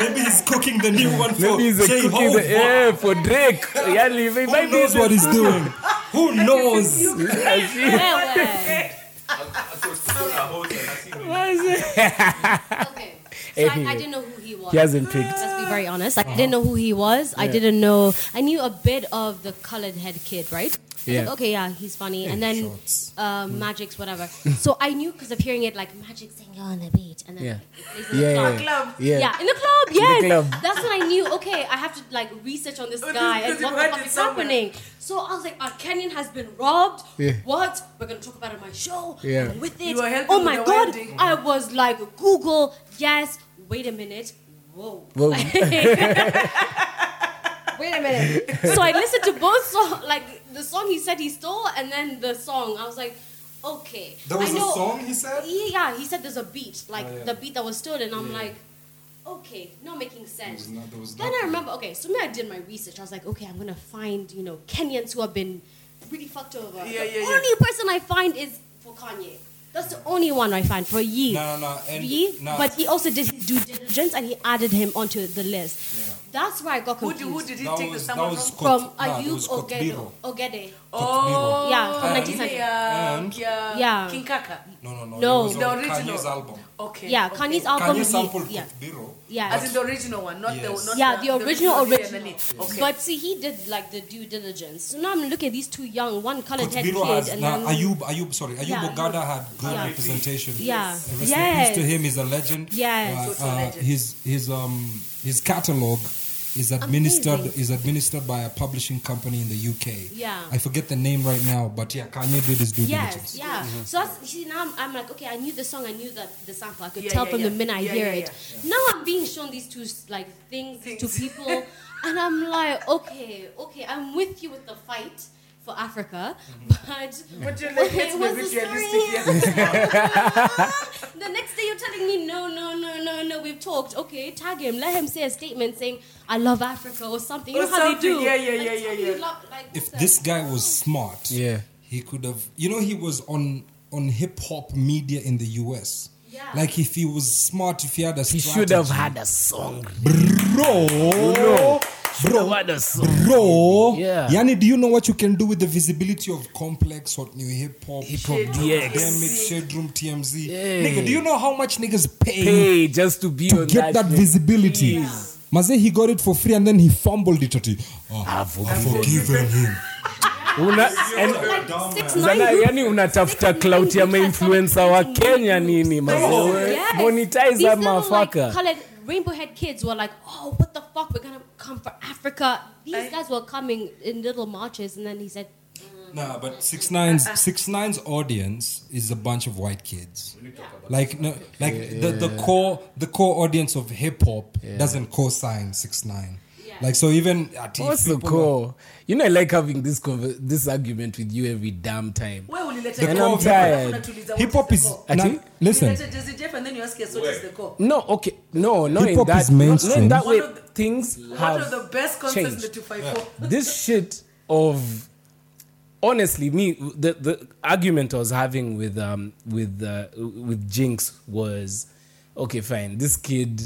Speaker 1: Maybe he's cooking the new one for
Speaker 2: Maybe he's a
Speaker 1: Jay
Speaker 2: cooking the
Speaker 1: Hove.
Speaker 2: air for Drake. Yani, maybe
Speaker 1: Who knows
Speaker 2: he's
Speaker 1: what he's doing? Who knows?
Speaker 7: Wewe.
Speaker 5: Okay. So I,
Speaker 2: Anyway.
Speaker 5: I didn't know who he was.
Speaker 2: He Uh-huh. hasn't picked.
Speaker 5: Let's be very honest. Like, I didn't know who he was. I didn't know. I knew a bit of the colored head kid, right? I was
Speaker 2: Yeah. Mm.
Speaker 5: like, okay, yeah, he's funny. And then uh, Magic's whatever. so I knew because of hearing it like Magic Singer on the beach. And then
Speaker 2: Yeah.
Speaker 5: like,
Speaker 2: Yeah,
Speaker 5: yeah.
Speaker 2: yeah,
Speaker 3: club.
Speaker 2: yeah.
Speaker 5: Yeah, in the club. Yes,
Speaker 2: club.
Speaker 5: that's what I knew. Okay, I have to like research on this
Speaker 3: Oh, this
Speaker 5: guy
Speaker 3: is
Speaker 5: and what
Speaker 3: right
Speaker 5: the fuck
Speaker 3: in
Speaker 5: is
Speaker 3: somewhere.
Speaker 5: happening. So I was like, our Kenyan has been robbed.
Speaker 2: Yeah.
Speaker 5: What? We're gonna talk about it on my show.
Speaker 2: Yeah.
Speaker 5: I'm with it.
Speaker 3: You were helping
Speaker 5: oh
Speaker 3: with
Speaker 5: my
Speaker 3: the
Speaker 5: god!
Speaker 3: wedding.
Speaker 5: I was like, Google. Yes. Wait a minute. Whoa.
Speaker 2: Whoa.
Speaker 5: Wait a minute. So I listened to both song, like the song he said he stole, and then the song. I was like, okay.
Speaker 1: There was a
Speaker 5: I know-
Speaker 1: song he said. Oh,
Speaker 5: yeah, yeah, he said there's a beat, like the beat that was stolen. I'm like, okay, not making sense.
Speaker 1: was not- there was
Speaker 5: then I
Speaker 1: nothing.
Speaker 5: remember, okay, so me, I did my research. I was like, okay, I'm gonna find, you know, Kenyans who have been really fucked over.
Speaker 3: Yeah,
Speaker 5: the
Speaker 3: yeah, yeah.
Speaker 5: only person I find is for Kanye. That's the only one I find for Yee.
Speaker 1: No, no, no, and-
Speaker 5: Yee,
Speaker 1: no.
Speaker 5: but he also did his due diligence and he added him onto the list. That's where I got
Speaker 3: Who,
Speaker 5: confused.
Speaker 3: did- who did he
Speaker 1: That
Speaker 3: take the
Speaker 1: was-
Speaker 3: someone
Speaker 1: that was
Speaker 3: from?
Speaker 5: From
Speaker 1: Kot- nah, it was
Speaker 5: Ayub Ogede.
Speaker 1: Kotbiro.
Speaker 5: Ogede.
Speaker 3: Oh,
Speaker 5: Yeah, from
Speaker 3: yeah,
Speaker 5: 19th century.
Speaker 1: And-
Speaker 3: yeah.
Speaker 5: Yeah.
Speaker 3: King Kaka.
Speaker 1: No, no, no.
Speaker 5: No.
Speaker 1: It was
Speaker 3: The
Speaker 1: on
Speaker 3: original.
Speaker 1: Kanye's album.
Speaker 3: Okay.
Speaker 5: Yeah,
Speaker 3: okay.
Speaker 5: Kanye's album.
Speaker 1: Kanye
Speaker 5: he-
Speaker 1: sampled
Speaker 5: yeah.
Speaker 1: Kotbiro.
Speaker 5: Yeah.
Speaker 3: As in the original one, not
Speaker 1: Yes.
Speaker 3: the not
Speaker 5: yeah, the, original,
Speaker 3: the
Speaker 5: original.
Speaker 3: original. Okay.
Speaker 5: But see, he did like the due diligence. So now I'm looking at these two young, one colored head kid,
Speaker 1: Kotbiro has
Speaker 5: and
Speaker 1: now
Speaker 5: then
Speaker 1: Ayub, Ayub, sorry, Ayub
Speaker 5: Yeah.
Speaker 1: Ogada had good
Speaker 5: Yeah.
Speaker 1: representation.
Speaker 5: Yeah.
Speaker 1: And rest
Speaker 5: Yes.
Speaker 1: in peace to him. He's a legend.
Speaker 5: Yes.
Speaker 1: Uh,
Speaker 3: Total
Speaker 1: uh,
Speaker 3: legend.
Speaker 1: His his um his catalog is administered
Speaker 5: Amazing.
Speaker 1: is administered by a publishing company in the UK.
Speaker 5: Yeah.
Speaker 1: I forget the name right now, but yeah, Kanye did his due
Speaker 5: yes,
Speaker 1: diligence.
Speaker 5: yeah. So that's, you see, now I'm, I'm like, okay, I knew the song, I knew the the sample, I could
Speaker 3: Yeah,
Speaker 5: tell
Speaker 3: yeah,
Speaker 5: from the
Speaker 3: yeah.
Speaker 5: minute I
Speaker 3: Yeah,
Speaker 5: hear
Speaker 3: yeah,
Speaker 5: it. Now I'm being shown these two like things, to
Speaker 3: Things.
Speaker 5: people, and I'm like, okay, okay, I'm with you with the fight for Africa,
Speaker 3: Mm-hmm.
Speaker 5: but
Speaker 3: But you're like, let's
Speaker 5: What's
Speaker 3: be
Speaker 5: the story?
Speaker 3: realistic here.
Speaker 5: the next day you're telling me no no no no no we've talked okay tag him let him say a statement saying i love africa or something you
Speaker 3: Or
Speaker 5: know how they do
Speaker 3: something, yeah, yeah,
Speaker 5: Like,
Speaker 3: yeah,
Speaker 5: tell
Speaker 3: yeah,
Speaker 5: me you
Speaker 3: yeah.
Speaker 5: love- like,
Speaker 1: If
Speaker 5: what's
Speaker 1: this
Speaker 5: that?
Speaker 1: guy was smart,
Speaker 2: Yeah.
Speaker 1: he could have you know he was on on hip hop media in the US.
Speaker 5: Yeah.
Speaker 1: Like if he was smart, if he had a
Speaker 2: He
Speaker 1: strategy,
Speaker 2: should have had a song.
Speaker 1: bro,
Speaker 2: Bro, had a song.
Speaker 1: bro.
Speaker 2: Yeah.
Speaker 1: Yani, do you know what you can do with the visibility of complex hot new hip hop?
Speaker 2: Hip Hop DX.
Speaker 1: Damn it, Shade Room TMZ.
Speaker 2: Yeah.
Speaker 1: Nigga, do you know how much niggas pay
Speaker 2: Hey, just to be
Speaker 1: to
Speaker 2: on
Speaker 1: get that
Speaker 2: shit.
Speaker 1: visibility?
Speaker 2: Jeez.
Speaker 1: Maze, he got it for free and then he fumbled it at you. Oh,
Speaker 2: I've forgiven.
Speaker 1: forgiven him.
Speaker 2: Una, and,
Speaker 5: Like six
Speaker 2: sana
Speaker 5: nine
Speaker 2: yani unatafuta clout ya mainfluencer wa kenya nini mazewe
Speaker 5: Yes. These
Speaker 2: monetize that
Speaker 5: little,
Speaker 2: mafaka
Speaker 5: Like, colored rainbow head kids were like, oh, what the fuck? We're gonna come for Africa. These
Speaker 3: I-
Speaker 5: guys were coming in little marches, and then he said,
Speaker 1: Nah, but six nine's six nine's audience is a bunch of white kids. Like no, like the, the core the core audience of hip hop doesn't co-sign six nine.
Speaker 5: Yeah. Yeah.
Speaker 1: Like so, even at if
Speaker 2: What's the
Speaker 1: people
Speaker 2: core? oh. You know, I like having this conver- this argument with you every damn time.
Speaker 3: wewe
Speaker 2: The
Speaker 3: ulileta
Speaker 2: And I'm core of tired.
Speaker 1: are- Hip hop is
Speaker 2: Ati?
Speaker 1: na- listen.
Speaker 3: Ulileta Jazzy Jeff and then you ask us what is the core
Speaker 2: No, okay, no, not in
Speaker 1: Hip-hop
Speaker 2: that.
Speaker 1: is
Speaker 2: Not not in that
Speaker 3: mainstream.
Speaker 2: way.
Speaker 3: One of the-
Speaker 2: Things
Speaker 3: one of the
Speaker 2: have
Speaker 3: best concepts in the
Speaker 2: changed.
Speaker 3: 254
Speaker 2: this shit of honestly me the the argument I was having with um with uh, with Jinx was okay fine this kid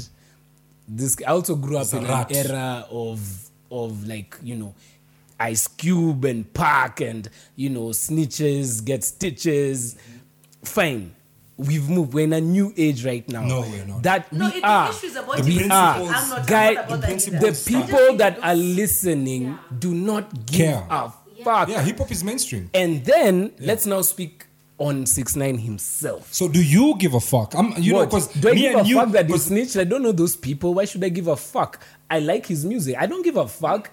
Speaker 2: this I also grew up
Speaker 1: a
Speaker 2: in
Speaker 1: rat.
Speaker 2: an era of of like you know Ice Cube and Pac and you know snitches get stitches fine we've moved we're in a new age right now
Speaker 1: No, we're not.
Speaker 2: that
Speaker 3: No,
Speaker 2: we
Speaker 3: it- the
Speaker 2: are
Speaker 3: issue is about
Speaker 1: The
Speaker 3: Jesus.
Speaker 2: we
Speaker 1: principles.
Speaker 2: are
Speaker 3: I'm not- I'm
Speaker 2: guy
Speaker 3: not about
Speaker 1: the
Speaker 3: that either.
Speaker 1: principles.
Speaker 2: the
Speaker 1: Stop.
Speaker 2: people that are listening do not give
Speaker 1: Care.
Speaker 2: a fuck.
Speaker 1: Yeah, hip hop is mainstream.
Speaker 2: And then let's now speak on six nine himself.
Speaker 1: So do you give a fuck? I'm, you know,
Speaker 2: What?
Speaker 1: because
Speaker 2: do I
Speaker 1: me
Speaker 2: give a
Speaker 1: and you,
Speaker 2: fuck that he
Speaker 1: 'cause-
Speaker 2: snitched? I don't know those people. Why should I give a fuck? I like his music. I don't give a fuck.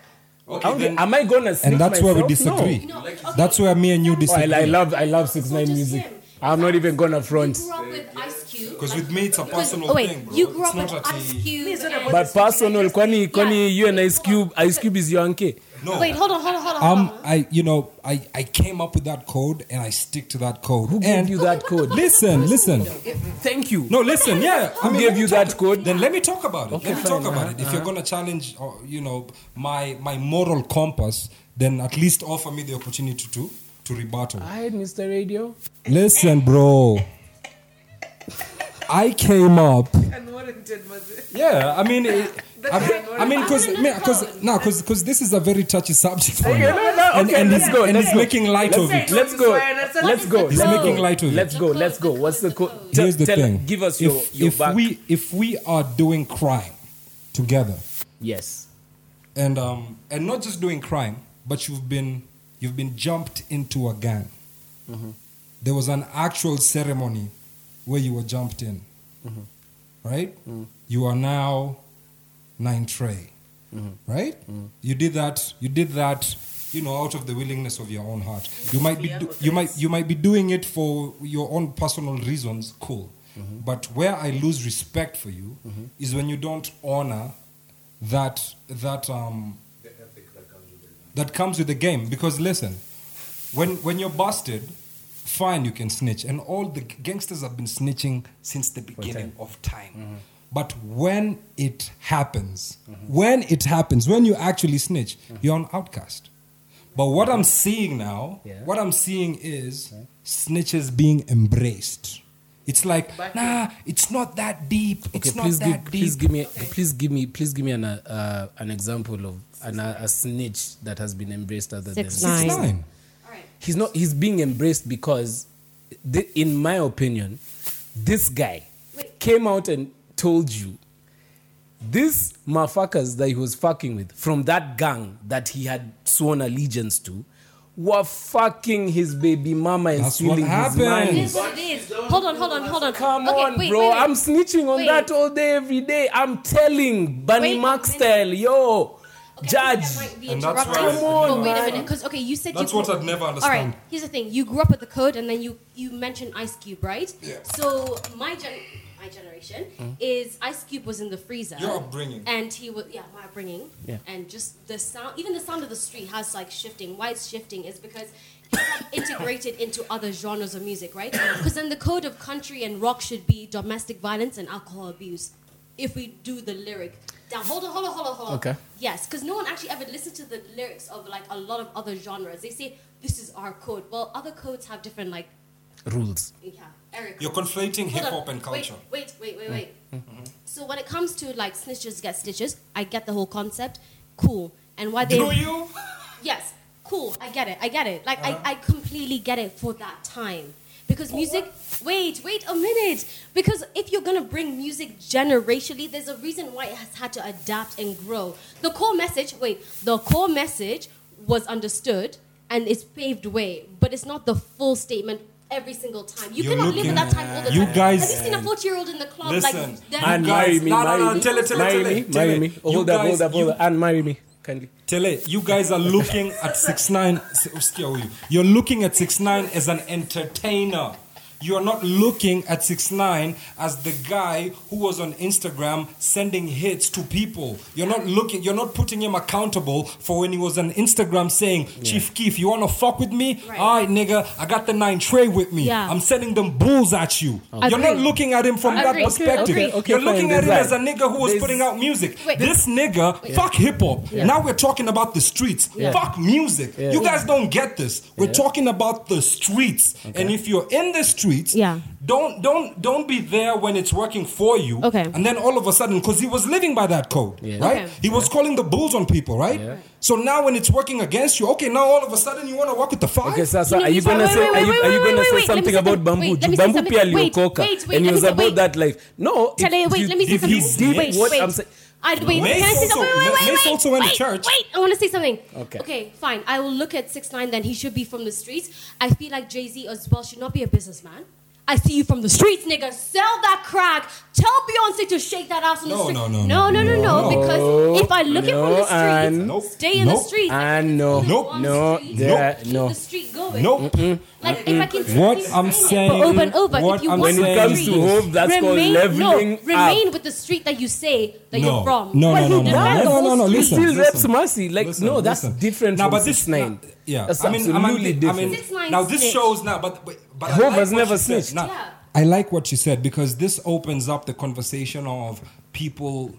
Speaker 1: Okay,
Speaker 2: I don't
Speaker 1: then-
Speaker 2: give- am I gonna? Snitch
Speaker 1: and that's where we
Speaker 2: myself? No.
Speaker 1: disagree.
Speaker 5: No, okay.
Speaker 1: That's where me and you
Speaker 2: Oh, I,
Speaker 1: disagree.
Speaker 2: I love I love six
Speaker 5: So
Speaker 2: nine
Speaker 5: just
Speaker 2: music.
Speaker 5: him.
Speaker 2: I'm not even gonna front.
Speaker 5: You grew up with Ice Cube.
Speaker 1: Because
Speaker 5: like-
Speaker 1: with me, it's a
Speaker 5: because-
Speaker 1: personal
Speaker 5: oh, wait,
Speaker 1: thing, bro.
Speaker 5: You grew
Speaker 1: It's
Speaker 5: up
Speaker 1: not
Speaker 5: with
Speaker 1: at
Speaker 5: Ice
Speaker 1: a-
Speaker 5: Cube.
Speaker 3: Me, it's not
Speaker 5: and-
Speaker 3: about
Speaker 2: But personal, Kwani, Kwani, you and Ice Cube. Ice Cube is your uncle.
Speaker 1: No.
Speaker 5: Wait, hold on, hold on, hold on.
Speaker 1: Um,
Speaker 5: hold on.
Speaker 1: I you know I I came up with that code and I stick to that code.
Speaker 2: Who gave
Speaker 1: and
Speaker 2: you that code?
Speaker 1: Listen, listen.
Speaker 2: Thank you.
Speaker 1: No, listen. Yeah,
Speaker 2: Who gave
Speaker 1: let
Speaker 2: you
Speaker 1: me talk-
Speaker 2: that code?
Speaker 1: Then let me talk about it.
Speaker 2: Okay,
Speaker 1: let me
Speaker 2: fine,
Speaker 1: talk about
Speaker 2: uh-huh,
Speaker 1: it. If you're gonna challenge, uh, you know, my my moral compass, then at least offer me the opportunity to to rebuttal.
Speaker 2: Hi, Mr. Radio.
Speaker 1: Listen, bro. I came up.
Speaker 3: unwarranted was it
Speaker 1: Yeah, I mean, it,
Speaker 3: The
Speaker 1: I,
Speaker 3: kind
Speaker 1: I mean, because because no, because this is a very touchy subject for me, and,
Speaker 2: okay,
Speaker 1: and
Speaker 2: let's
Speaker 1: he's,
Speaker 2: go,
Speaker 1: and
Speaker 2: let's
Speaker 1: he's
Speaker 2: go.
Speaker 1: making light
Speaker 2: Let's,
Speaker 1: of it.
Speaker 2: let's go. Let's go. Let's go.
Speaker 5: He's
Speaker 1: making light of it.
Speaker 2: Let's go. Let's go. What's the code?
Speaker 1: Here's the thing.
Speaker 2: Give us your
Speaker 1: if,
Speaker 2: your
Speaker 1: if
Speaker 2: back.
Speaker 1: we if we are doing crime together,
Speaker 2: yes.
Speaker 1: and um and not just doing crime, but you've been you've been jumped into a gang. There was an actual ceremony where you were jumped in, right? You are now nine tray, right? You did that. You did that. You know, out of the willingness of your own heart, you might be do, you might you might be doing it for your own personal reasons. Cool, but where I lose respect for you is when you don't honor that that um that comes with the game because listen when when you're busted fine you can snitch and all the gangsters have been snitching since the beginning of time
Speaker 2: Mm-hmm.
Speaker 1: but when it happens mm-hmm. when it happens when you actually snitch
Speaker 2: Mm-hmm.
Speaker 1: you're an outcast but what i'm seeing now
Speaker 2: Yeah. Mm-hmm.
Speaker 1: what i'm seeing is snitches being embraced it's like nah it's not that deep
Speaker 2: Okay.
Speaker 1: it's not
Speaker 2: please
Speaker 1: that
Speaker 2: give.
Speaker 1: deep
Speaker 2: Please give me. Please give me. Please give me an uh, an example of an, uh, a snitch that has been embraced other
Speaker 7: Six
Speaker 2: than
Speaker 7: nine.
Speaker 1: it's nine
Speaker 5: All right.
Speaker 2: he's not. He's being embraced because, the, in my opinion, this guy
Speaker 5: Wait.
Speaker 2: came out and told you these motherfuckers that he was fucking with from that gang that he had sworn allegiance to were fucking his baby mama and
Speaker 1: That's what
Speaker 2: stealing his
Speaker 1: happened.
Speaker 2: money.
Speaker 5: It is what it is. Hold on, hold on, hold on.
Speaker 2: Come
Speaker 5: Okay,
Speaker 2: on,
Speaker 5: wait,
Speaker 2: bro.
Speaker 5: wait, wait.
Speaker 2: I'm snitching on
Speaker 5: Wait.
Speaker 2: that all day, every day. I'm telling Bunny
Speaker 5: Wait a
Speaker 2: Mac
Speaker 5: minute.
Speaker 2: style, yo,
Speaker 5: Okay, I
Speaker 2: judge.
Speaker 5: think that might be
Speaker 1: And that's
Speaker 5: interrupted.
Speaker 1: why I- Come on,
Speaker 5: but wait a
Speaker 2: man.
Speaker 5: minute, because okay, you said
Speaker 1: That's
Speaker 5: you
Speaker 1: what I'd never
Speaker 5: All
Speaker 1: understand.
Speaker 5: right, here's the thing: you grew up with the code, and then you you mentioned Ice Cube, right?
Speaker 1: Yeah. Hmm.
Speaker 5: So my gen my generation is Ice Cube was in the freezer.
Speaker 1: Your upbringing.
Speaker 5: And he was yeah, my upbringing.
Speaker 2: Yeah.
Speaker 5: And just the sound, even the sound of the street has like shifting. Why it's shifting is because. it's, like, Integrated into other genres of music, right? Because then the code of country and rock should be domestic violence and alcohol abuse. If we do the lyric down, hold on, hold on, hold on, hold on.
Speaker 2: Okay.
Speaker 5: Yes, because no one actually ever listens to the lyrics of like a lot of other genres. They say this is our code. Well, other codes have different like
Speaker 2: Rules.
Speaker 5: yeah, Eric.
Speaker 1: You're conflating hip
Speaker 5: Hold on.
Speaker 1: hop and
Speaker 5: Wait,
Speaker 1: culture.
Speaker 5: Wait, wait, wait, wait. So when it comes to like snitches get stitches, I get the whole concept. Cool. And why they
Speaker 1: Do you?
Speaker 5: yes, cool. I get it. I get it. Like I, I completely get it for that time. Because music, wait, wait a minute. Because if you're gonna bring music generationally, there's a reason why it has had to adapt and grow. The core message, wait, the core message was understood and it's paved way, but it's not the full statement every single time. You
Speaker 1: You're
Speaker 5: cannot live
Speaker 1: looking-
Speaker 5: with that time all the
Speaker 1: You
Speaker 5: time.
Speaker 1: guys-
Speaker 5: Have you seen a 40 year old in the club?
Speaker 1: Listen,
Speaker 5: like, that-
Speaker 1: man,
Speaker 2: And
Speaker 1: You guys-
Speaker 2: marry me,
Speaker 1: no, no,
Speaker 2: marry
Speaker 1: no,
Speaker 2: me,
Speaker 1: tell it, tell it,
Speaker 2: marry
Speaker 1: tell
Speaker 2: me,
Speaker 1: it,
Speaker 2: marry
Speaker 1: tell
Speaker 2: me.
Speaker 1: it. You
Speaker 2: Hold up,
Speaker 1: guys-
Speaker 2: hold up, hold
Speaker 1: you-
Speaker 2: up, and marry me, kindly.
Speaker 1: Tele, you guys are looking at six nine. You're looking at six nine as an entertainer. You are not looking at Six Nine as the guy who was on Instagram sending hits to people. You're not looking. You're not putting him accountable for when he was on Instagram saying, "Chief Keef, you wanna fuck with me?
Speaker 8: Right.
Speaker 1: All right, nigga, I got the nine tray with me.
Speaker 8: Yeah.
Speaker 1: I'm sending them bulls at you." You're not
Speaker 8: Agree.
Speaker 1: looking at him from
Speaker 8: Agree.
Speaker 1: that perspective.
Speaker 8: Agree. Okay,
Speaker 1: you're
Speaker 8: fine,
Speaker 1: looking
Speaker 8: then
Speaker 1: at him
Speaker 8: right.
Speaker 1: as a nigga who was
Speaker 8: There's-
Speaker 1: putting out music.
Speaker 8: Wait.
Speaker 1: this nigga, fuck hip hop.
Speaker 8: Yeah.
Speaker 1: Now we're talking about the streets.
Speaker 8: Yeah.
Speaker 1: Fuck music.
Speaker 8: Yeah.
Speaker 1: You
Speaker 8: Yeah.
Speaker 1: guys don't get this. We're talking about the streets. And if you're in the streets,
Speaker 8: Yeah.
Speaker 1: don't don't don't be there when it's working for you.
Speaker 8: Okay.
Speaker 1: And then all of a sudden, because he was living by that code, right?
Speaker 8: Okay.
Speaker 1: He was calling the bulls on people, right? So now when it's working against you, okay, now all of a sudden you want to work with the five.
Speaker 2: Okay, Sasa,
Speaker 8: No, no,
Speaker 2: are you
Speaker 8: Sasa,
Speaker 2: gonna
Speaker 8: wait,
Speaker 2: say are
Speaker 8: wait,
Speaker 2: you
Speaker 8: wait,
Speaker 2: are you gonna
Speaker 8: wait, wait,
Speaker 2: say
Speaker 8: wait, let me
Speaker 2: something
Speaker 8: say
Speaker 2: about
Speaker 8: something.
Speaker 2: bamboo?
Speaker 8: Wait, let me say
Speaker 2: bamboo
Speaker 8: something.
Speaker 2: pia
Speaker 8: Wait,
Speaker 2: aliokoka
Speaker 8: wait, wait,
Speaker 2: and he was
Speaker 8: let me say-
Speaker 2: about
Speaker 8: wait.
Speaker 2: that life. No, if,
Speaker 8: Tell you, wait,
Speaker 2: if
Speaker 8: let me say
Speaker 2: if you
Speaker 8: something.
Speaker 2: did
Speaker 8: Wait,
Speaker 2: what
Speaker 8: wait.
Speaker 2: I'm saying.
Speaker 8: I'd wait.
Speaker 1: Mace
Speaker 8: Can I say
Speaker 1: also-
Speaker 8: something? Wait, wait, wait,
Speaker 1: Mace
Speaker 8: wait,
Speaker 1: also went to
Speaker 8: wait,
Speaker 1: church.
Speaker 8: Wait, I want to say something.
Speaker 2: Okay.
Speaker 5: Okay, fine. I will look at six nine. Then he should be from the streets. I feel like Jay Z as well should not be a businessman.
Speaker 8: I see you from the streets, nigga. Sell that crack. Tell Beyonce to shake that ass on the
Speaker 1: No,
Speaker 8: street.
Speaker 1: no, no,
Speaker 8: no, no, no, no,
Speaker 1: no.
Speaker 8: Because if I look at from
Speaker 2: No,
Speaker 8: the streets,
Speaker 2: and-
Speaker 1: Nope.
Speaker 8: stay in the
Speaker 1: Nope.
Speaker 8: streets.
Speaker 2: And no,
Speaker 8: Nope.
Speaker 2: no,
Speaker 8: Nope.
Speaker 2: there-
Speaker 8: Keep
Speaker 2: no.
Speaker 8: the street going.
Speaker 1: Nope.
Speaker 8: Like if I can
Speaker 1: What
Speaker 8: keep
Speaker 1: I'm
Speaker 8: saying it
Speaker 1: saying-
Speaker 8: over and over,
Speaker 1: what
Speaker 8: if you
Speaker 1: I'm
Speaker 8: want
Speaker 1: saying
Speaker 8: the
Speaker 1: When it comes
Speaker 8: street,
Speaker 1: to
Speaker 2: hope, that's called
Speaker 8: remain,
Speaker 2: leveling
Speaker 8: no, remain with the street that you say that
Speaker 1: no.
Speaker 8: you're from.
Speaker 1: No, no,
Speaker 2: But
Speaker 1: no, no,
Speaker 2: he does.
Speaker 1: no, no, no, no.
Speaker 2: He
Speaker 1: Listen,
Speaker 2: still
Speaker 1: listen.
Speaker 2: reps Mercy. Like,
Speaker 1: Listen,
Speaker 2: no, that's
Speaker 1: listen.
Speaker 2: different.
Speaker 1: Now,
Speaker 2: from
Speaker 1: but this
Speaker 2: 6ix9ine.
Speaker 1: now- yeah,
Speaker 2: that's
Speaker 1: I mean, I
Speaker 2: absolutely
Speaker 1: mean, I
Speaker 2: different.
Speaker 1: mean,
Speaker 8: 6ix9ine
Speaker 1: now this
Speaker 8: snitched.
Speaker 1: shows now, but but, but I
Speaker 2: Hope
Speaker 1: like
Speaker 2: has
Speaker 1: what
Speaker 2: never
Speaker 1: she said.
Speaker 2: snitched.
Speaker 1: Now,
Speaker 8: Yeah.
Speaker 1: I like what she said because this opens up the conversation of people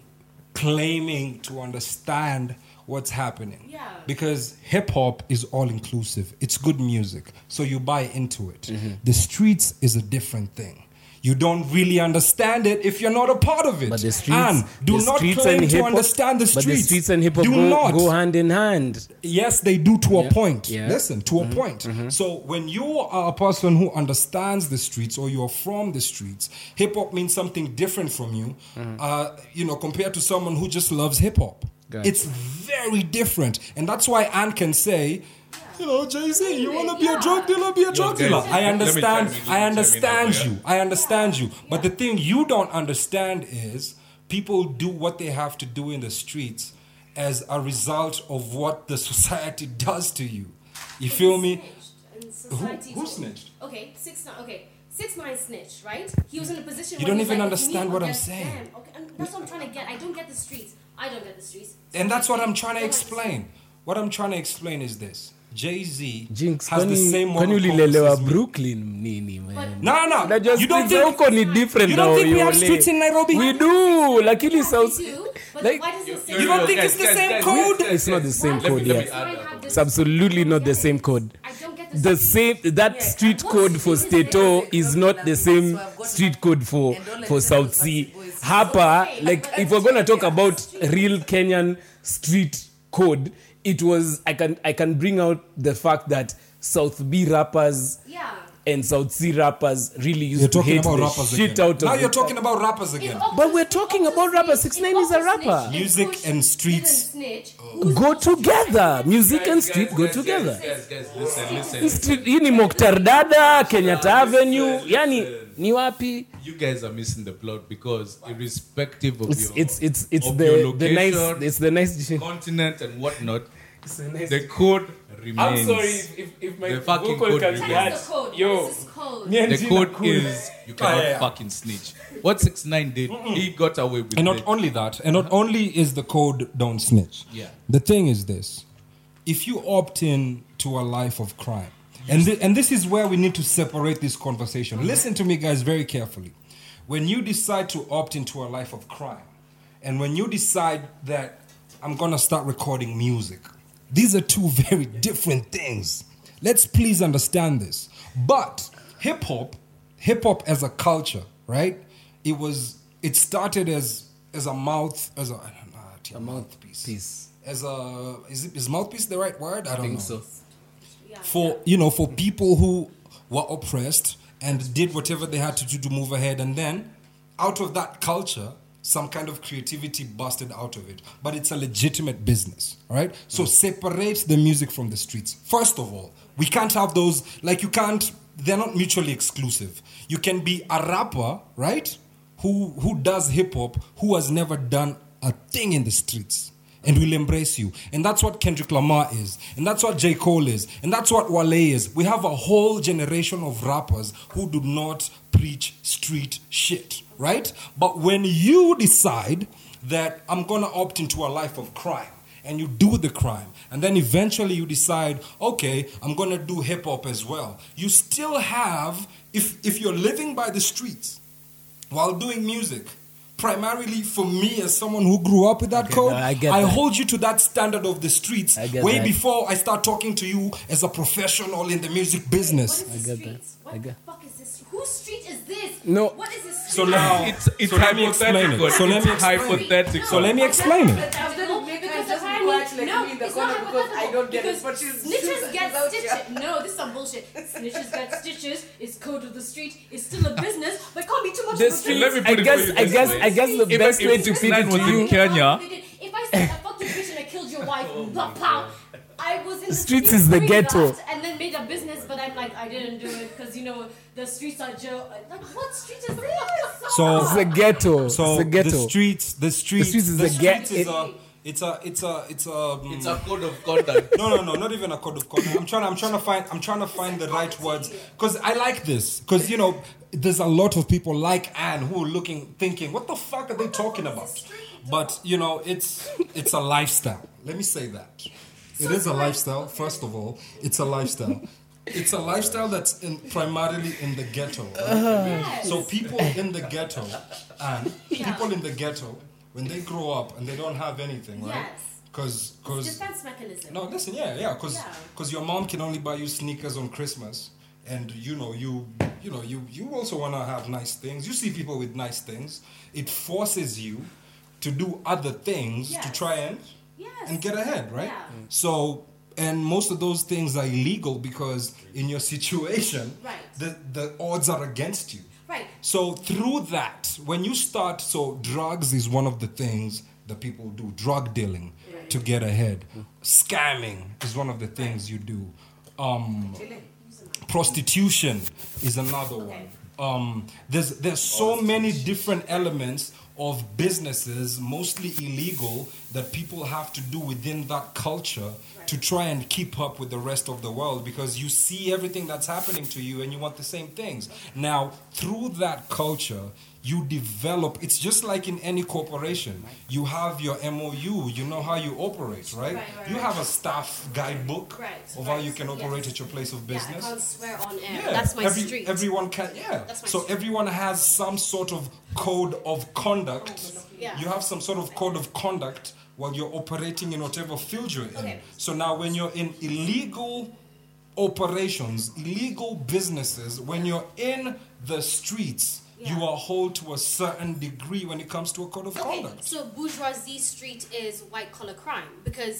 Speaker 1: claiming to understand what's happening.
Speaker 8: Yeah.
Speaker 1: Because hip hop is all inclusive. It's good music, so you buy into it.
Speaker 2: Mm-hmm.
Speaker 1: The streets is a different thing. You don't really understand it if you're not a part of it.
Speaker 2: But the streets,
Speaker 1: and do
Speaker 2: the
Speaker 1: not
Speaker 2: streets
Speaker 1: claim
Speaker 2: and
Speaker 1: to
Speaker 2: hip-hop-
Speaker 1: understand the streets.
Speaker 2: But the streets and hip hop
Speaker 1: do
Speaker 2: go,
Speaker 1: not
Speaker 2: go hand in hand.
Speaker 1: yes they do to
Speaker 2: Yeah.
Speaker 1: a point
Speaker 2: Yeah. Mm-hmm.
Speaker 1: listen to a point so when you are a person who understands the streets or you're from the streets hip-hop means something different from you
Speaker 2: Mm-hmm.
Speaker 1: uh, you know compared to someone who just loves hip-hop
Speaker 2: Gotcha.
Speaker 1: it's very different and that's why Anne can say you know, Jay Z, you want to be a drug dealer, be a drug
Speaker 9: guys,
Speaker 1: dealer. I
Speaker 9: let me chime
Speaker 1: understand.
Speaker 9: in, let me
Speaker 1: I
Speaker 9: chime in
Speaker 1: understand
Speaker 9: over here.
Speaker 1: you. I understand you. But the thing you don't understand is people do what they have to do in the streets as a result of what the society does to you. You feel me?
Speaker 5: Who,
Speaker 1: who snitched?
Speaker 5: Okay, six nine. Okay, six nine snitched, right? He was in a position.
Speaker 1: You
Speaker 5: where
Speaker 1: don't
Speaker 5: he was
Speaker 1: even
Speaker 5: like, if
Speaker 1: understand
Speaker 5: me
Speaker 1: what I'm
Speaker 5: against
Speaker 1: saying.
Speaker 5: them, Okay, and that's what I'm trying to get. I don't get the streets. I don't get the streets.
Speaker 1: And that's what I'm trying to
Speaker 5: Don't understand.
Speaker 1: explain. What I'm trying to explain is this Jay Z
Speaker 2: Jinx,
Speaker 1: has the same
Speaker 2: kwani
Speaker 1: moral
Speaker 2: ulilelewa
Speaker 1: compass as me.
Speaker 2: Brooklyn nini man?
Speaker 1: No, no, no.
Speaker 2: Unajua
Speaker 1: You don't
Speaker 2: streets
Speaker 1: think.
Speaker 2: huko ni different
Speaker 1: you don't
Speaker 2: na
Speaker 1: think we have
Speaker 2: Oyole.
Speaker 1: streets in Nairobi?
Speaker 2: We do, lakini
Speaker 5: Yes,
Speaker 2: South
Speaker 5: we do, but
Speaker 2: like-
Speaker 5: why does it say?
Speaker 1: You don't think it's the same code?
Speaker 2: It's not the same
Speaker 5: Why does
Speaker 2: code,
Speaker 5: six
Speaker 2: yes.
Speaker 5: nine have this-
Speaker 2: It's absolutely not the same code.
Speaker 5: I don't get
Speaker 2: The
Speaker 5: streets.
Speaker 2: same that
Speaker 3: Yeah.
Speaker 2: street code for Stato is not the same street code for for South Sea. Hapa, like if we're gonna talk about real Kenyan street code, it was I can I can bring out the fact that South B rappers
Speaker 5: Yeah.
Speaker 2: and South C rappers really used
Speaker 1: You're
Speaker 2: to
Speaker 1: talking
Speaker 2: hate
Speaker 1: about
Speaker 2: the
Speaker 1: rappers
Speaker 2: shit
Speaker 1: again.
Speaker 2: out of
Speaker 1: Now you're
Speaker 2: it.
Speaker 1: talking about rappers again.
Speaker 2: But we're talking about rapper. 6ix9ine is a rapper.
Speaker 1: Music and streets. Oh.
Speaker 2: go together. Music and street go together.
Speaker 4: Guys, guys, listen, listen.
Speaker 2: Street- hii ni Moktar Dada, Kenyatta Avenue, yani ni wapi?
Speaker 4: You guys are missing the plot because irrespective of
Speaker 2: It's
Speaker 4: your
Speaker 2: it's it's it's
Speaker 4: of
Speaker 2: the
Speaker 4: your
Speaker 2: the nice
Speaker 4: location,
Speaker 2: it's the nice.
Speaker 4: continent and whatnot,
Speaker 2: It's the nice
Speaker 4: the code remains.
Speaker 2: if, if
Speaker 4: my The fucking vocal code can be remains. heard.
Speaker 5: Yo. This is code.
Speaker 4: The code is you cannot
Speaker 1: yeah.
Speaker 4: fucking snitch. What six nine did, he got away with
Speaker 1: And
Speaker 4: it.
Speaker 1: not only that, and not only is the code don't snitch.
Speaker 4: Yeah.
Speaker 1: The thing is this: if you opt in to a life of crime, and thi- and this is where we need to separate this conversation. Listen to me, guys, very carefully. When you decide to opt into a life of crime, and when you decide that I'm gonna start recording music, these are two very different things. Let's please understand this. But hip hop, hip hop as a culture, right? It was it started as as a mouth as a I don't know, how to- mouthpiece.
Speaker 2: piece.
Speaker 1: As a is, it, is mouthpiece the right word? I don't know.
Speaker 2: So
Speaker 1: For you know, for people who were oppressed and did whatever they had to do to move ahead, and then out of that culture, some kind of creativity busted out of it. But it's a legitimate business, all right? So separate the music from the streets. First of all, we can't have those like you can't. They're not mutually exclusive. You can be a rapper, right? Who who does hip hop who has never done a thing in the streets. and we'll embrace you. And that's what Kendrick Lamar is, and that's what J. Cole is, and that's what Wale is. We have a whole generation of rappers who do not preach street shit, right? But when you decide that I'm gonna opt into a life of crime, and you do the crime and then eventually you decide okay i'm going to do hip hop as well you still have if if you're living by the streets while doing music primarily for me as someone who grew up with that
Speaker 2: Okay,
Speaker 1: code
Speaker 2: no, I get that.
Speaker 1: hold you to that standard of the streets
Speaker 2: I get
Speaker 1: way
Speaker 2: that.
Speaker 1: before i start talking to you as a professional in the music business
Speaker 5: What
Speaker 2: I
Speaker 5: is this
Speaker 2: get
Speaker 5: street?
Speaker 2: that. I
Speaker 5: What the
Speaker 2: get-
Speaker 5: fuck is this? Whose street is this?
Speaker 2: No.
Speaker 5: What is this street?
Speaker 1: so now
Speaker 4: It's, it's
Speaker 1: so let me explain it.
Speaker 4: hypothetical.
Speaker 1: so let me
Speaker 4: it's
Speaker 1: explain it.
Speaker 4: hypothetical.
Speaker 1: so let me explain it
Speaker 5: But
Speaker 3: I was gonna make her
Speaker 5: because
Speaker 3: just
Speaker 5: apparently-
Speaker 3: watch, like,
Speaker 5: no,
Speaker 3: me in the
Speaker 5: it's
Speaker 3: corner
Speaker 5: not
Speaker 3: because I don't get it,
Speaker 5: because
Speaker 3: but she's-
Speaker 5: snitches
Speaker 3: she's
Speaker 5: get
Speaker 3: without
Speaker 5: stitches. No, this is some bullshit. Snitches get stitches. It's code of the street. It's still a business, but can't be too much.
Speaker 2: The
Speaker 5: of a
Speaker 2: street.
Speaker 5: business.
Speaker 4: Let me put
Speaker 2: I
Speaker 4: it for
Speaker 2: guess.
Speaker 4: you
Speaker 2: I
Speaker 4: this
Speaker 2: guess.
Speaker 4: way.
Speaker 2: I guess the
Speaker 4: Even
Speaker 2: best
Speaker 4: if
Speaker 2: way to
Speaker 4: this
Speaker 2: fit
Speaker 4: man
Speaker 2: it
Speaker 4: was
Speaker 2: to
Speaker 4: in
Speaker 2: you.
Speaker 4: Kenya-
Speaker 5: If I said I fucked your bitch and I killed your wife,
Speaker 1: Oh
Speaker 5: blah, pow. I was in the
Speaker 2: Streets
Speaker 5: streets
Speaker 2: is the
Speaker 5: really
Speaker 2: ghetto.
Speaker 5: laughed And then made a business, but I'm like, I didn't do it because you know the streets are jail. Like, what street is this?
Speaker 1: So-
Speaker 2: It's a ghetto.
Speaker 1: so
Speaker 2: it's a ghetto.
Speaker 1: the streets the streets
Speaker 2: streets is a
Speaker 1: streets is
Speaker 2: get- it-
Speaker 1: a it's a it's a it's a mm,
Speaker 4: It's a code of conduct.
Speaker 1: no, no, no, not even a code of conduct. I'm trying. I'm trying to find. I'm trying to find the right words because I like this. Because you know, there's a lot of people like Anne who are looking, thinking, "What the fuck are they talking about?" But you know, it's it's a lifestyle. Let me say that it is a lifestyle. First of all, it's a lifestyle. It's a lifestyle that's in, primarily in the ghetto. So people in the ghetto, and people in the ghetto, when they grow up and they don't have anything, right?
Speaker 5: Yes.
Speaker 1: Because because
Speaker 5: defense mechanism.
Speaker 1: no, listen, yeah, yeah, because
Speaker 5: Yeah.
Speaker 1: your mom can only buy you sneakers on Christmas, and you know you you know you you also want to have nice things. You see people with nice things. It forces you to do other things to
Speaker 5: Yes.
Speaker 1: try and
Speaker 5: Yes.
Speaker 1: and get ahead, right?
Speaker 5: Yeah. Mm.
Speaker 1: So. And most of those things are illegal because in your situation,
Speaker 5: Right.
Speaker 1: the, the odds are against you.
Speaker 5: Right.
Speaker 1: So through that, when you start, so drugs is one of the things that people do. Drug dealing to get ahead. Scamming is one of the things you do. Um, prostitution is another one. Um, there's there's so many different elements of businesses, mostly illegal, that people have to do within that culture to try and keep up with the rest of the world because you see everything that's happening to you and you want the same things. Now, through that culture, you develop it's just like in any corporation you have your mou you know how you operate right,
Speaker 5: Right, right,
Speaker 1: you
Speaker 5: right.
Speaker 1: have a staff guidebook
Speaker 5: Right,
Speaker 1: of how
Speaker 5: right,
Speaker 1: you can
Speaker 5: yes.
Speaker 1: operate at your place of business
Speaker 5: Yeah, I can't swear on air.
Speaker 1: yeah,
Speaker 5: That's my
Speaker 1: every-
Speaker 5: street.
Speaker 1: Everyone can, yeah.
Speaker 5: That's my
Speaker 1: so
Speaker 5: street.
Speaker 1: everyone has some sort of code of conduct.
Speaker 5: Oh, Yeah.
Speaker 1: You have some sort of code of conduct while you're operating in whatever field you're in.
Speaker 5: Okay.
Speaker 1: So now, when you're in illegal operations, illegal businesses, when you're in the streets, you
Speaker 5: Yeah.
Speaker 1: are held to a certain degree when it comes to a code of
Speaker 5: Okay,
Speaker 1: conduct.
Speaker 5: so bourgeoisie street is white collar crime because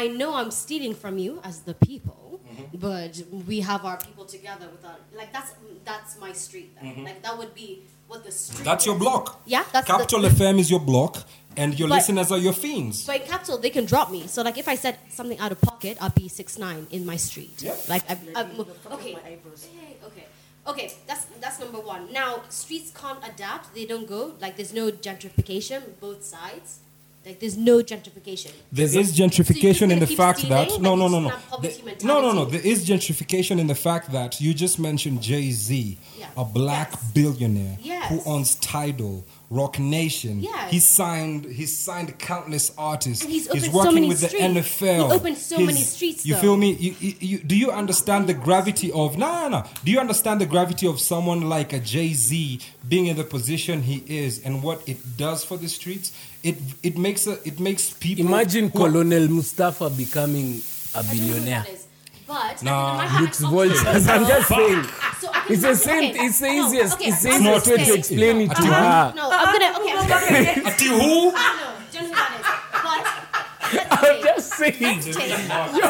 Speaker 5: I know I'm stealing from you as the people,
Speaker 1: Mm-hmm.
Speaker 5: but we have our people together without like that's that's my street. Then. Like that would be what the street.
Speaker 1: Mm-hmm. That's your
Speaker 5: is.
Speaker 1: block.
Speaker 5: Yeah, that's the-
Speaker 1: Capital FM is your block, and your
Speaker 5: But-
Speaker 1: listeners are your fiends.
Speaker 5: So in capital, they can drop me. So like if I said something out of pocket, I'll be six nine in my street.
Speaker 1: Yeah.
Speaker 5: Like I, I,
Speaker 3: Let me look up
Speaker 5: okay,
Speaker 3: my eyebrows.
Speaker 5: Hey, okay, okay. That's that's number one. Now streets can't adapt. They don't go. Like there's no gentrification both sides. Like there's no gentrification.
Speaker 1: There
Speaker 2: There's
Speaker 1: is gentrification
Speaker 5: So
Speaker 1: in
Speaker 5: you're
Speaker 1: the
Speaker 5: just gonna
Speaker 1: fact
Speaker 5: keep
Speaker 1: that
Speaker 5: stealing,
Speaker 1: no,
Speaker 5: like
Speaker 1: no,
Speaker 5: it's
Speaker 1: no, no,
Speaker 5: not poverty
Speaker 1: The- no, no, no.
Speaker 5: mentality?
Speaker 1: There is gentrification in the fact that you just mentioned Jay Z,
Speaker 5: Yeah.
Speaker 1: a black
Speaker 5: Yes.
Speaker 1: billionaire who
Speaker 5: Yes.
Speaker 1: owns Tidal, Rock Nation.
Speaker 5: Yes.
Speaker 1: He signed. He signed countless artists.
Speaker 5: And he's opened so
Speaker 1: working
Speaker 5: many
Speaker 1: with
Speaker 5: streets.
Speaker 1: the NFL.
Speaker 5: He opened so many streets,
Speaker 1: You
Speaker 5: though.
Speaker 1: feel me? You, you, you, do you understand the gravity of no, no, no? Do you understand the gravity of someone like a Jay Z being in the position he is and what it does for the streets? It it makes a, it makes people
Speaker 2: Imagine
Speaker 1: who are
Speaker 2: Colonel Mustafa becoming a
Speaker 5: I don't know who
Speaker 2: billionaire.
Speaker 5: that is, But
Speaker 1: Nah.
Speaker 5: I can
Speaker 2: Looks
Speaker 5: imagine-
Speaker 2: vultures. I'm just saying.
Speaker 5: So I can
Speaker 2: It's the
Speaker 5: imagine-
Speaker 2: same.
Speaker 5: okay,
Speaker 2: It's the
Speaker 5: no,
Speaker 2: easiest.
Speaker 5: okay,
Speaker 2: it's the
Speaker 5: I'm
Speaker 2: easiest
Speaker 5: gonna
Speaker 2: way to
Speaker 5: say-
Speaker 2: explain it to
Speaker 1: Uh-huh.
Speaker 2: her.
Speaker 5: No, I'm gonna. Okay, I'm gonna.
Speaker 1: Ati who?
Speaker 5: No, don't know who that
Speaker 2: I'm
Speaker 5: is. But
Speaker 2: just saying.
Speaker 5: let's take- let's take-
Speaker 2: Yo,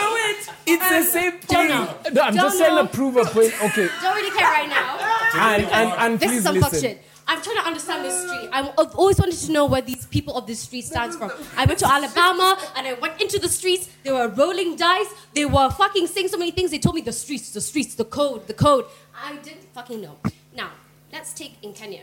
Speaker 3: Do it.
Speaker 2: it's the same thing.
Speaker 5: know.
Speaker 2: No, I'm just
Speaker 5: Don't
Speaker 2: trying
Speaker 5: know.
Speaker 2: to prove a point. Okay,
Speaker 5: Don't really care right now.
Speaker 2: and and, and
Speaker 5: This
Speaker 2: please
Speaker 5: is some fuck
Speaker 2: listen.
Speaker 5: shit. I'm trying to understand this street. I'm- I've always wanted to know where these people of this street stands from. I went to Alabama and I went into the streets. They were rolling dice. They were fucking saying so many things. They told me the streets, the streets, the code, the code. I didn't fucking know. Now, let's take in Kenya.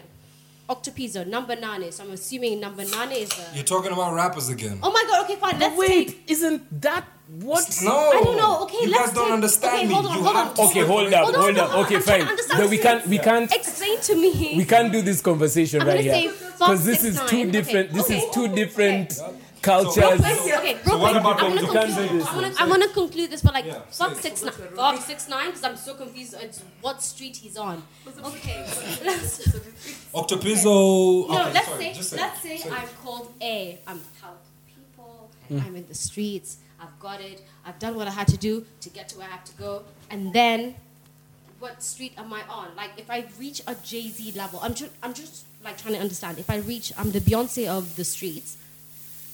Speaker 5: Octopizza, number nine. So I'm assuming number nine is. A...
Speaker 1: You're talking about rappers again.
Speaker 5: Oh my god, okay, fine. Let's
Speaker 2: Wait,
Speaker 5: take.
Speaker 2: isn't that what?
Speaker 1: No.
Speaker 5: I don't know. Okay,
Speaker 1: you
Speaker 5: let's
Speaker 1: guys don't
Speaker 5: take-
Speaker 1: understand
Speaker 5: okay,
Speaker 1: me.
Speaker 5: hold on,
Speaker 1: you
Speaker 5: hold
Speaker 1: have
Speaker 5: on.
Speaker 1: to
Speaker 2: Okay, hold up,
Speaker 5: Hold on,
Speaker 2: hold
Speaker 5: no,
Speaker 2: up.
Speaker 5: I'm-
Speaker 2: Okay,
Speaker 5: I'm trying to
Speaker 2: fine.
Speaker 5: understand
Speaker 2: Then we
Speaker 5: this.
Speaker 2: can't, we can't,
Speaker 5: Explain to me.
Speaker 2: we can't do this conversation
Speaker 5: I'm
Speaker 2: right
Speaker 5: gonna
Speaker 2: here
Speaker 5: say five,
Speaker 2: because this
Speaker 5: six,
Speaker 2: is
Speaker 5: nine.
Speaker 2: two
Speaker 5: Okay,
Speaker 2: different. This is
Speaker 5: okay,
Speaker 2: two
Speaker 5: okay.
Speaker 2: different
Speaker 5: Real
Speaker 2: cultures.
Speaker 5: quick, okay, real
Speaker 1: So what about
Speaker 5: quick, I'm
Speaker 1: the-
Speaker 5: gonna
Speaker 1: You
Speaker 2: can't
Speaker 5: conclude-
Speaker 2: do this.
Speaker 5: I wanna- I want to conclude this, but like,
Speaker 1: Yeah,
Speaker 5: fuck six nine, fuck six nine, because I'm so confused at what street he's on. Okay, let's
Speaker 1: Octopizzo.
Speaker 5: no,
Speaker 1: okay,
Speaker 5: let's
Speaker 1: sorry,
Speaker 5: say,
Speaker 1: just
Speaker 5: let's
Speaker 1: it,
Speaker 5: say I'm called A. I'm help people. I'm in the streets. I've got it. I've done what I had to do to get to where I have to go. And then, what street am I on? Like, if I reach a Jay Z level, I'm just, I'm just like trying to understand. If I reach, I'm the Beyonce of the streets,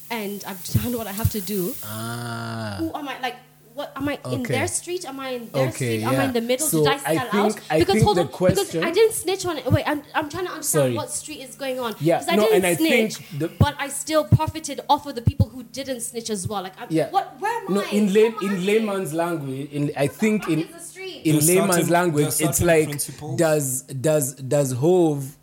Speaker 5: and I've done what I have to do.
Speaker 2: Ah.
Speaker 5: Who am I? Like, what am I in
Speaker 2: Okay.
Speaker 5: their street? Am I in their
Speaker 2: Okay,
Speaker 5: street? Am I
Speaker 2: yeah.
Speaker 5: in the middle?
Speaker 2: So
Speaker 5: Did I
Speaker 2: I
Speaker 5: sell
Speaker 2: think-
Speaker 5: out?
Speaker 2: I think the
Speaker 5: because
Speaker 2: question-
Speaker 5: I didn't snitch on it. Wait, I'm, I'm trying to understand
Speaker 2: Sorry.
Speaker 5: what street is going on.
Speaker 2: Yeah,
Speaker 5: because I
Speaker 2: no,
Speaker 5: didn't
Speaker 2: and I
Speaker 5: snitch,
Speaker 2: think the-
Speaker 5: but I still profited off of the people who didn't snitch as well. Like, I'm,
Speaker 2: Yeah.
Speaker 5: what? Where am
Speaker 2: No,
Speaker 5: I?
Speaker 2: in,
Speaker 5: Where
Speaker 2: lay,
Speaker 5: am I?
Speaker 2: in layman's language, in I think in
Speaker 5: Fuck is the street?
Speaker 2: in
Speaker 1: There's
Speaker 2: layman's
Speaker 1: certain-
Speaker 2: language,
Speaker 1: there's
Speaker 2: it's
Speaker 1: certain
Speaker 2: like
Speaker 1: principles.
Speaker 2: does does does Hove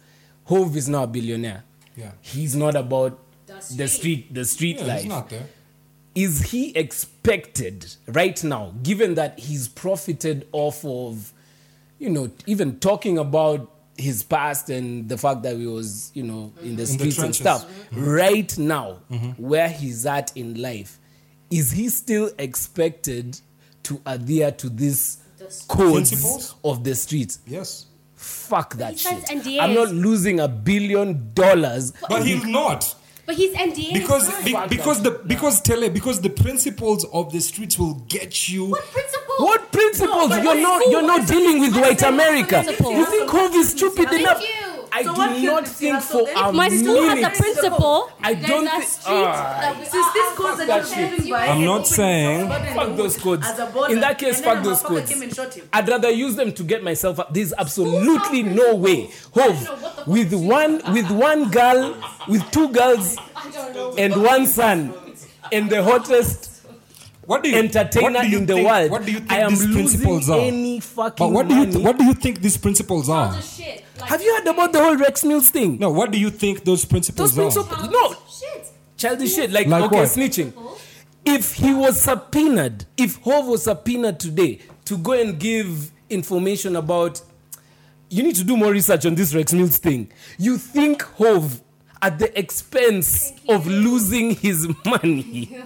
Speaker 2: Hove is not a billionaire.
Speaker 1: Yeah.
Speaker 2: he's not about
Speaker 5: The
Speaker 2: the
Speaker 5: street.
Speaker 2: street the street
Speaker 1: Yeah,
Speaker 2: life.
Speaker 1: it's not there.
Speaker 2: Is he expected right now, given that he's profited off of, you know, even talking about his past and the fact that he was, you know, in the streets and
Speaker 1: trenches.
Speaker 2: stuff, right now, where he's at in life, is he still expected to adhere to these codes
Speaker 1: Principles?
Speaker 2: of the streets?
Speaker 1: Yes.
Speaker 2: Fuck that
Speaker 5: he signs
Speaker 2: shit.
Speaker 5: NDAs.
Speaker 2: I'm not losing a billion dollars.
Speaker 1: But he's not.
Speaker 5: But he's NDA.
Speaker 1: Because
Speaker 5: signed.
Speaker 1: be- because the because tele because the principles of the streets will get you
Speaker 5: what principle?
Speaker 2: What principles?
Speaker 5: but
Speaker 2: you're
Speaker 5: what
Speaker 2: not
Speaker 5: school?
Speaker 2: you're not dealing with white America.
Speaker 5: principles.
Speaker 2: You think Hove is stupid
Speaker 5: Thank
Speaker 2: enough?
Speaker 5: you.
Speaker 2: I
Speaker 3: So what
Speaker 2: do
Speaker 3: killed
Speaker 2: not
Speaker 3: Mr.
Speaker 2: think
Speaker 3: Russell
Speaker 2: for
Speaker 3: then?
Speaker 2: a
Speaker 5: My school has a
Speaker 2: minute.
Speaker 5: principle.
Speaker 2: I don't
Speaker 5: There's a
Speaker 2: think-
Speaker 5: street
Speaker 2: Ah.
Speaker 5: that we
Speaker 3: Since this
Speaker 5: are
Speaker 3: cause
Speaker 5: on.
Speaker 3: that you're
Speaker 2: that shit.
Speaker 3: living by,
Speaker 1: I'm
Speaker 3: it
Speaker 1: not
Speaker 3: opens
Speaker 1: saying-
Speaker 3: up and
Speaker 2: Fuck those
Speaker 3: as
Speaker 2: codes.
Speaker 3: a border,
Speaker 2: In that case,
Speaker 3: and
Speaker 2: fuck
Speaker 3: then a
Speaker 2: those
Speaker 3: motherfucker
Speaker 2: codes.
Speaker 3: came and shot him.
Speaker 2: I'd rather use them to get myself up. There's absolutely no way. Hove, with one with one girl, with two girls and one son, and the hottest
Speaker 1: what do you,
Speaker 2: entertainer
Speaker 1: what do you
Speaker 2: in the
Speaker 1: think-
Speaker 2: world.
Speaker 1: What do you think
Speaker 2: I am
Speaker 1: these principles
Speaker 2: losing
Speaker 1: are?
Speaker 2: any fucking
Speaker 1: but what do you
Speaker 2: money.
Speaker 1: what do you think these principles are?
Speaker 5: Shit. Like,
Speaker 2: Have you heard about the whole Rex Mills thing?
Speaker 1: No, what do you think those
Speaker 2: Those
Speaker 1: principles
Speaker 2: things
Speaker 1: are?
Speaker 2: are no
Speaker 5: Shit.
Speaker 2: childish shit. Like,
Speaker 1: Like
Speaker 2: okay,
Speaker 1: what?
Speaker 2: snitching. If he was subpoenaed, if Hove was subpoenaed today to go and give information about, you need to do more research on this Rex Mills thing. You think Hove at the expense of losing his money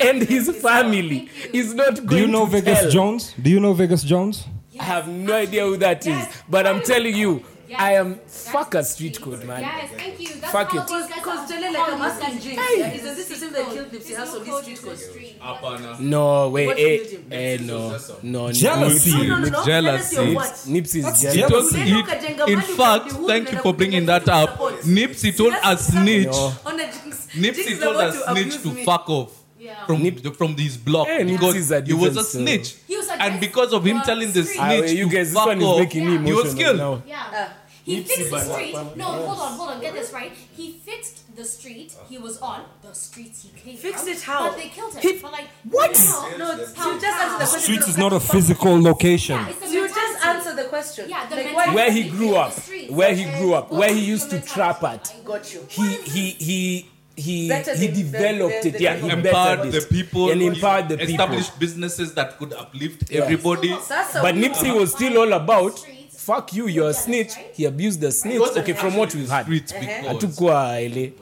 Speaker 2: and his family is not going
Speaker 1: do you know
Speaker 2: to
Speaker 1: Vegas
Speaker 2: tell.
Speaker 1: Jones? Do you know Vegas Jones?
Speaker 2: I have no idea who that is,
Speaker 5: Yes.
Speaker 2: but I'm telling you,
Speaker 5: Yes.
Speaker 2: I am
Speaker 5: That's
Speaker 2: fuck a
Speaker 5: the
Speaker 2: street code, man.
Speaker 5: Yes, thank you. That's
Speaker 2: Fuck
Speaker 5: how
Speaker 2: it.
Speaker 5: these guys
Speaker 3: Because
Speaker 5: are-
Speaker 3: Jelle, like,
Speaker 5: how
Speaker 3: I'm
Speaker 5: these
Speaker 3: asking
Speaker 5: guys-
Speaker 3: James,
Speaker 5: Hey.
Speaker 3: yeah, is this the same that killed Nipsey
Speaker 5: There's
Speaker 3: Hussle,
Speaker 5: no
Speaker 3: these
Speaker 5: code,
Speaker 3: street
Speaker 5: there's no
Speaker 3: codes?
Speaker 5: street.
Speaker 4: Apana.
Speaker 2: No, wait,
Speaker 3: What
Speaker 2: eh,
Speaker 3: killed him?
Speaker 2: eh, no, no, no.
Speaker 1: Jealousy.
Speaker 3: No, no, no, no.
Speaker 4: Jealousy.
Speaker 3: Jealousy of what?
Speaker 2: Nipsey
Speaker 1: That's jealous.
Speaker 2: is jealous.
Speaker 4: Don't-
Speaker 1: Yes.
Speaker 4: he-
Speaker 3: Look at Jenga
Speaker 4: in
Speaker 3: Mali,
Speaker 4: fact,
Speaker 3: the wood
Speaker 4: thank you
Speaker 3: that
Speaker 4: for bringing that up.
Speaker 3: supports.
Speaker 4: Nipsey told a
Speaker 3: That's-
Speaker 4: snitch.
Speaker 2: No.
Speaker 3: On a jinx. Jinx
Speaker 4: Nipsey
Speaker 3: is
Speaker 4: told
Speaker 3: about
Speaker 4: a
Speaker 3: to
Speaker 4: snitch
Speaker 3: abuse
Speaker 4: to
Speaker 3: me.
Speaker 4: fuck off
Speaker 5: Yeah.
Speaker 4: from from his block
Speaker 2: Eh, Nipsey's
Speaker 4: because
Speaker 2: a
Speaker 4: he
Speaker 1: uh,
Speaker 4: was a
Speaker 2: different
Speaker 4: snitch,
Speaker 5: He was a
Speaker 4: and
Speaker 5: guest
Speaker 4: because of him
Speaker 5: on
Speaker 4: telling the
Speaker 5: street.
Speaker 4: snitch
Speaker 5: Ah,
Speaker 2: wait, you
Speaker 4: to
Speaker 2: guys, this
Speaker 4: fuck
Speaker 2: one is
Speaker 4: off,
Speaker 2: making me
Speaker 4: he was
Speaker 2: emotional
Speaker 4: killed.
Speaker 2: now.
Speaker 5: Yeah. He fixed the street. No, hold on, hold on. Get this right. He fixed the street
Speaker 2: Uh.
Speaker 5: he was on. The streets he came
Speaker 3: Fixed
Speaker 5: from,
Speaker 3: it how?
Speaker 5: But they killed him.
Speaker 2: He-
Speaker 5: but like
Speaker 2: What?
Speaker 5: now-
Speaker 3: No, you just answer the question.
Speaker 1: Streets is not a physical location.
Speaker 5: Yeah, it's the
Speaker 3: You just
Speaker 5: mentality.
Speaker 3: answer the question.
Speaker 5: Yeah, the
Speaker 3: Like,
Speaker 5: mentality
Speaker 2: Where he
Speaker 5: of
Speaker 2: grew
Speaker 5: the
Speaker 2: up.
Speaker 5: streets.
Speaker 2: Where he grew up.
Speaker 5: What
Speaker 2: Where he
Speaker 5: is
Speaker 2: used
Speaker 5: your
Speaker 2: to trap
Speaker 5: mentality?
Speaker 2: at.
Speaker 5: I
Speaker 3: Got you.
Speaker 2: He he he. He,
Speaker 3: Better
Speaker 2: he
Speaker 3: than- than-
Speaker 2: developed
Speaker 3: than-
Speaker 2: it, yeah. He
Speaker 3: than-
Speaker 2: bettered
Speaker 4: Empowered the
Speaker 2: it.
Speaker 4: people,
Speaker 2: and empowered the people.
Speaker 4: established businesses that could uplift
Speaker 2: Yeah.
Speaker 4: everybody.
Speaker 3: That's a
Speaker 2: But
Speaker 3: woman.
Speaker 2: Nipsey was still all about
Speaker 5: Streets.
Speaker 2: fuck you, you're a snitch. He abused the snitch.
Speaker 4: Because
Speaker 2: Okay, from what we've heard,
Speaker 3: Uh-huh.
Speaker 4: Streets because
Speaker 2: hatukuwa ile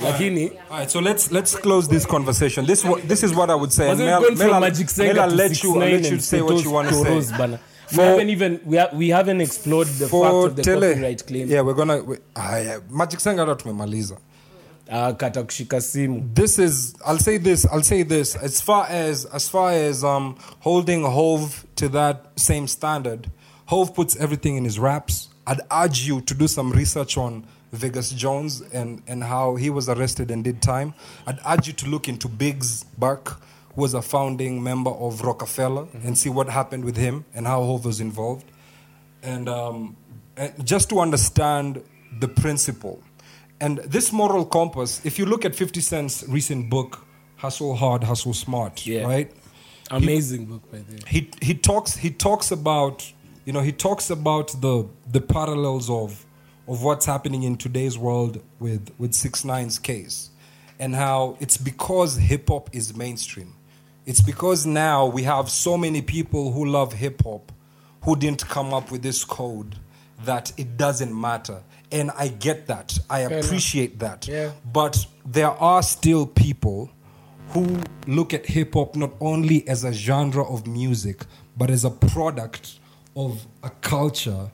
Speaker 2: lakini
Speaker 1: All right, so let's let's close this conversation. This wa- this is what I would say.
Speaker 2: Wasn't
Speaker 1: Mel-
Speaker 2: going
Speaker 1: Mel-
Speaker 2: from Magic Senga
Speaker 1: Mel, I'll
Speaker 2: to
Speaker 1: let you, I'll
Speaker 2: 6ix9ine
Speaker 1: let you
Speaker 2: and
Speaker 1: say what you
Speaker 2: Totos
Speaker 1: want to
Speaker 2: Toros
Speaker 1: say.
Speaker 2: Bana.
Speaker 1: For-
Speaker 2: we haven't even we, ha- we haven't explored the fact of the
Speaker 1: Tele-
Speaker 2: copyright claim.
Speaker 1: yeah, we're gonna we, haya, Magic Senga hata tumemaliza.
Speaker 2: Ah, kata kushika simu.
Speaker 1: This is I'll say this, I'll say this as far as as far as um holding Hove to that same standard. Hove puts everything in his raps. I'd urge you to do some research on Vegas Jones and and how he was arrested and did time. I'd urge you to look into Biggs Buck who was a founding member of Rockefeller and see what happened with him and how Hove was involved and um, and just to understand the principle. And this moral compass, if you look at 50 Cent's recent book, Hustle Hard, Hustle Smart,
Speaker 2: Yeah.
Speaker 1: right?
Speaker 2: Amazing book by the way.
Speaker 1: He, he talks he talks about you know he talks about the the parallels of of what's happening in today's world with with Six Nine's case, and how it's because hip hop is mainstream. It's because now we have so many people who love hip hop, who didn't come up with this code, that it doesn't matter. And I get that. I
Speaker 2: enough.
Speaker 1: appreciate that.
Speaker 2: Yeah.
Speaker 1: But there are still people who look at hip hop not only as a genre of music, but as a product of a culture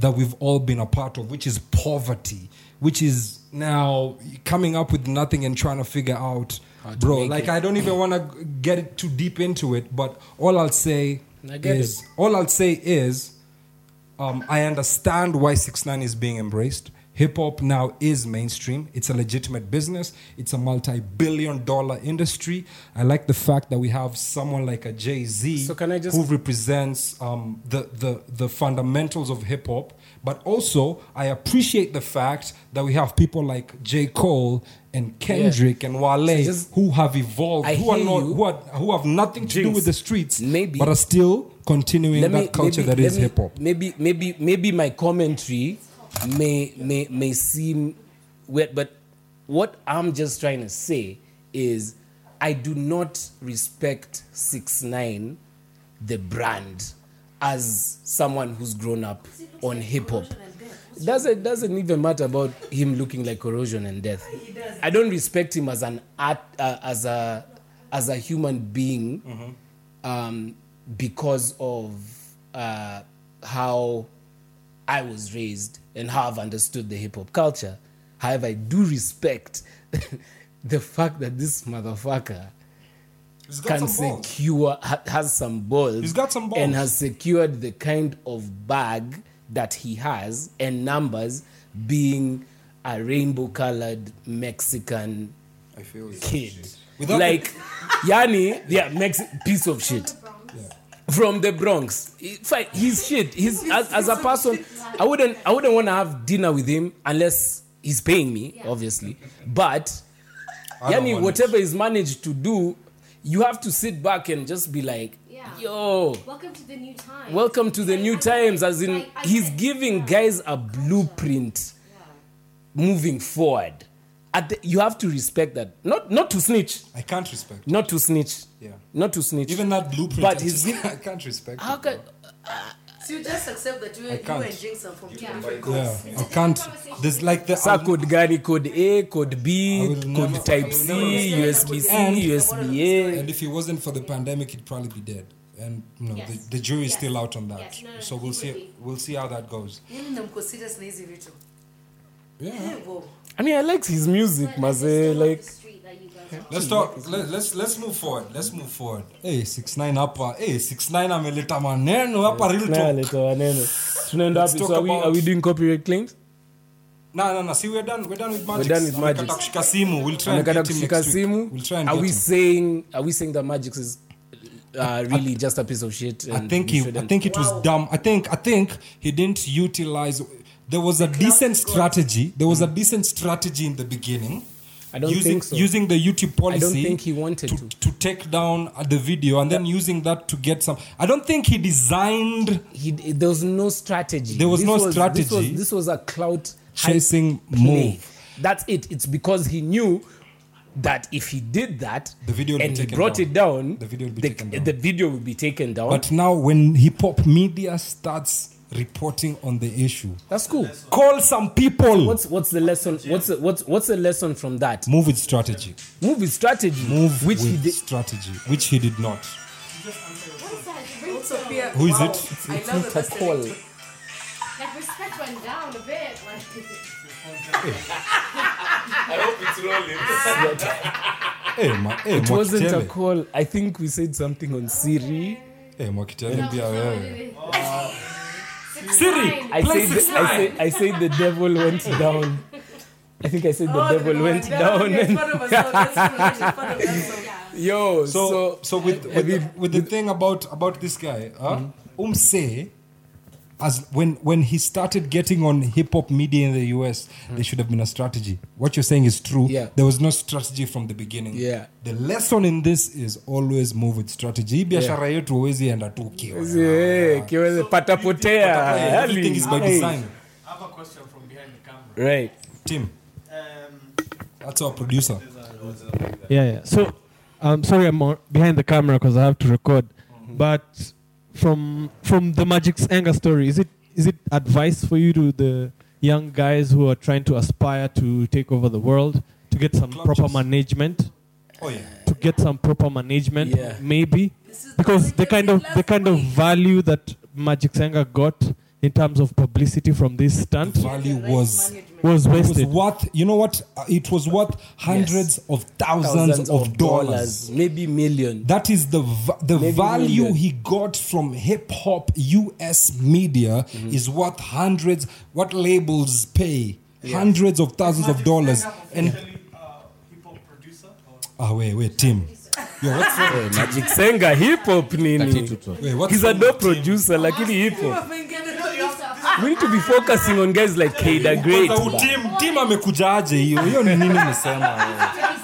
Speaker 1: that we've all been a part of, which is poverty, which is now coming up with nothing and trying to figure out,
Speaker 2: How to
Speaker 1: bro.
Speaker 2: make
Speaker 1: Like,
Speaker 2: it.
Speaker 1: I don't even want to get it too deep into it, but all I'll say
Speaker 2: I get
Speaker 1: is,
Speaker 2: it.
Speaker 1: all I'll say is, um, I understand why Six Nine is being embraced. Hip hop now is mainstream. It's a legitimate business. It's a multi-billion-dollar industry. I like the fact that we have someone like a Jay Z
Speaker 2: So can I just-
Speaker 1: who represents um, the, the the fundamentals of hip hop. But also, I appreciate the fact that we have people like J Cole and Kendrick and Wale
Speaker 2: So just-
Speaker 1: who have evolved,
Speaker 2: I
Speaker 1: who are
Speaker 2: hear
Speaker 1: not
Speaker 2: you.
Speaker 1: who are who have nothing to do
Speaker 2: Jinx.
Speaker 1: with the streets,
Speaker 2: Maybe.
Speaker 1: but are still continuing that culture that
Speaker 2: let
Speaker 1: is
Speaker 2: me-
Speaker 1: hip hop.
Speaker 2: Maybe, maybe, maybe my commentary may may may seem weird, but what I'm just trying to say is, I do not respect Six Nine, the brand, as someone who's grown up on hip hop. Doesn't doesn't even matter about him looking like corrosion and death. I don't respect him as an art uh, as a as a human being um, because of uh, how I was raised and how I've understood the hip hop culture. However, I do respect the fact that this motherfucker
Speaker 1: He's got
Speaker 2: can
Speaker 1: some balls.
Speaker 2: secure ha- has some balls.
Speaker 1: He's got some
Speaker 2: and
Speaker 1: balls.
Speaker 2: has secured the kind of bag that he has and numbers being a rainbow-colored Mexican
Speaker 1: I feel you.
Speaker 2: kid.
Speaker 1: Without
Speaker 2: like, Yani, yeah, Mexi- piece of shit. From the Bronx, He- fine. He's shit. He's as, as a person, I wouldn't, I wouldn't want to have dinner with him unless he's paying me, obviously. But
Speaker 1: I don't
Speaker 2: yani,
Speaker 1: want
Speaker 2: whatever he's managed to do, you have to sit back and just be like,
Speaker 8: Yeah.
Speaker 2: yo,
Speaker 8: Welcome to the new time.
Speaker 2: welcome to the new times. As in,
Speaker 8: Like, I
Speaker 2: he's
Speaker 8: said,
Speaker 2: giving
Speaker 8: yeah.
Speaker 2: guys a blueprint moving forward. At the, you have to respect that. Not, not to snitch
Speaker 1: I can't respect.
Speaker 2: not to snitch.
Speaker 1: Yeah.
Speaker 2: Not to snitch.
Speaker 1: Even that blueprint.
Speaker 2: But
Speaker 1: I
Speaker 2: he's-
Speaker 1: just- I can't respect.
Speaker 2: how
Speaker 1: it,
Speaker 2: can
Speaker 3: So you just accept that you, you
Speaker 1: can't.
Speaker 3: and Jinx are from two
Speaker 8: Yeah.
Speaker 3: different
Speaker 1: bro.
Speaker 3: groups.
Speaker 1: Yeah, I can't. There's like the
Speaker 2: sa code gani code A, code
Speaker 1: I
Speaker 2: B,
Speaker 1: will never-
Speaker 2: code Type
Speaker 1: I will
Speaker 2: C,
Speaker 1: never
Speaker 3: respect
Speaker 2: USB C,
Speaker 3: that.
Speaker 2: USB A.
Speaker 1: and if it wasn't for the pandemic, he'd probably be dead. And you know,
Speaker 8: Yes.
Speaker 1: the, the jury's
Speaker 8: Yes.
Speaker 1: still out on that.
Speaker 8: Yes. No, no,
Speaker 1: so
Speaker 8: no,
Speaker 1: we'll
Speaker 8: it
Speaker 1: see.
Speaker 8: would be.
Speaker 1: We'll see how that goes.
Speaker 3: Mimi na mko serious na hizi vitu.
Speaker 1: Yeah.
Speaker 3: Eh, wow.
Speaker 2: I mean, I like his music, maze. Like,
Speaker 1: Let's talk. Let, let's let's move forward. Let's move forward. Hey, six nine hapa. Hey, six nine ameleta maneno hapa real
Speaker 2: nah,
Speaker 1: talk.
Speaker 2: leta waneno. Tunaenda
Speaker 1: Let's
Speaker 2: wapi?
Speaker 1: talk
Speaker 2: So are we,
Speaker 1: about-
Speaker 2: are we doing copyright claims?
Speaker 1: No, no, no. See, we're done. We're done with magic.
Speaker 2: done with
Speaker 1: Amekata
Speaker 2: Magix.
Speaker 1: kushika simu. We'll try and
Speaker 2: Anakata
Speaker 1: get him
Speaker 2: kushika
Speaker 1: next week.
Speaker 2: simu.
Speaker 1: We'll try and
Speaker 2: Are
Speaker 1: get
Speaker 2: we
Speaker 1: him.
Speaker 2: saying? Are we saying that Magix is uh, really just a piece of shit?
Speaker 1: I
Speaker 2: and
Speaker 1: think
Speaker 2: we
Speaker 1: he, I
Speaker 2: shouldn't-
Speaker 1: think it was dumb. I think I think he didn't utilize. There was a decent strategy. There was a decent strategy in the beginning.
Speaker 2: Hmm. I don't
Speaker 1: using,
Speaker 2: think so.
Speaker 1: Using the YouTube
Speaker 2: don't
Speaker 1: policy.
Speaker 2: think he wanted
Speaker 1: to,
Speaker 2: to.
Speaker 1: take down uh, the video and then using that to get some. I don't think he designed
Speaker 2: he, there was no strategy.
Speaker 1: There was no
Speaker 2: This was,
Speaker 1: strategy.
Speaker 2: this was a clout
Speaker 1: Chasing
Speaker 2: hype play.
Speaker 1: move.
Speaker 2: That's it. It's because he knew that if he did that
Speaker 1: The video would be
Speaker 2: and he
Speaker 1: taken
Speaker 2: brought
Speaker 1: down.
Speaker 2: it down,
Speaker 1: The video would be
Speaker 2: the,
Speaker 1: taken down.
Speaker 2: the video would be taken down.
Speaker 1: But now, when hip hop media starts reporting on the issue,
Speaker 2: that's cool.
Speaker 1: call some people.
Speaker 2: What's what's the lesson? What's the, what's what's the lesson from that?
Speaker 1: Move with strategy.
Speaker 2: Move with strategy.
Speaker 1: Move
Speaker 2: which
Speaker 1: with
Speaker 2: he did.
Speaker 1: strategy, which he did not.
Speaker 3: Also pia,
Speaker 1: Who is
Speaker 3: wow,
Speaker 1: it?
Speaker 3: I love that that's the
Speaker 2: Interpol.
Speaker 3: next-
Speaker 8: Like respect went down a bit. Like,
Speaker 1: Hey, Eh, ma- hey,
Speaker 2: It wasn't a
Speaker 1: Mwakitele.
Speaker 2: call. I think we said something on Siri.
Speaker 1: Hey, Mwakitele, be aware.
Speaker 8: Siri.
Speaker 2: I said, the, I, said, I said the devil went down. I think I said the
Speaker 3: Oh,
Speaker 2: devil went
Speaker 3: yeah,
Speaker 2: down.
Speaker 3: yeah,
Speaker 2: And,
Speaker 3: part of us, no, that's true, that's part of us, no.
Speaker 2: yo,
Speaker 1: So, so,
Speaker 2: so eh,
Speaker 1: with with, the, with the thing about about this guy, huh?
Speaker 2: Hmm.
Speaker 1: Umse, as when when he started getting on hip hop media in the US, there should have been a strategy. What you're saying is true.
Speaker 2: Hmm. Yeah.
Speaker 1: There was no strategy from the beginning.
Speaker 2: Yeah.
Speaker 1: The lesson in this is always move with strategy. Hii biashara yetu huwezi enda tu ukiwa.
Speaker 2: Yeah, kiweze patapotea
Speaker 1: Hey, everything is by
Speaker 2: Hey.
Speaker 1: design.
Speaker 6: I have a question from behind.
Speaker 2: Right.
Speaker 1: Tim. That's our producer.
Speaker 9: Yeah, yeah. So, um, sorry, I'm on- behind the camera because I have to record.
Speaker 6: Mm-hmm.
Speaker 9: But from from the Magic's anger story, is it is it advice for you to the young guys who are trying to aspire to take over the world to get some proper management?
Speaker 1: Oh yeah.
Speaker 9: To get some proper management,
Speaker 2: Yeah.
Speaker 9: maybe because the kind of the kind of value that Magic's anger got in terms of publicity from this stunt
Speaker 1: Value was
Speaker 9: was
Speaker 1: it was
Speaker 9: wasted.
Speaker 1: worth you know what Uh, it was worth hundreds of thousands, of, dollars.
Speaker 2: maybe million.
Speaker 1: That is the va- the
Speaker 2: Maybe
Speaker 1: value
Speaker 2: million.
Speaker 1: he got from hip hop US media is worth hundreds. What labels pay hundreds of thousands of dollars and ah wait wait Tim, yo what's wrong?
Speaker 2: Hey, Magic Senga hip hop nini?
Speaker 1: Wait, what's
Speaker 2: He's a
Speaker 1: wrong
Speaker 2: no
Speaker 1: with Tim?
Speaker 2: producer lakini hip hop. We need to be focusing on guys like Kaida Great.
Speaker 1: Kwanza huu
Speaker 2: ba.
Speaker 1: Tim Tim amekujaje hiyo hiyo ni nini umesema wewe?
Speaker 5: Because if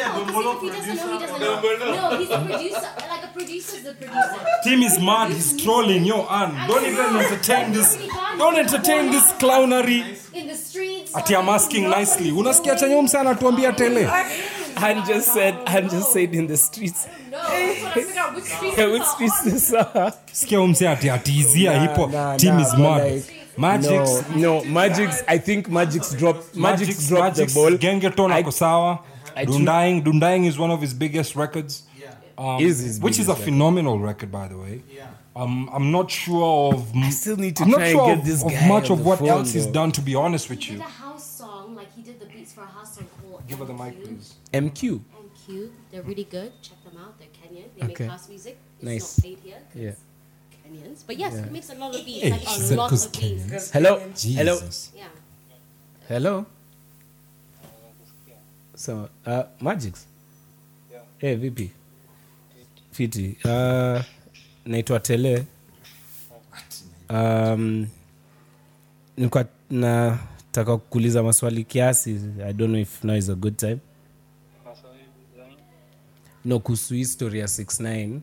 Speaker 5: Ah, he doesn't know, he doesn't know. No, he's a producer. Like a producer's the producer.
Speaker 1: Tim is mad. He's trolling. Yo, Ann, don't even entertain this. Don't entertain this clownery.
Speaker 5: In the streets.
Speaker 1: Ati I'm asking nicely. Unasikia chenye huyu msana anatuambia tele?
Speaker 2: Han just said, Han just said in the streets.
Speaker 5: No, that's what I figured out. Which streets?
Speaker 2: Yeah,
Speaker 5: are
Speaker 2: which
Speaker 5: on?
Speaker 2: streets is uh,
Speaker 1: Sikia huyu msana ati atiizia
Speaker 2: Nah,
Speaker 1: hip
Speaker 2: nah,
Speaker 1: hop. Tim
Speaker 2: nah,
Speaker 1: is
Speaker 2: but
Speaker 1: mad.
Speaker 2: like,
Speaker 1: Magics.
Speaker 2: No, no, Magic's. I think Magic's dropped. Magic's,
Speaker 1: Magic's,
Speaker 2: dropped
Speaker 1: Magic's,
Speaker 2: the ball.
Speaker 1: Gengeton
Speaker 2: I-
Speaker 1: ako sawa.
Speaker 2: I do-
Speaker 1: Dundying, Dundying is one of his biggest records. Um,
Speaker 2: Is his
Speaker 1: which is
Speaker 2: biggest
Speaker 1: a
Speaker 2: record.
Speaker 1: phenomenal record, by the way. Um, I'm not sure of. I
Speaker 2: still need to
Speaker 1: I'm not
Speaker 2: try and
Speaker 1: sure
Speaker 2: get
Speaker 1: of,
Speaker 2: this
Speaker 1: of
Speaker 2: guy
Speaker 1: much
Speaker 2: on
Speaker 1: of
Speaker 2: the
Speaker 1: what
Speaker 2: phone,
Speaker 1: else he's
Speaker 2: though.
Speaker 1: done, to be honest with
Speaker 5: He
Speaker 1: you.
Speaker 5: did a house song, like he did the beats for a house song called
Speaker 1: Give her the mic,
Speaker 5: MQ.
Speaker 1: please.
Speaker 2: MQ.
Speaker 5: MQ. They're really good. Check them out. They're Kenyan. They
Speaker 2: Okay.
Speaker 5: make house music. It's
Speaker 2: Nice.
Speaker 5: not played here. 'cause
Speaker 2: Yeah.
Speaker 5: Kenyans. But yes, he makes a lot of beats.
Speaker 1: Hey,
Speaker 5: like
Speaker 1: she
Speaker 5: a
Speaker 1: said
Speaker 5: lot
Speaker 1: 'cause
Speaker 5: of beats.
Speaker 1: Kenyan.
Speaker 2: Hello. Hello.
Speaker 1: Jesus.
Speaker 5: Yeah.
Speaker 2: Hello. So, uh, Magic's. Hey, VP. Fiti. Uh, naitwa Tele. Um, nilikuwa nataka kukuuliza maswali kiasi. I don't know if now is a good time. No, kuhusu hii story ya 69.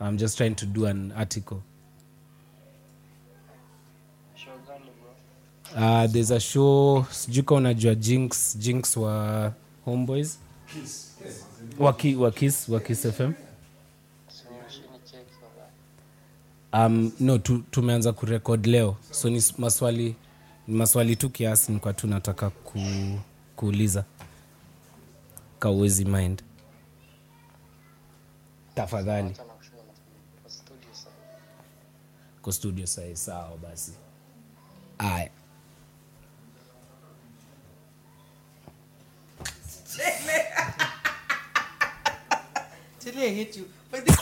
Speaker 2: I'm just trying to do an article. uh, there's a show sijuka unajua jinx jinx wa homeboys Waki- wa kiss wa kiss fm um, no tu, tumeanza kurekod leo so ni s- maswali ni maswali tu kiasi nikwa tu nataka ku, kuuliza kauwezi mind tafadhali ko studio sahi sawa basi aya
Speaker 3: Till I hit you. But this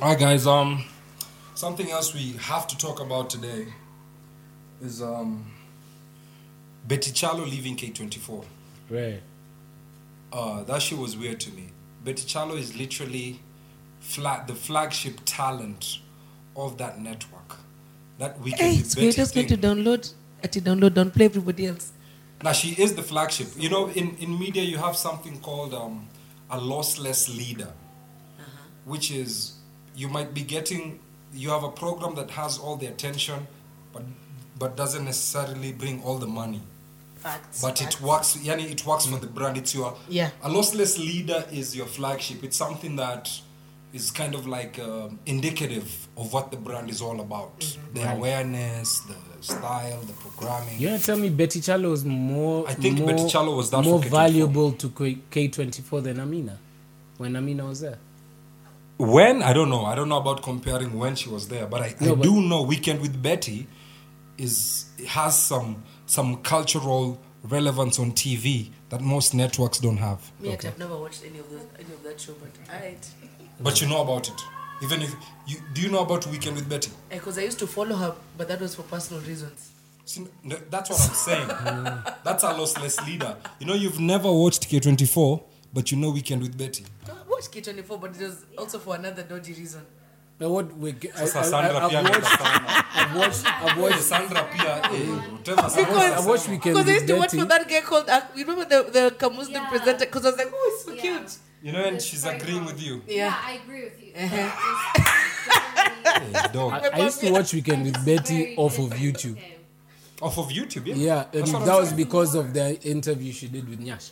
Speaker 1: All right, guys. Um, something else we have to talk about today is um, Betty Chalo leaving K24.
Speaker 2: right.
Speaker 1: Uh, that shit was weird to me. Betty Chalo is literally flat the flagship talent of that network. That weekend
Speaker 3: hey,
Speaker 1: with Betty
Speaker 3: creators going
Speaker 1: thing.
Speaker 3: to download. At download, don't play everybody else.
Speaker 1: Now she is the flagship. You know, in, in media you have something called um, a lossless leader, which is you might be getting you have a program that has all the attention, but but doesn't necessarily bring all the money.
Speaker 3: Facts.
Speaker 1: But it works. Yani, it works for the brand. It's your
Speaker 3: Yeah.
Speaker 1: A lossless leader is your flagship. It's something that is kind of like um, indicative of what the brand is all about. The awareness, the style, the programming.
Speaker 2: You're gonna tell me Betty Chalo was more.
Speaker 1: I think
Speaker 2: more,
Speaker 1: Betty Chalo was that
Speaker 2: more
Speaker 1: for K24.
Speaker 2: valuable to K twenty four than Amina when Amina was there.
Speaker 1: When I don't know, I don't know about comparing when she was there, but I, I
Speaker 2: No, but-
Speaker 1: do know Weekend with Betty is has some some cultural relevance on TV that most networks don't have.
Speaker 3: Me, okay. I've never watched any of those, any of that show, but alright.
Speaker 1: But you know about it, even if you do you know about Weekend with Betty?
Speaker 3: Because Eh, I used to follow her, but that was for personal reasons.
Speaker 1: See, n- that's what I'm saying. that's a lossless leader. You know, you've never watched K24, but you know Weekend with Betty.
Speaker 3: I watched K24, but it was also for another dodgy reason.
Speaker 2: Now what we I, I,
Speaker 1: Sasa Sandra
Speaker 2: I,
Speaker 1: pia
Speaker 2: I've watched
Speaker 1: ametafahamu.
Speaker 2: I've watched I've
Speaker 1: Wewe
Speaker 2: watched
Speaker 1: Sandra pia eh, whatever
Speaker 2: I've
Speaker 1: Sandra
Speaker 2: watched
Speaker 1: said.
Speaker 2: Weekend
Speaker 3: Because I used
Speaker 2: with
Speaker 3: to watch
Speaker 2: Betty.
Speaker 3: for that guy called. Uh, you remember the the Kamuslim
Speaker 5: Yeah.
Speaker 3: presenter? Because I was like, oh, he's so
Speaker 5: Yeah.
Speaker 3: cute.
Speaker 1: You know, and she's agreeing with you.
Speaker 5: Yeah,
Speaker 3: Yeah.
Speaker 5: I agree with you. But it's definitely
Speaker 2: I, I used to watch Weekend with Betty off of YouTube.
Speaker 1: Off of YouTube, yeah.
Speaker 2: Yeah, and
Speaker 1: That's what I'm
Speaker 2: that was
Speaker 1: saying.
Speaker 2: because of the interview she did with Nyash.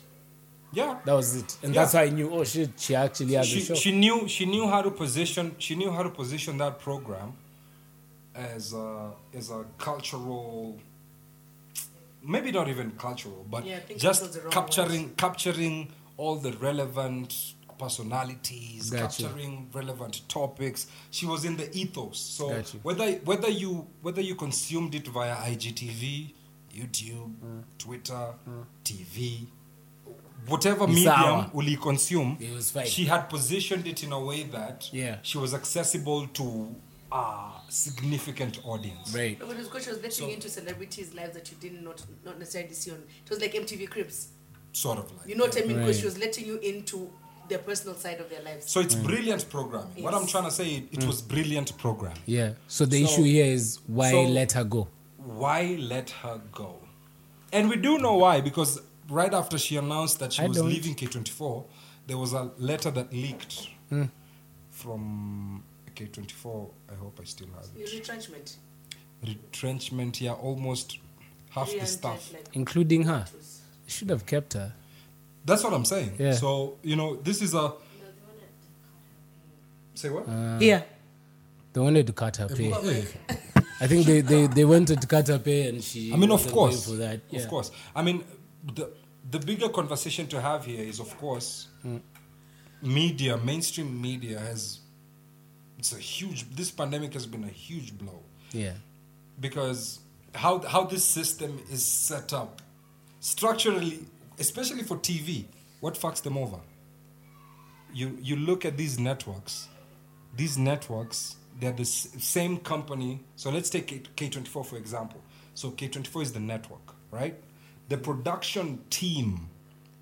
Speaker 1: Yeah.
Speaker 2: That was it. And
Speaker 1: Yeah.
Speaker 2: that's how I knew, oh shit, she actually has
Speaker 1: she,
Speaker 2: a show.
Speaker 1: she knew she knew how to position she knew how to position that program as a as a cultural maybe not even cultural but
Speaker 3: Yeah, I think
Speaker 1: just
Speaker 3: cultural's the wrong
Speaker 1: capturing capturing all the relevant personalities
Speaker 2: Gotcha.
Speaker 1: capturing relevant topics she was in the ethos so
Speaker 2: Gotcha.
Speaker 1: whether whether you whether you consumed it via IGTV YouTube
Speaker 2: Mm.
Speaker 1: Twitter TV whatever
Speaker 2: Ni
Speaker 1: medium
Speaker 2: sawa.
Speaker 1: uli consume
Speaker 2: It was fine.
Speaker 1: she had positioned it in a way that
Speaker 2: Yeah.
Speaker 1: she was accessible to a significant audience.
Speaker 2: Right.
Speaker 3: When it was good, she was letting you into celebrities' lives that you didn't not, not necessarily see on. It was like MTV Cribs.
Speaker 1: Sort of like.
Speaker 3: You know what I mean?
Speaker 2: Right.
Speaker 3: Because she was letting you into their personal side of their lives.
Speaker 1: So it's
Speaker 2: Mm.
Speaker 1: brilliant programming. What I'm trying to say, it, it was brilliant programming.
Speaker 2: Yeah. So the
Speaker 1: So-
Speaker 2: issue here is why
Speaker 1: so-
Speaker 2: let her go?
Speaker 1: Why let her go? And we do know why, because right after she announced that she
Speaker 2: I
Speaker 1: was
Speaker 2: don't.
Speaker 1: leaving K24, there was a letter that leaked
Speaker 2: Mm.
Speaker 1: from K24. I hope I still have it.
Speaker 3: Your retrenchment.
Speaker 1: Retrenchment, yeah, almost half the
Speaker 3: Really
Speaker 1: staff.
Speaker 3: like-
Speaker 2: Including her. Should have kept her.
Speaker 1: That's what I'm saying.
Speaker 2: Yeah.
Speaker 1: So you know, this is a. Say what?
Speaker 2: yeah. Uh, They wanted to cut her pay.
Speaker 1: Yeah.
Speaker 2: I think they, they, they wanted to cut her pay and she.
Speaker 1: I mean, of
Speaker 2: wasn't
Speaker 1: course,
Speaker 2: there For that. Yeah.
Speaker 1: of course. I mean, the the bigger conversation to have here is, of course,
Speaker 2: Mm.
Speaker 1: media, mainstream media has. It's a huge. This pandemic has been a huge blow
Speaker 2: Yeah.
Speaker 1: because how how this system is set up structurally, especially for TV, what fucks them over. You you look at these networks, these networks they're the s- same company. So let's take K- K24 for example. So K24 is the network, right? The production team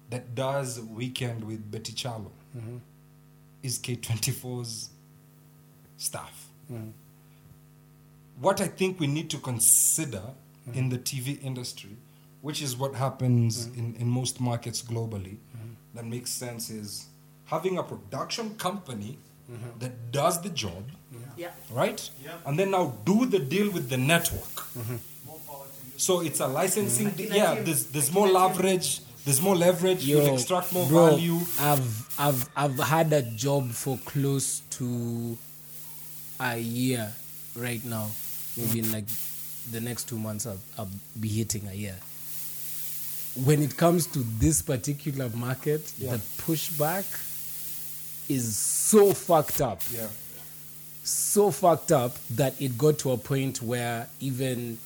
Speaker 1: that does Weekend with Betty Charlo is K24's staff what I think we need to consider in the TV industry, which is what happens in, in most markets globally, that makes sense is having a production company that does the job,
Speaker 3: Yeah.
Speaker 1: right? And then now do the deal with the network. So it's a licensing. deal. Yeah, there's, there's more leverage. There's more leverage. you
Speaker 2: Yo,
Speaker 1: extract more
Speaker 2: bro,
Speaker 1: value.
Speaker 2: I've I've I've had a job for close to a year right now. Maybe in like the next two months, I'll, I'll be hitting a year. When it comes to this particular market, the pushback is so fucked up
Speaker 1: Yeah.
Speaker 2: so fucked up that it got to a point where even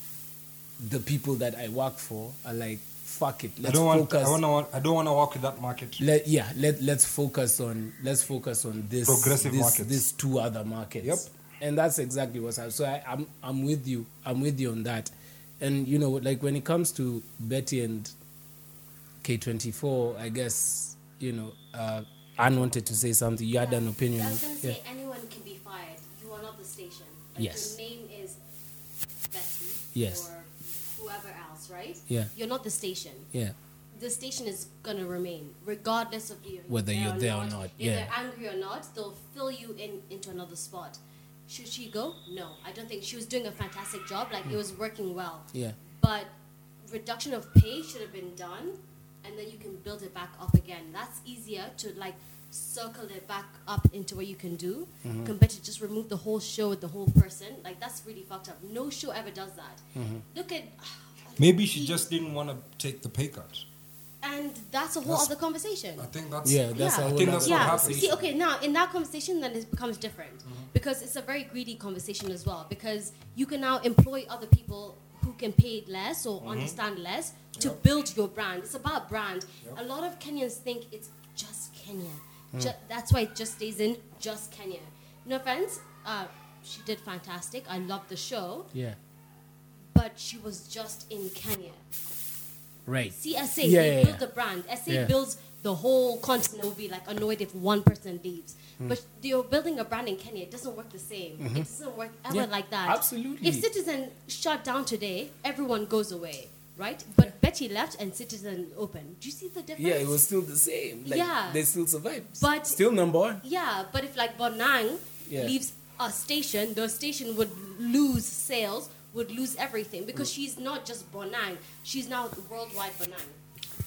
Speaker 2: the people that I work for are like, fuck it,
Speaker 1: I
Speaker 2: let's
Speaker 1: don't want.
Speaker 2: focus.
Speaker 1: I want. I don't want to work with that market.
Speaker 2: let, yeah, let let's focus on let's focus on this
Speaker 1: Progressive
Speaker 2: this,
Speaker 1: markets.
Speaker 2: these two other markets.
Speaker 1: Yep.
Speaker 2: And that's exactly what's happening. So I, I'm I'm with you. I'm with you on that. And you know, like when it comes to Betty and K24, I guess you know, uh, Anne wanted to say something. You had an opinion.
Speaker 5: I was gonna
Speaker 2: Yeah.
Speaker 5: say anyone can be fired. You are not the station. Like,
Speaker 2: Yes.
Speaker 5: Your name is Betty.
Speaker 2: Yes.
Speaker 5: Or whoever else, right?
Speaker 2: Yeah.
Speaker 5: You're not the station.
Speaker 2: yeah.
Speaker 5: The station is gonna remain, regardless of you.
Speaker 2: Whether you're there or not,
Speaker 5: If they're
Speaker 2: yeah.
Speaker 5: angry or not, they'll fill you in into another spot. Should she go? No, I don't think she was doing a fantastic job. Like it was working well.
Speaker 2: Hmm. Yeah.
Speaker 5: But reduction of pay should have been done, and then you can build it back up again. That's easier to like circle it back up into what you can do
Speaker 2: Mm-hmm.
Speaker 5: compared to just remove the whole show with the whole person. Like that's really fucked up. No show ever does that.
Speaker 2: Mm-hmm.
Speaker 5: Look at
Speaker 1: Maybe she just didn't want to take the pay cut.
Speaker 5: and that's a whole
Speaker 1: That's-
Speaker 5: other conversation.
Speaker 1: I think that's.
Speaker 2: Yeah, that's
Speaker 5: Yeah.
Speaker 2: how
Speaker 5: I
Speaker 1: think that's what
Speaker 5: yeah.
Speaker 1: happens. Mm-hmm.
Speaker 5: See, okay, now in that conversation, then it becomes different because it's a very greedy conversation as well. Because you can now employ other people who can pay less or understand less to
Speaker 1: Mm-hmm. Yep.
Speaker 5: build your brand. It's about brand. A lot of Kenyans think it's just Kenya.
Speaker 1: Hmm.
Speaker 5: Ju- that's why it just stays in just Kenya. No offense, uh, she did fantastic. I loved the show,
Speaker 2: Yeah.
Speaker 5: but she was just in Kenya.
Speaker 2: Right.
Speaker 5: See, SA,
Speaker 2: Yeah,
Speaker 5: they
Speaker 2: yeah,
Speaker 5: build
Speaker 2: yeah.
Speaker 5: the brand. SA
Speaker 2: Yeah.
Speaker 5: builds the whole continent. Will be like annoyed if one person leaves.
Speaker 2: Hmm.
Speaker 5: But you're building a brand in Kenya. It doesn't work the same. It doesn't work ever
Speaker 2: Mm-hmm. Yeah,
Speaker 5: like that.
Speaker 2: absolutely.
Speaker 5: If Citizen shut down today, everyone goes away, right? But Betty left and Citizen opened. Do you see the difference?
Speaker 2: Yeah, it was still the same. Like,
Speaker 5: Yeah.
Speaker 2: They still survived.
Speaker 5: But-
Speaker 2: still number one.
Speaker 5: Yeah, but if like Bonang
Speaker 2: Yeah.
Speaker 5: leaves a station, the station would lose sales, would lose everything
Speaker 2: Mm.
Speaker 5: because she's not just Bonang, she's now worldwide Bonang.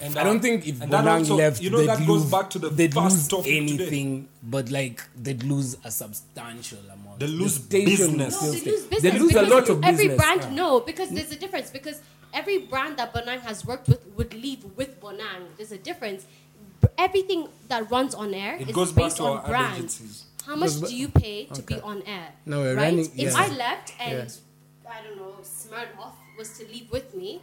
Speaker 1: And
Speaker 2: I
Speaker 1: that-
Speaker 2: don't think if
Speaker 1: and that
Speaker 2: Bonang
Speaker 1: also-
Speaker 2: left,
Speaker 1: you know,
Speaker 2: they'd
Speaker 1: that
Speaker 2: lose,
Speaker 1: goes back to the
Speaker 2: they'd
Speaker 1: first
Speaker 2: lose
Speaker 1: topic today.
Speaker 2: anything, but like they'd lose a substantial amount.
Speaker 1: They lose
Speaker 2: The station
Speaker 1: business.
Speaker 2: would
Speaker 5: No,
Speaker 2: still
Speaker 5: they
Speaker 2: stay.
Speaker 5: lose business.
Speaker 2: They'd lose a
Speaker 5: because
Speaker 2: lot of
Speaker 5: every
Speaker 2: business.
Speaker 5: brand, no, because there's a difference. Because every brand that Bonang has worked with would leave with Bonang. There's a difference. B- Everything that runs on air
Speaker 1: It
Speaker 5: is
Speaker 1: goes back
Speaker 5: based
Speaker 1: to
Speaker 5: on
Speaker 1: our ad
Speaker 5: brand.
Speaker 1: agencies.
Speaker 5: How much
Speaker 10: Goes ba-
Speaker 5: do you pay to be on air?
Speaker 10: No, we're
Speaker 5: right?
Speaker 10: running-
Speaker 5: If
Speaker 10: yeah.
Speaker 5: I left and
Speaker 10: Yeah.
Speaker 5: I don't know, Smirnoff was to leave with me,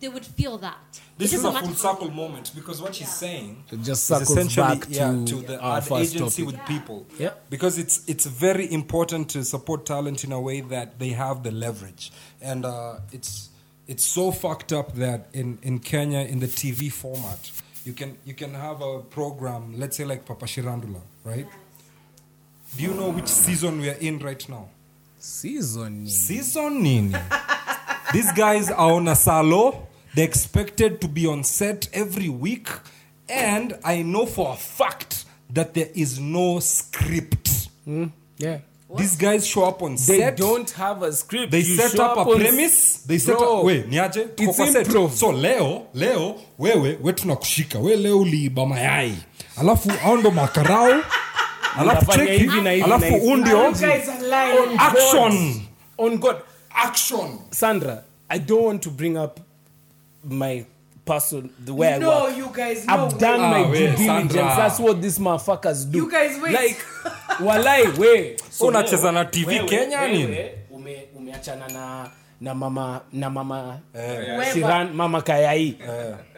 Speaker 5: they would feel that.
Speaker 1: This
Speaker 5: It
Speaker 1: is
Speaker 5: doesn't
Speaker 1: a full
Speaker 5: matter how-
Speaker 1: circle moment because what she's saying
Speaker 2: It just
Speaker 1: is
Speaker 2: circles
Speaker 1: essentially
Speaker 2: back to,
Speaker 1: yeah, to the
Speaker 2: our
Speaker 1: ad
Speaker 2: first
Speaker 1: agency
Speaker 2: topic.
Speaker 1: with people.
Speaker 2: Yeah.
Speaker 1: Because it's it's very important to support talent in a way that they have the leverage, and uh, it's it's so fucked up that in in Kenya in the TV format you can you can have a program let's say like Papa Shirandula, right? Do you know which season we are in right now?
Speaker 2: season.
Speaker 1: season nini these guys are on a salo they're expected to be on set every week and i know for a fact that there is no script
Speaker 2: Yeah.
Speaker 1: these guys show up on
Speaker 2: They
Speaker 1: set
Speaker 2: don't have a script.
Speaker 1: they
Speaker 2: You
Speaker 1: set
Speaker 2: show
Speaker 1: up, a
Speaker 2: on-
Speaker 1: premise they set
Speaker 2: Bro,
Speaker 1: up we niaje Tuko
Speaker 2: It's
Speaker 1: kwa set.
Speaker 2: improv.
Speaker 1: so leo leo wewe we tunakushika we leo uliiba mayai alafu au ndo makarau alafu
Speaker 2: Unafanya
Speaker 1: cheki
Speaker 2: hivi na hivi na
Speaker 1: alafu
Speaker 2: hivi.
Speaker 1: undio
Speaker 3: lying.
Speaker 1: action
Speaker 2: on God.
Speaker 1: action
Speaker 2: Sandra, I don't want to bring up my person the way I
Speaker 3: No,
Speaker 2: work.
Speaker 3: you guys. No,
Speaker 2: I've done
Speaker 1: Ah,
Speaker 2: my
Speaker 1: wait,
Speaker 2: due diligence.
Speaker 1: Sandra.
Speaker 2: That's what these motherfuckers do.
Speaker 3: You guys wait.
Speaker 2: Like, walai we.
Speaker 1: So unacheza na TV Kenya
Speaker 2: wewe,
Speaker 1: nini?
Speaker 2: Ume, umeachana na na mama na mama
Speaker 1: Eh.
Speaker 3: Wemba.
Speaker 2: Shiran mama Kayai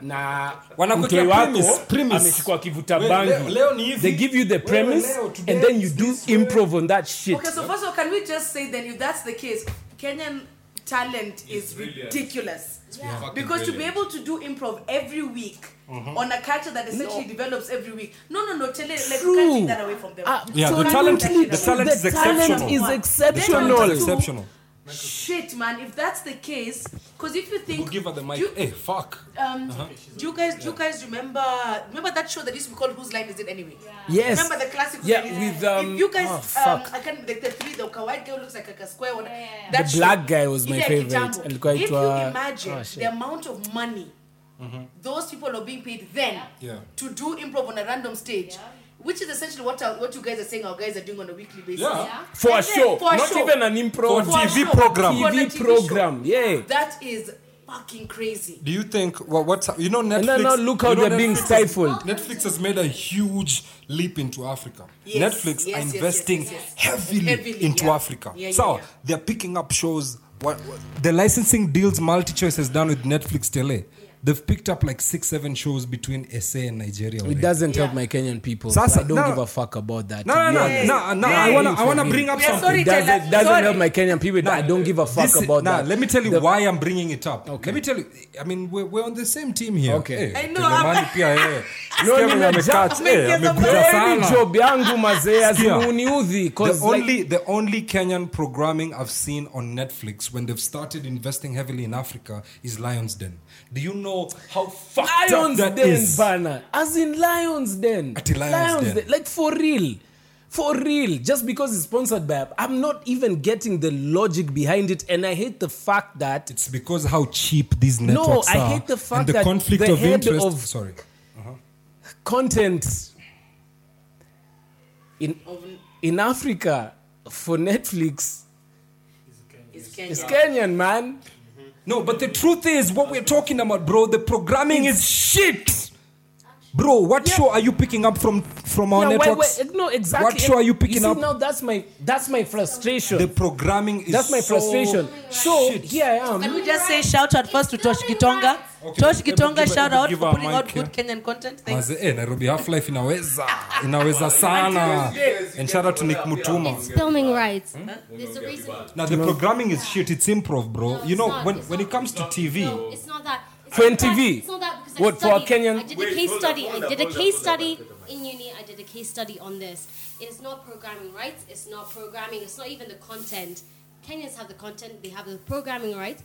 Speaker 2: na
Speaker 1: Wanakuwekea
Speaker 2: mke
Speaker 1: Eh. premise,
Speaker 2: wako
Speaker 1: premise.
Speaker 2: ameshikwa kivuta
Speaker 1: Wewe,
Speaker 2: bangi.
Speaker 1: leo- leo ni hivi.
Speaker 2: They give you the
Speaker 1: Wewe,
Speaker 2: premise
Speaker 1: leo, today
Speaker 2: and then you
Speaker 1: is
Speaker 2: do
Speaker 1: this, wewe.
Speaker 2: improv on that shit.
Speaker 3: Okay, so first of all, can we just say then if that's the case, Kenyan talent is ridiculous. Because to be able to do improv every week
Speaker 2: Mm-hmm.
Speaker 3: on a culture that essentially develops every week, no, no, no, tell it, like, you can't
Speaker 2: True.
Speaker 3: take that away from them.
Speaker 2: Ah,
Speaker 1: Yeah, the
Speaker 3: Can't take
Speaker 1: talent-
Speaker 3: that shit
Speaker 1: the
Speaker 3: away.
Speaker 1: talent is exceptional.
Speaker 2: is
Speaker 3: Then
Speaker 2: exceptional.
Speaker 3: number two,
Speaker 1: exceptional
Speaker 3: Shit, man, if that's the case, because if you
Speaker 1: We'll
Speaker 3: think,
Speaker 1: give her the mic.
Speaker 3: do,
Speaker 2: Eh.
Speaker 1: hey, fuck.
Speaker 3: um,
Speaker 2: Uh-huh.
Speaker 3: do you guys, do you guys remember, remember that show that used to be called Whose Line Is It Anyway?
Speaker 2: Yes.
Speaker 3: Remember the classic
Speaker 2: Yeah,
Speaker 3: series?
Speaker 2: with, um,
Speaker 3: if you guys
Speaker 2: oh,
Speaker 3: um,
Speaker 2: fuck.
Speaker 3: I can like the three the kawaii girl looks like a square one.
Speaker 2: The black guy was my
Speaker 3: Ile ya
Speaker 2: favorite.
Speaker 3: kitambo.
Speaker 2: Alikuwa
Speaker 3: If you
Speaker 2: aitwa-
Speaker 3: imagine
Speaker 2: oh, shit. Mm-hmm.
Speaker 3: the amount of money those people are being paid then
Speaker 1: Yeah.
Speaker 3: to do improv on a random stage. Which is essentially what our, what you guys are saying our guys are doing on a weekly basis.
Speaker 1: Yeah.
Speaker 5: Yeah.
Speaker 2: for a
Speaker 3: And then
Speaker 2: show,
Speaker 3: for a
Speaker 2: not
Speaker 3: show.
Speaker 2: even an improv
Speaker 1: For a TV
Speaker 3: show.
Speaker 1: program.
Speaker 3: For a
Speaker 2: TV program.
Speaker 3: show.
Speaker 2: Yeah.
Speaker 3: That is fucking crazy.
Speaker 1: Do you think what what's you know Netflix?
Speaker 2: And then now look how
Speaker 1: you know
Speaker 2: they're being
Speaker 1: Netflix-
Speaker 2: stifled.
Speaker 1: Netflix has made a huge leap into Africa.
Speaker 3: Yes,
Speaker 1: Netflix
Speaker 3: yes,
Speaker 1: are
Speaker 3: yes,
Speaker 1: investing
Speaker 3: yes, yes, yes.
Speaker 1: heavily,
Speaker 3: Heavily,
Speaker 1: into
Speaker 3: yeah.
Speaker 1: Africa.
Speaker 3: Yeah, yeah,
Speaker 1: so
Speaker 3: yeah.
Speaker 1: they're picking up shows. What, what the licensing deals MultiChoice has done with Netflix Tele, they've picked up like six, seven shows between SA and Nigeria.
Speaker 2: It
Speaker 1: already.
Speaker 2: doesn't help
Speaker 3: Yeah.
Speaker 2: my Kenyan people.
Speaker 1: Sasa-
Speaker 2: so I don't
Speaker 1: no.
Speaker 2: give a fuck about that.
Speaker 1: No, no, no,
Speaker 2: Yeah.
Speaker 1: no, no. I wanna, I wanna
Speaker 2: Yeah.
Speaker 1: bring up
Speaker 3: We are
Speaker 1: something.
Speaker 2: It doesn't,
Speaker 3: Sorry,
Speaker 2: it doesn't
Speaker 3: sorry.
Speaker 2: help my Kenyan people. I don't give a fuck
Speaker 1: This-
Speaker 2: about
Speaker 1: nah,
Speaker 2: that.
Speaker 1: Let me tell you
Speaker 2: The-
Speaker 1: why I'm bringing it up. Let me tell you. I mean, we're, we're on the same team here. Eh,
Speaker 2: Okay.
Speaker 1: Hey,
Speaker 3: I know,
Speaker 1: Tulemani
Speaker 3: I'm-
Speaker 1: pia yeye.
Speaker 2: No,
Speaker 1: Sikia
Speaker 2: nime-
Speaker 1: venye amekaa chini. Eh, amekuja
Speaker 2: Kweli
Speaker 1: sana.
Speaker 2: job yangu mazee
Speaker 1: Sikia.
Speaker 2: asiniudhi
Speaker 1: The
Speaker 2: 'cause like,
Speaker 1: only the only Kenyan programming I've seen on Netflix when they've started investing heavily in Africa is Lions Den. Do you know how fucked
Speaker 2: Lions
Speaker 1: up that
Speaker 2: Den
Speaker 1: is?
Speaker 2: banner. As in Lions Den.
Speaker 1: Ati Lions Den.
Speaker 2: Like for real. For real. Just because it's sponsored by I'm not even getting the logic behind it. And I hate the fact that
Speaker 1: It's because how cheap these networks
Speaker 2: No,
Speaker 1: are.
Speaker 2: I hate the fact
Speaker 1: and the
Speaker 2: that
Speaker 1: conflict
Speaker 2: the
Speaker 1: of
Speaker 2: head
Speaker 1: interest.
Speaker 2: of-
Speaker 1: sorry.
Speaker 2: content in in Africa for Netflix
Speaker 3: It's Kenya.
Speaker 2: is Kenyan man.
Speaker 1: No, but the truth is, what we're talking about, bro, the programming is shit. Bro, what show are you picking up from from our
Speaker 2: Yeah, why-
Speaker 1: networks?
Speaker 2: why- no, exactly.
Speaker 1: What show are you picking
Speaker 2: see,
Speaker 1: up?
Speaker 2: Now that's my that's my frustration.
Speaker 1: The programming is
Speaker 2: that's my
Speaker 1: so
Speaker 2: frustration. So
Speaker 1: shit.
Speaker 2: here I am.
Speaker 3: Can we just say shout out first to Tosh Gitonga?
Speaker 1: Okay,
Speaker 3: Tosh
Speaker 1: hebu
Speaker 3: Gitonga,
Speaker 1: give-
Speaker 3: shout
Speaker 1: hebu
Speaker 3: out
Speaker 1: give
Speaker 3: for
Speaker 1: her
Speaker 3: putting
Speaker 1: mic
Speaker 3: out
Speaker 1: here.
Speaker 3: good Kenyan content. Thanks.
Speaker 1: Manze, eh, Nairobi Half Life inaweza inaweza sana. And shout out to Nick Mutuma.
Speaker 5: It's filming rights.
Speaker 1: Hmm?
Speaker 5: There's a reason.
Speaker 1: Now the programming is shit. It's improv, bro.
Speaker 5: No,
Speaker 1: you
Speaker 5: it's
Speaker 1: know
Speaker 5: not,
Speaker 1: when
Speaker 5: it's
Speaker 1: when
Speaker 5: not.
Speaker 1: it comes to TV.
Speaker 5: No, it's not that. It's
Speaker 2: For
Speaker 5: not that-
Speaker 2: NTV?
Speaker 5: It's not that because
Speaker 2: What,
Speaker 5: I
Speaker 2: for a
Speaker 5: studied.
Speaker 2: Kenyan-
Speaker 5: I did a case study. I did a case study in uni. I did a case study on this. It's not programming rights. It's not programming. It's not even the content. Kenyans have the content. They have the programming rights.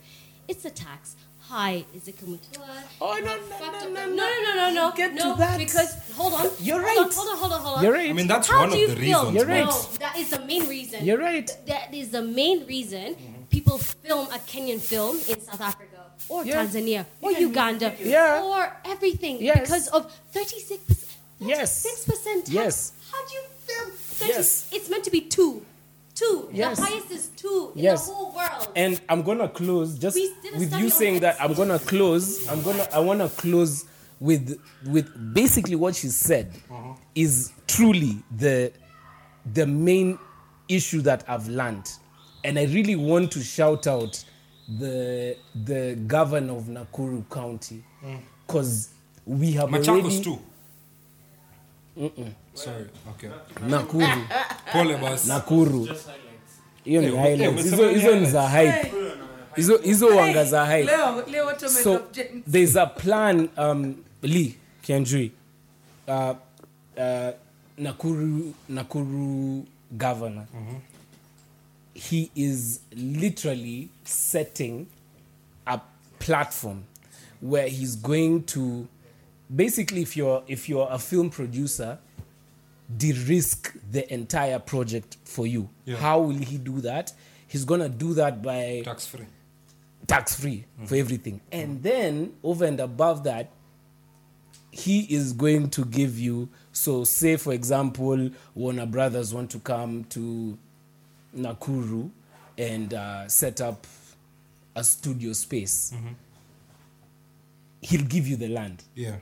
Speaker 5: It's a tax. Hi, is it Kamutua?
Speaker 2: Oh, no, no, no, no,
Speaker 5: no, no, no, no,
Speaker 2: Get to
Speaker 5: no,
Speaker 2: that.
Speaker 5: because hold on,
Speaker 2: You're
Speaker 5: hold on,
Speaker 2: right.
Speaker 5: hold on, hold on, hold on.
Speaker 2: You're right.
Speaker 1: I mean that's
Speaker 5: How
Speaker 1: one
Speaker 5: do
Speaker 1: of
Speaker 5: you
Speaker 1: the
Speaker 5: feel?
Speaker 1: reasons.
Speaker 2: You're
Speaker 1: man.
Speaker 2: right.
Speaker 5: No, that
Speaker 8: is the main reason.
Speaker 2: You're right.
Speaker 8: That is the main reason people film a Kenyan film in South Africa or
Speaker 2: Yeah.
Speaker 8: Tanzania or Uganda
Speaker 2: Yeah.
Speaker 8: or everything
Speaker 2: Yes.
Speaker 8: because of 36
Speaker 2: Yes.
Speaker 8: 6% tax.
Speaker 2: Yes.
Speaker 8: How do you film 30?
Speaker 2: Yes.
Speaker 8: It's meant to be 2. 2.
Speaker 2: Yes.
Speaker 8: The highest is 2 in
Speaker 2: Yes.
Speaker 8: the whole world.
Speaker 2: and I'm gonna close just
Speaker 8: We did a
Speaker 2: with
Speaker 8: study
Speaker 2: you
Speaker 8: on
Speaker 2: saying that I'm gonna close. I'm gonna I wanna close with with basically what she said is truly the the main issue that I've learned, and I really want to shout out the the governor of Nakuru County because we have already
Speaker 1: Machakos too. Sorry. Okay.
Speaker 2: Nakuru
Speaker 1: Pole basi.
Speaker 2: Nakuru. Hiyo ni highlights. Hizo hizo ni za hype. Hizo hizo wanga za hype.
Speaker 3: Leo, leo what a man
Speaker 2: so
Speaker 3: of James.
Speaker 2: there's a plan um, lee kianjui uh, uh, nakuru nakuru governor he is literally setting a platform where he's going to basically if you're if you're a film producer de-risk the entire project for you
Speaker 1: Yeah.
Speaker 2: how will he do that he's gonna do that by
Speaker 1: Tax free.
Speaker 2: tax free for everything. And then over and above that, he is going to give you. So, say for example, Warner Brothers want to come to Nakuru and uh, set up a studio space. He'll give you the land.
Speaker 1: Yeah.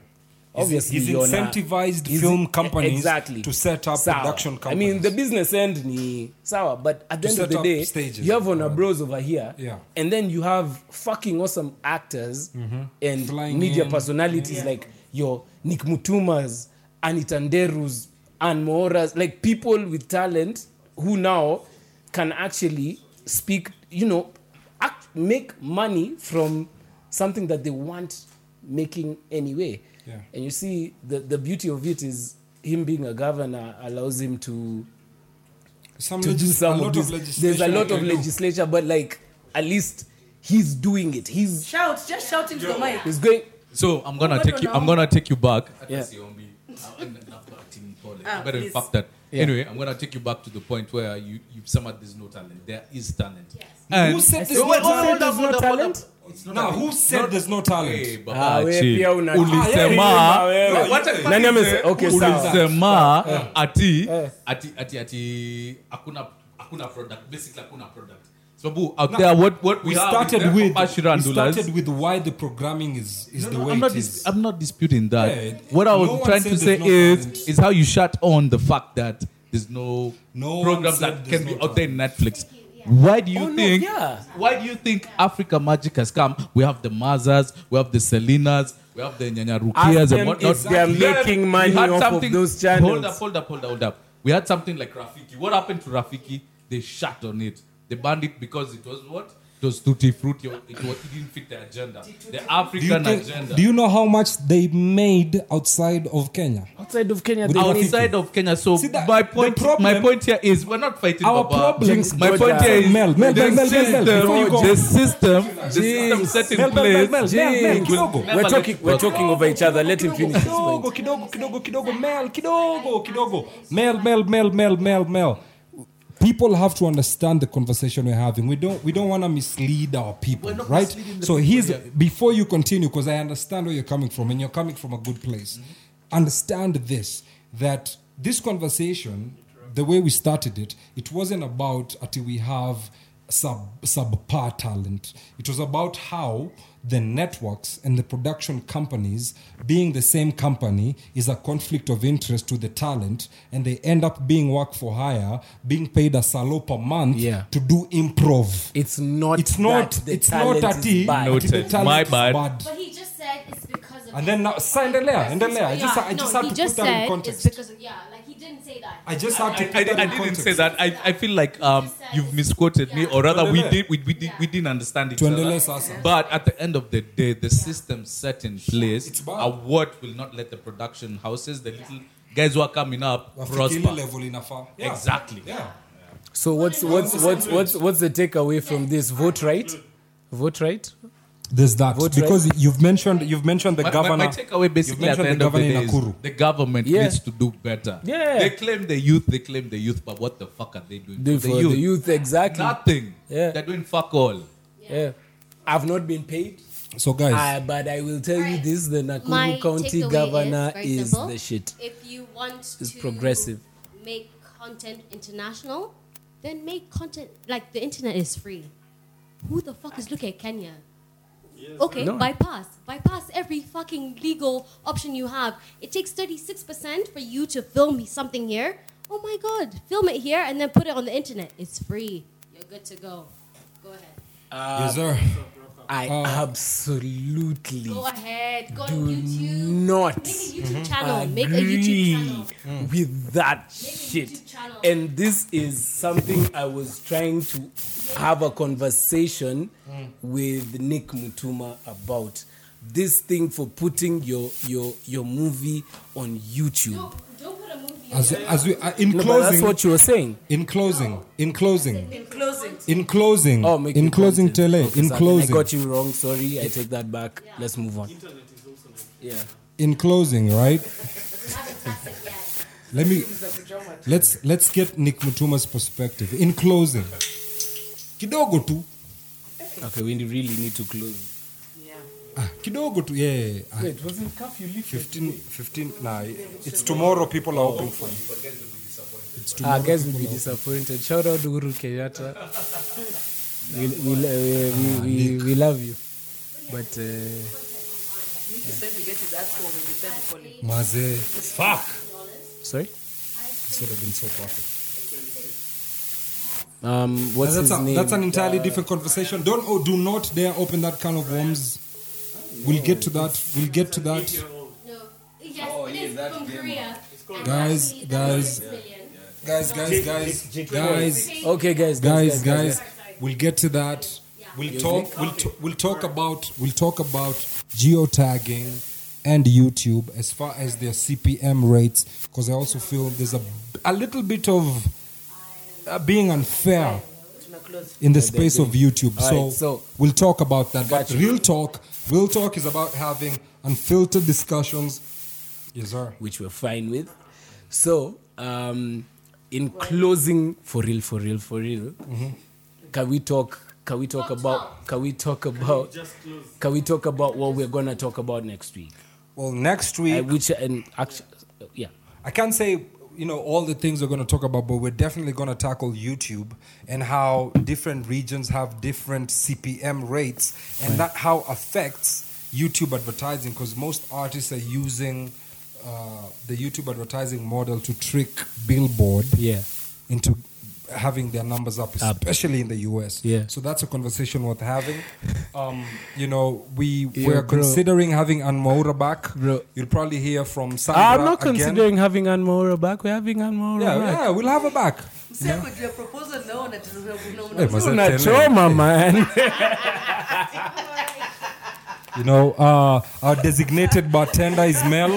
Speaker 2: Obviously,
Speaker 1: he's
Speaker 2: you're not-
Speaker 1: incentivized
Speaker 2: he's-
Speaker 1: film companies
Speaker 2: exactly.
Speaker 1: to set up
Speaker 2: Sawa.
Speaker 1: production
Speaker 2: I mean,
Speaker 1: companies.
Speaker 2: the business end ni sawa, but at the
Speaker 1: To
Speaker 2: end of
Speaker 1: set
Speaker 2: the
Speaker 1: up
Speaker 2: day,
Speaker 1: stages.
Speaker 2: you have on a bros over here,
Speaker 1: Yeah.
Speaker 2: and then you have fucking awesome actors and
Speaker 1: Mm-hmm. Flying
Speaker 2: media
Speaker 1: in.
Speaker 2: personalities like your Nick Mutumas, Anitanderus, and Mooras, like people with talent who now can actually speak, you know, act, make money from something that they want making anyway.
Speaker 1: Yeah.
Speaker 2: And you see, the, the beauty of it is him being a governor allows him to
Speaker 1: some
Speaker 2: to do
Speaker 1: legis-
Speaker 2: some
Speaker 1: a
Speaker 2: of
Speaker 1: lot
Speaker 2: this.
Speaker 1: of legislation.
Speaker 2: There's a lot
Speaker 1: you
Speaker 2: of
Speaker 1: can do.
Speaker 2: legislature, but like at least he's doing it. He's
Speaker 3: Shout, just shout into the mic.
Speaker 2: he's going.
Speaker 4: So I'm gonna
Speaker 3: Well,
Speaker 4: take you.
Speaker 3: no, no.
Speaker 4: I'm gonna take you back.
Speaker 2: Yeah.
Speaker 4: Siombi. I- I'm not acting poorly.
Speaker 3: Ah,
Speaker 4: I'm gonna
Speaker 3: please.
Speaker 4: fuck that.
Speaker 2: Yeah.
Speaker 4: Anyway, I'm gonna take you back to the point where you you summed up there's no talent. There is talent. Yes.
Speaker 1: Who
Speaker 4: And
Speaker 1: said
Speaker 2: I
Speaker 1: there's
Speaker 2: said, what
Speaker 1: no
Speaker 2: said
Speaker 1: talent?
Speaker 2: there's no talent?
Speaker 1: Now, who said there's no
Speaker 4: Hey,
Speaker 1: talent?
Speaker 4: baba,
Speaker 2: Ah, we
Speaker 4: chill.
Speaker 2: pia una-
Speaker 4: Ulisema-
Speaker 2: Ah, wewe.
Speaker 4: No, what I-
Speaker 2: Nani amese- okay, sawa.
Speaker 4: ulisema uh, ati ati ati ati hakuna hakuna product basically hakuna product sababu out there what what we,
Speaker 1: We
Speaker 4: have is
Speaker 1: started
Speaker 4: there
Speaker 1: with
Speaker 4: for Ashiran
Speaker 1: we
Speaker 4: Dulas.
Speaker 1: started with why the programming is is the way
Speaker 4: I'm not
Speaker 1: it is.
Speaker 4: dis- I'm not disputing that.
Speaker 1: Yeah, it-
Speaker 4: what I was
Speaker 1: no one
Speaker 4: trying
Speaker 1: said
Speaker 4: to
Speaker 1: there's
Speaker 4: say
Speaker 1: no
Speaker 4: is
Speaker 1: talent.
Speaker 4: is how you shut on the fact that there's no,
Speaker 1: No one
Speaker 4: programs
Speaker 1: said
Speaker 4: that
Speaker 1: there's
Speaker 4: can be
Speaker 1: no
Speaker 4: out there in Netflix. Why do you
Speaker 2: Oh, no,
Speaker 4: think?
Speaker 2: yeah.
Speaker 4: Why do you think Africa Magic has come? We have the Mazas, we have the Selinas, we have the Nyanya
Speaker 2: Ask
Speaker 4: Rukias,
Speaker 2: them
Speaker 4: and whatnot.
Speaker 2: if they are
Speaker 4: Yeah,
Speaker 2: making
Speaker 4: we
Speaker 2: money
Speaker 4: had
Speaker 2: off of
Speaker 4: something-
Speaker 2: those channels.
Speaker 4: Hold up, hold up, hold up, hold up. We had something like Rafiki. What happened to Rafiki? They shut on it. They banned it because it was what? It was tutti frutti. or It, was, it didn't fit the agenda. The
Speaker 1: Do you,
Speaker 4: African agenda.
Speaker 1: think, do you know how much they made outside of Kenya?
Speaker 2: Outside of Kenya,
Speaker 1: With
Speaker 2: they
Speaker 1: our
Speaker 2: need-
Speaker 4: outside of Kenya. So
Speaker 1: See that-
Speaker 4: my
Speaker 1: the
Speaker 4: point,
Speaker 1: problem-
Speaker 4: my point here is we're not fighting.
Speaker 1: Our
Speaker 4: Baba.
Speaker 1: problem- Jinx,
Speaker 4: my
Speaker 2: God,
Speaker 4: point
Speaker 2: uh,
Speaker 4: here is
Speaker 1: Mel, Mel, Mel,
Speaker 4: the
Speaker 1: Mel, Mel,
Speaker 4: system,
Speaker 1: Mel, Mel, Mel.
Speaker 4: the system, the system set in
Speaker 1: Mel, Mel, Mel,
Speaker 4: place.
Speaker 1: Mel, Mel, Mel,
Speaker 2: Jinx.
Speaker 1: kidogo.
Speaker 4: Mel,
Speaker 2: We're talking, we're talking over each other. Let him
Speaker 1: kidogo,
Speaker 2: finish.
Speaker 1: kidogo, kidogo, kidogo, kidogo, Mel, kidogo, kidogo. Mel, Mel, Mel, Mel, Mel, Mel. People have to understand the conversation we're having. We don't we don't want to mislead our people,
Speaker 4: We're not
Speaker 1: right?
Speaker 4: misleading the
Speaker 1: So
Speaker 4: people,
Speaker 1: here's
Speaker 4: yeah.
Speaker 1: before you continue, because I understand where you're coming from, and you're coming from a good place. Understand this that this conversation, the way we started it, it wasn't about until we have sub subpar talent. It was about how the networks and the production companies being the same company is a conflict of interest to the talent and they end up being work for hire being paid a salo per month
Speaker 2: Yeah.
Speaker 1: to do improv
Speaker 2: It's not.
Speaker 1: it's not
Speaker 2: That the
Speaker 1: it's
Speaker 2: talent
Speaker 1: not
Speaker 2: is
Speaker 1: ati
Speaker 2: bad.
Speaker 1: ati the
Speaker 4: Noted.
Speaker 1: talent
Speaker 4: My
Speaker 1: is
Speaker 4: bad.
Speaker 1: bad.
Speaker 8: But he just said it's because of.
Speaker 1: And then now- sa- endelea, endelea. I just- I just
Speaker 8: no,
Speaker 1: had
Speaker 8: he
Speaker 1: to
Speaker 8: just
Speaker 1: put that in
Speaker 8: said
Speaker 1: context.
Speaker 8: It's because of, yeah, like he didn't say that.
Speaker 1: I just have to
Speaker 4: I,
Speaker 1: put
Speaker 4: I,
Speaker 1: that
Speaker 4: I
Speaker 1: in
Speaker 4: didn't
Speaker 1: context.
Speaker 4: say that. I, I feel like um, you've misquoted me, or rather, we did we, we, did, we didn't understand each
Speaker 1: Tuendelee
Speaker 4: other.
Speaker 1: sasa.
Speaker 4: But at the end of the day, the system set in
Speaker 1: It's
Speaker 4: place
Speaker 1: bad.
Speaker 4: are what will not let the production houses, the little guys who are coming up,
Speaker 1: Wafikiri
Speaker 4: prosper.
Speaker 1: level inafaa. Yeah.
Speaker 4: Exactly.
Speaker 1: Yeah.
Speaker 2: So what's what's what's what's what's the takeaway from this? Vote right, vote right.
Speaker 1: There's that because you've mentioned you've mentioned the
Speaker 4: my,
Speaker 1: governor.
Speaker 4: My, my takeaway basically
Speaker 1: you've
Speaker 4: at the
Speaker 1: mentioned
Speaker 4: end of the
Speaker 1: governor
Speaker 4: day
Speaker 1: in
Speaker 4: is
Speaker 1: Nakuru.
Speaker 4: the government
Speaker 1: Yeah.
Speaker 4: needs to do better.
Speaker 2: Yeah.
Speaker 4: They claim the youth, they claim the youth, but what the fuck are they doing
Speaker 2: Do
Speaker 4: for
Speaker 2: for the youth, exactly.
Speaker 4: Nothing.
Speaker 2: Yeah.
Speaker 4: They're doing fuck all.
Speaker 2: Yeah. I've not been paid.
Speaker 1: So guys-
Speaker 2: Uh, but I will tell you this: the Nakuru
Speaker 8: My
Speaker 2: County
Speaker 8: takeaway
Speaker 2: Governor
Speaker 8: for
Speaker 2: is,
Speaker 8: example,
Speaker 2: the shit.
Speaker 8: If you want
Speaker 2: It's
Speaker 8: to
Speaker 2: progressive.
Speaker 8: make content international, then make content like the internet is free. Who the fuck is looking at Kenya? Okay,
Speaker 2: No.
Speaker 8: bypass. Bypass every fucking legal option you have. It takes 36% for you to film something here. Oh my god, film it here and then put it on the internet. It's free. You're good to go. Go ahead.
Speaker 2: Uh,
Speaker 1: Yes, sir.
Speaker 2: I absolutely
Speaker 8: Go ahead. Go
Speaker 2: do
Speaker 8: on YouTube.
Speaker 2: not Mm-hmm.
Speaker 8: Make a YouTube channel. Make a
Speaker 2: agree
Speaker 8: YouTube channel.
Speaker 2: with that shit. And this is something I was trying to have a conversation with Nick Mutuma about this thing for putting your your your movie on YouTube.
Speaker 8: Don't put a movie
Speaker 1: As, as we uh, in
Speaker 2: No, but
Speaker 1: closing,
Speaker 2: that's what you were saying.
Speaker 1: In closing, in closing,
Speaker 8: Oh,
Speaker 3: In closing,
Speaker 1: in closing,
Speaker 2: Oh, make
Speaker 1: in
Speaker 2: it
Speaker 1: closing,
Speaker 2: content.
Speaker 1: Tele,
Speaker 2: Okay,
Speaker 1: in
Speaker 2: sorry,
Speaker 1: closing,
Speaker 2: I got you wrong. Sorry, I take that back. Let's move on. Yeah.
Speaker 1: in closing, right? Let me let's let's get Nick Mutuma's perspective. In closing, kidogo tu,
Speaker 2: Okay, we really need to close.
Speaker 1: ah, kidogo tu, yeah. yeah, yeah.
Speaker 2: Wait, wasn't curfew lifted?
Speaker 1: 15, 15 nah, it's tomorrow. People are hoping for you. It's
Speaker 2: I
Speaker 1: tomorrow.
Speaker 2: Ah, guys will be disappointed. Shout out to Uhuru Kenyatta. We, we, lo- we, we, we, we love you. But uh,
Speaker 3: Nicky said we get his ass home and we said we call him.
Speaker 1: Maze, fuck.
Speaker 2: sorry.
Speaker 1: This would have been so perfect.
Speaker 2: Um, what's
Speaker 1: that's,
Speaker 2: his
Speaker 1: a-
Speaker 2: name? Uh,
Speaker 1: that's an entirely different conversation. Don't oh, do not dare open that can of worms. We'll get to that. We'll get to that.
Speaker 8: No. Yes, it is from Korea. And
Speaker 1: Guys,
Speaker 8: actually,
Speaker 1: guys,
Speaker 8: that's brilliant.
Speaker 1: guys, guys, guys, guys,
Speaker 2: Ah, Okay, guys,
Speaker 1: guys,
Speaker 2: guys,
Speaker 1: guys. We'll get to that. We'll talk. We'll, t- we'll talk about. We'll talk about geotagging and YouTube as far as their CPM rates, because I also feel there's a a little bit of uh, being unfair
Speaker 3: Tuna close.
Speaker 1: in the space of YouTube.
Speaker 2: All
Speaker 1: So,
Speaker 2: right, so-
Speaker 1: we'll talk about that. But
Speaker 2: Gotcha.
Speaker 1: real talk, real talk is about having unfiltered discussions. Yes, sir.
Speaker 2: which we're fine with. So, um, in closing, for real, for real, for real, can we talk? Can we talk about? Can we talk about? Can we talk about what we're gonna talk about next week?
Speaker 1: Well, next
Speaker 2: Uh,
Speaker 1: week
Speaker 2: which and actually, yeah.
Speaker 1: I can't say you know all the things we're going to talk about, but we're definitely going to tackle YouTube and how different regions have different CPM rates, and that how affects YouTube advertising because most artists are using uh, the YouTube advertising model to trick Billboard
Speaker 2: Yeah.
Speaker 1: into having their numbers up,
Speaker 2: Up.
Speaker 1: especially in the US.
Speaker 2: Yeah.
Speaker 1: So that's a conversation worth having. Um, you know, we
Speaker 2: Yeah,
Speaker 1: we're
Speaker 2: bro.
Speaker 1: considering having Anmaura back.
Speaker 2: Bro.
Speaker 1: You'll probably hear from Sandra
Speaker 2: I'm not
Speaker 1: again.
Speaker 2: considering having Anmora back. We're having Anmora
Speaker 1: Yeah,
Speaker 2: back.
Speaker 1: yeah, we'll have her back.
Speaker 3: Msee kujua proposal na wewe unatuzungumza
Speaker 1: Hey,
Speaker 3: unaona.
Speaker 1: mzee.
Speaker 2: Una trauma, man.
Speaker 1: You know, uh, our designated bartender is Mel.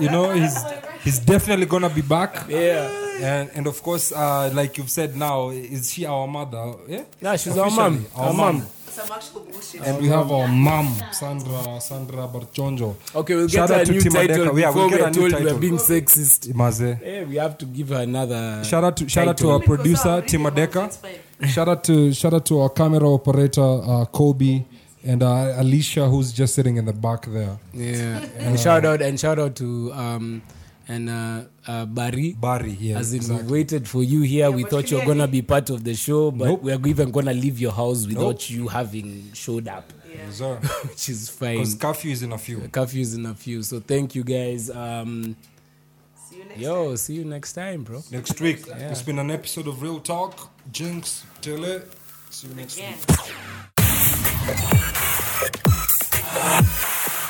Speaker 1: You know, he's he's definitely gonna be back.
Speaker 2: yeah.
Speaker 1: And, and of course, uh, like you've said now, is she our mother? Yeah,
Speaker 2: Nah, she's our mom.
Speaker 1: Officially,
Speaker 2: Our mom.
Speaker 3: Some actual bullshit.
Speaker 1: And we have our mom, Sandra Sandra Barchonjo.
Speaker 2: Okay, we'll
Speaker 1: Shout
Speaker 2: get
Speaker 1: out
Speaker 2: a
Speaker 1: to
Speaker 2: new
Speaker 1: Tim
Speaker 2: title
Speaker 1: Adeka. Yeah,
Speaker 2: before
Speaker 1: we'll get
Speaker 2: we're
Speaker 1: a new
Speaker 2: told we're
Speaker 1: title.
Speaker 2: being sexist.
Speaker 1: Maze.
Speaker 2: Hey, we have to give her another.
Speaker 1: Shout out to shout out to our
Speaker 3: Because
Speaker 1: producer
Speaker 3: I'm
Speaker 1: Tim
Speaker 3: reading
Speaker 1: Adeka.
Speaker 3: about it, it's
Speaker 1: shout out to shout out to our camera operator uh, Kobe and uh, Alicia, who's just sitting in the back there.
Speaker 2: Yeah, and shout out and shout out to um and uh, uh Barry.
Speaker 1: Barry, yeah,
Speaker 2: As in,
Speaker 1: exactly.
Speaker 2: we waited for you here. we
Speaker 3: but
Speaker 2: thought you were
Speaker 3: clearly-
Speaker 2: gonna be part of the show, but
Speaker 1: Nope.
Speaker 2: we're even gonna leave your house without
Speaker 1: Nope.
Speaker 2: you having showed up, which is fine.
Speaker 1: Because curfew is in a few.
Speaker 2: Curfew's in a few, so thank you guys. Um,
Speaker 3: fine. See you next
Speaker 2: yo, see you next time, bro.
Speaker 1: Next week, it's been an episode of Real Talk. Jinx, Tele. See you next week.
Speaker 3: again.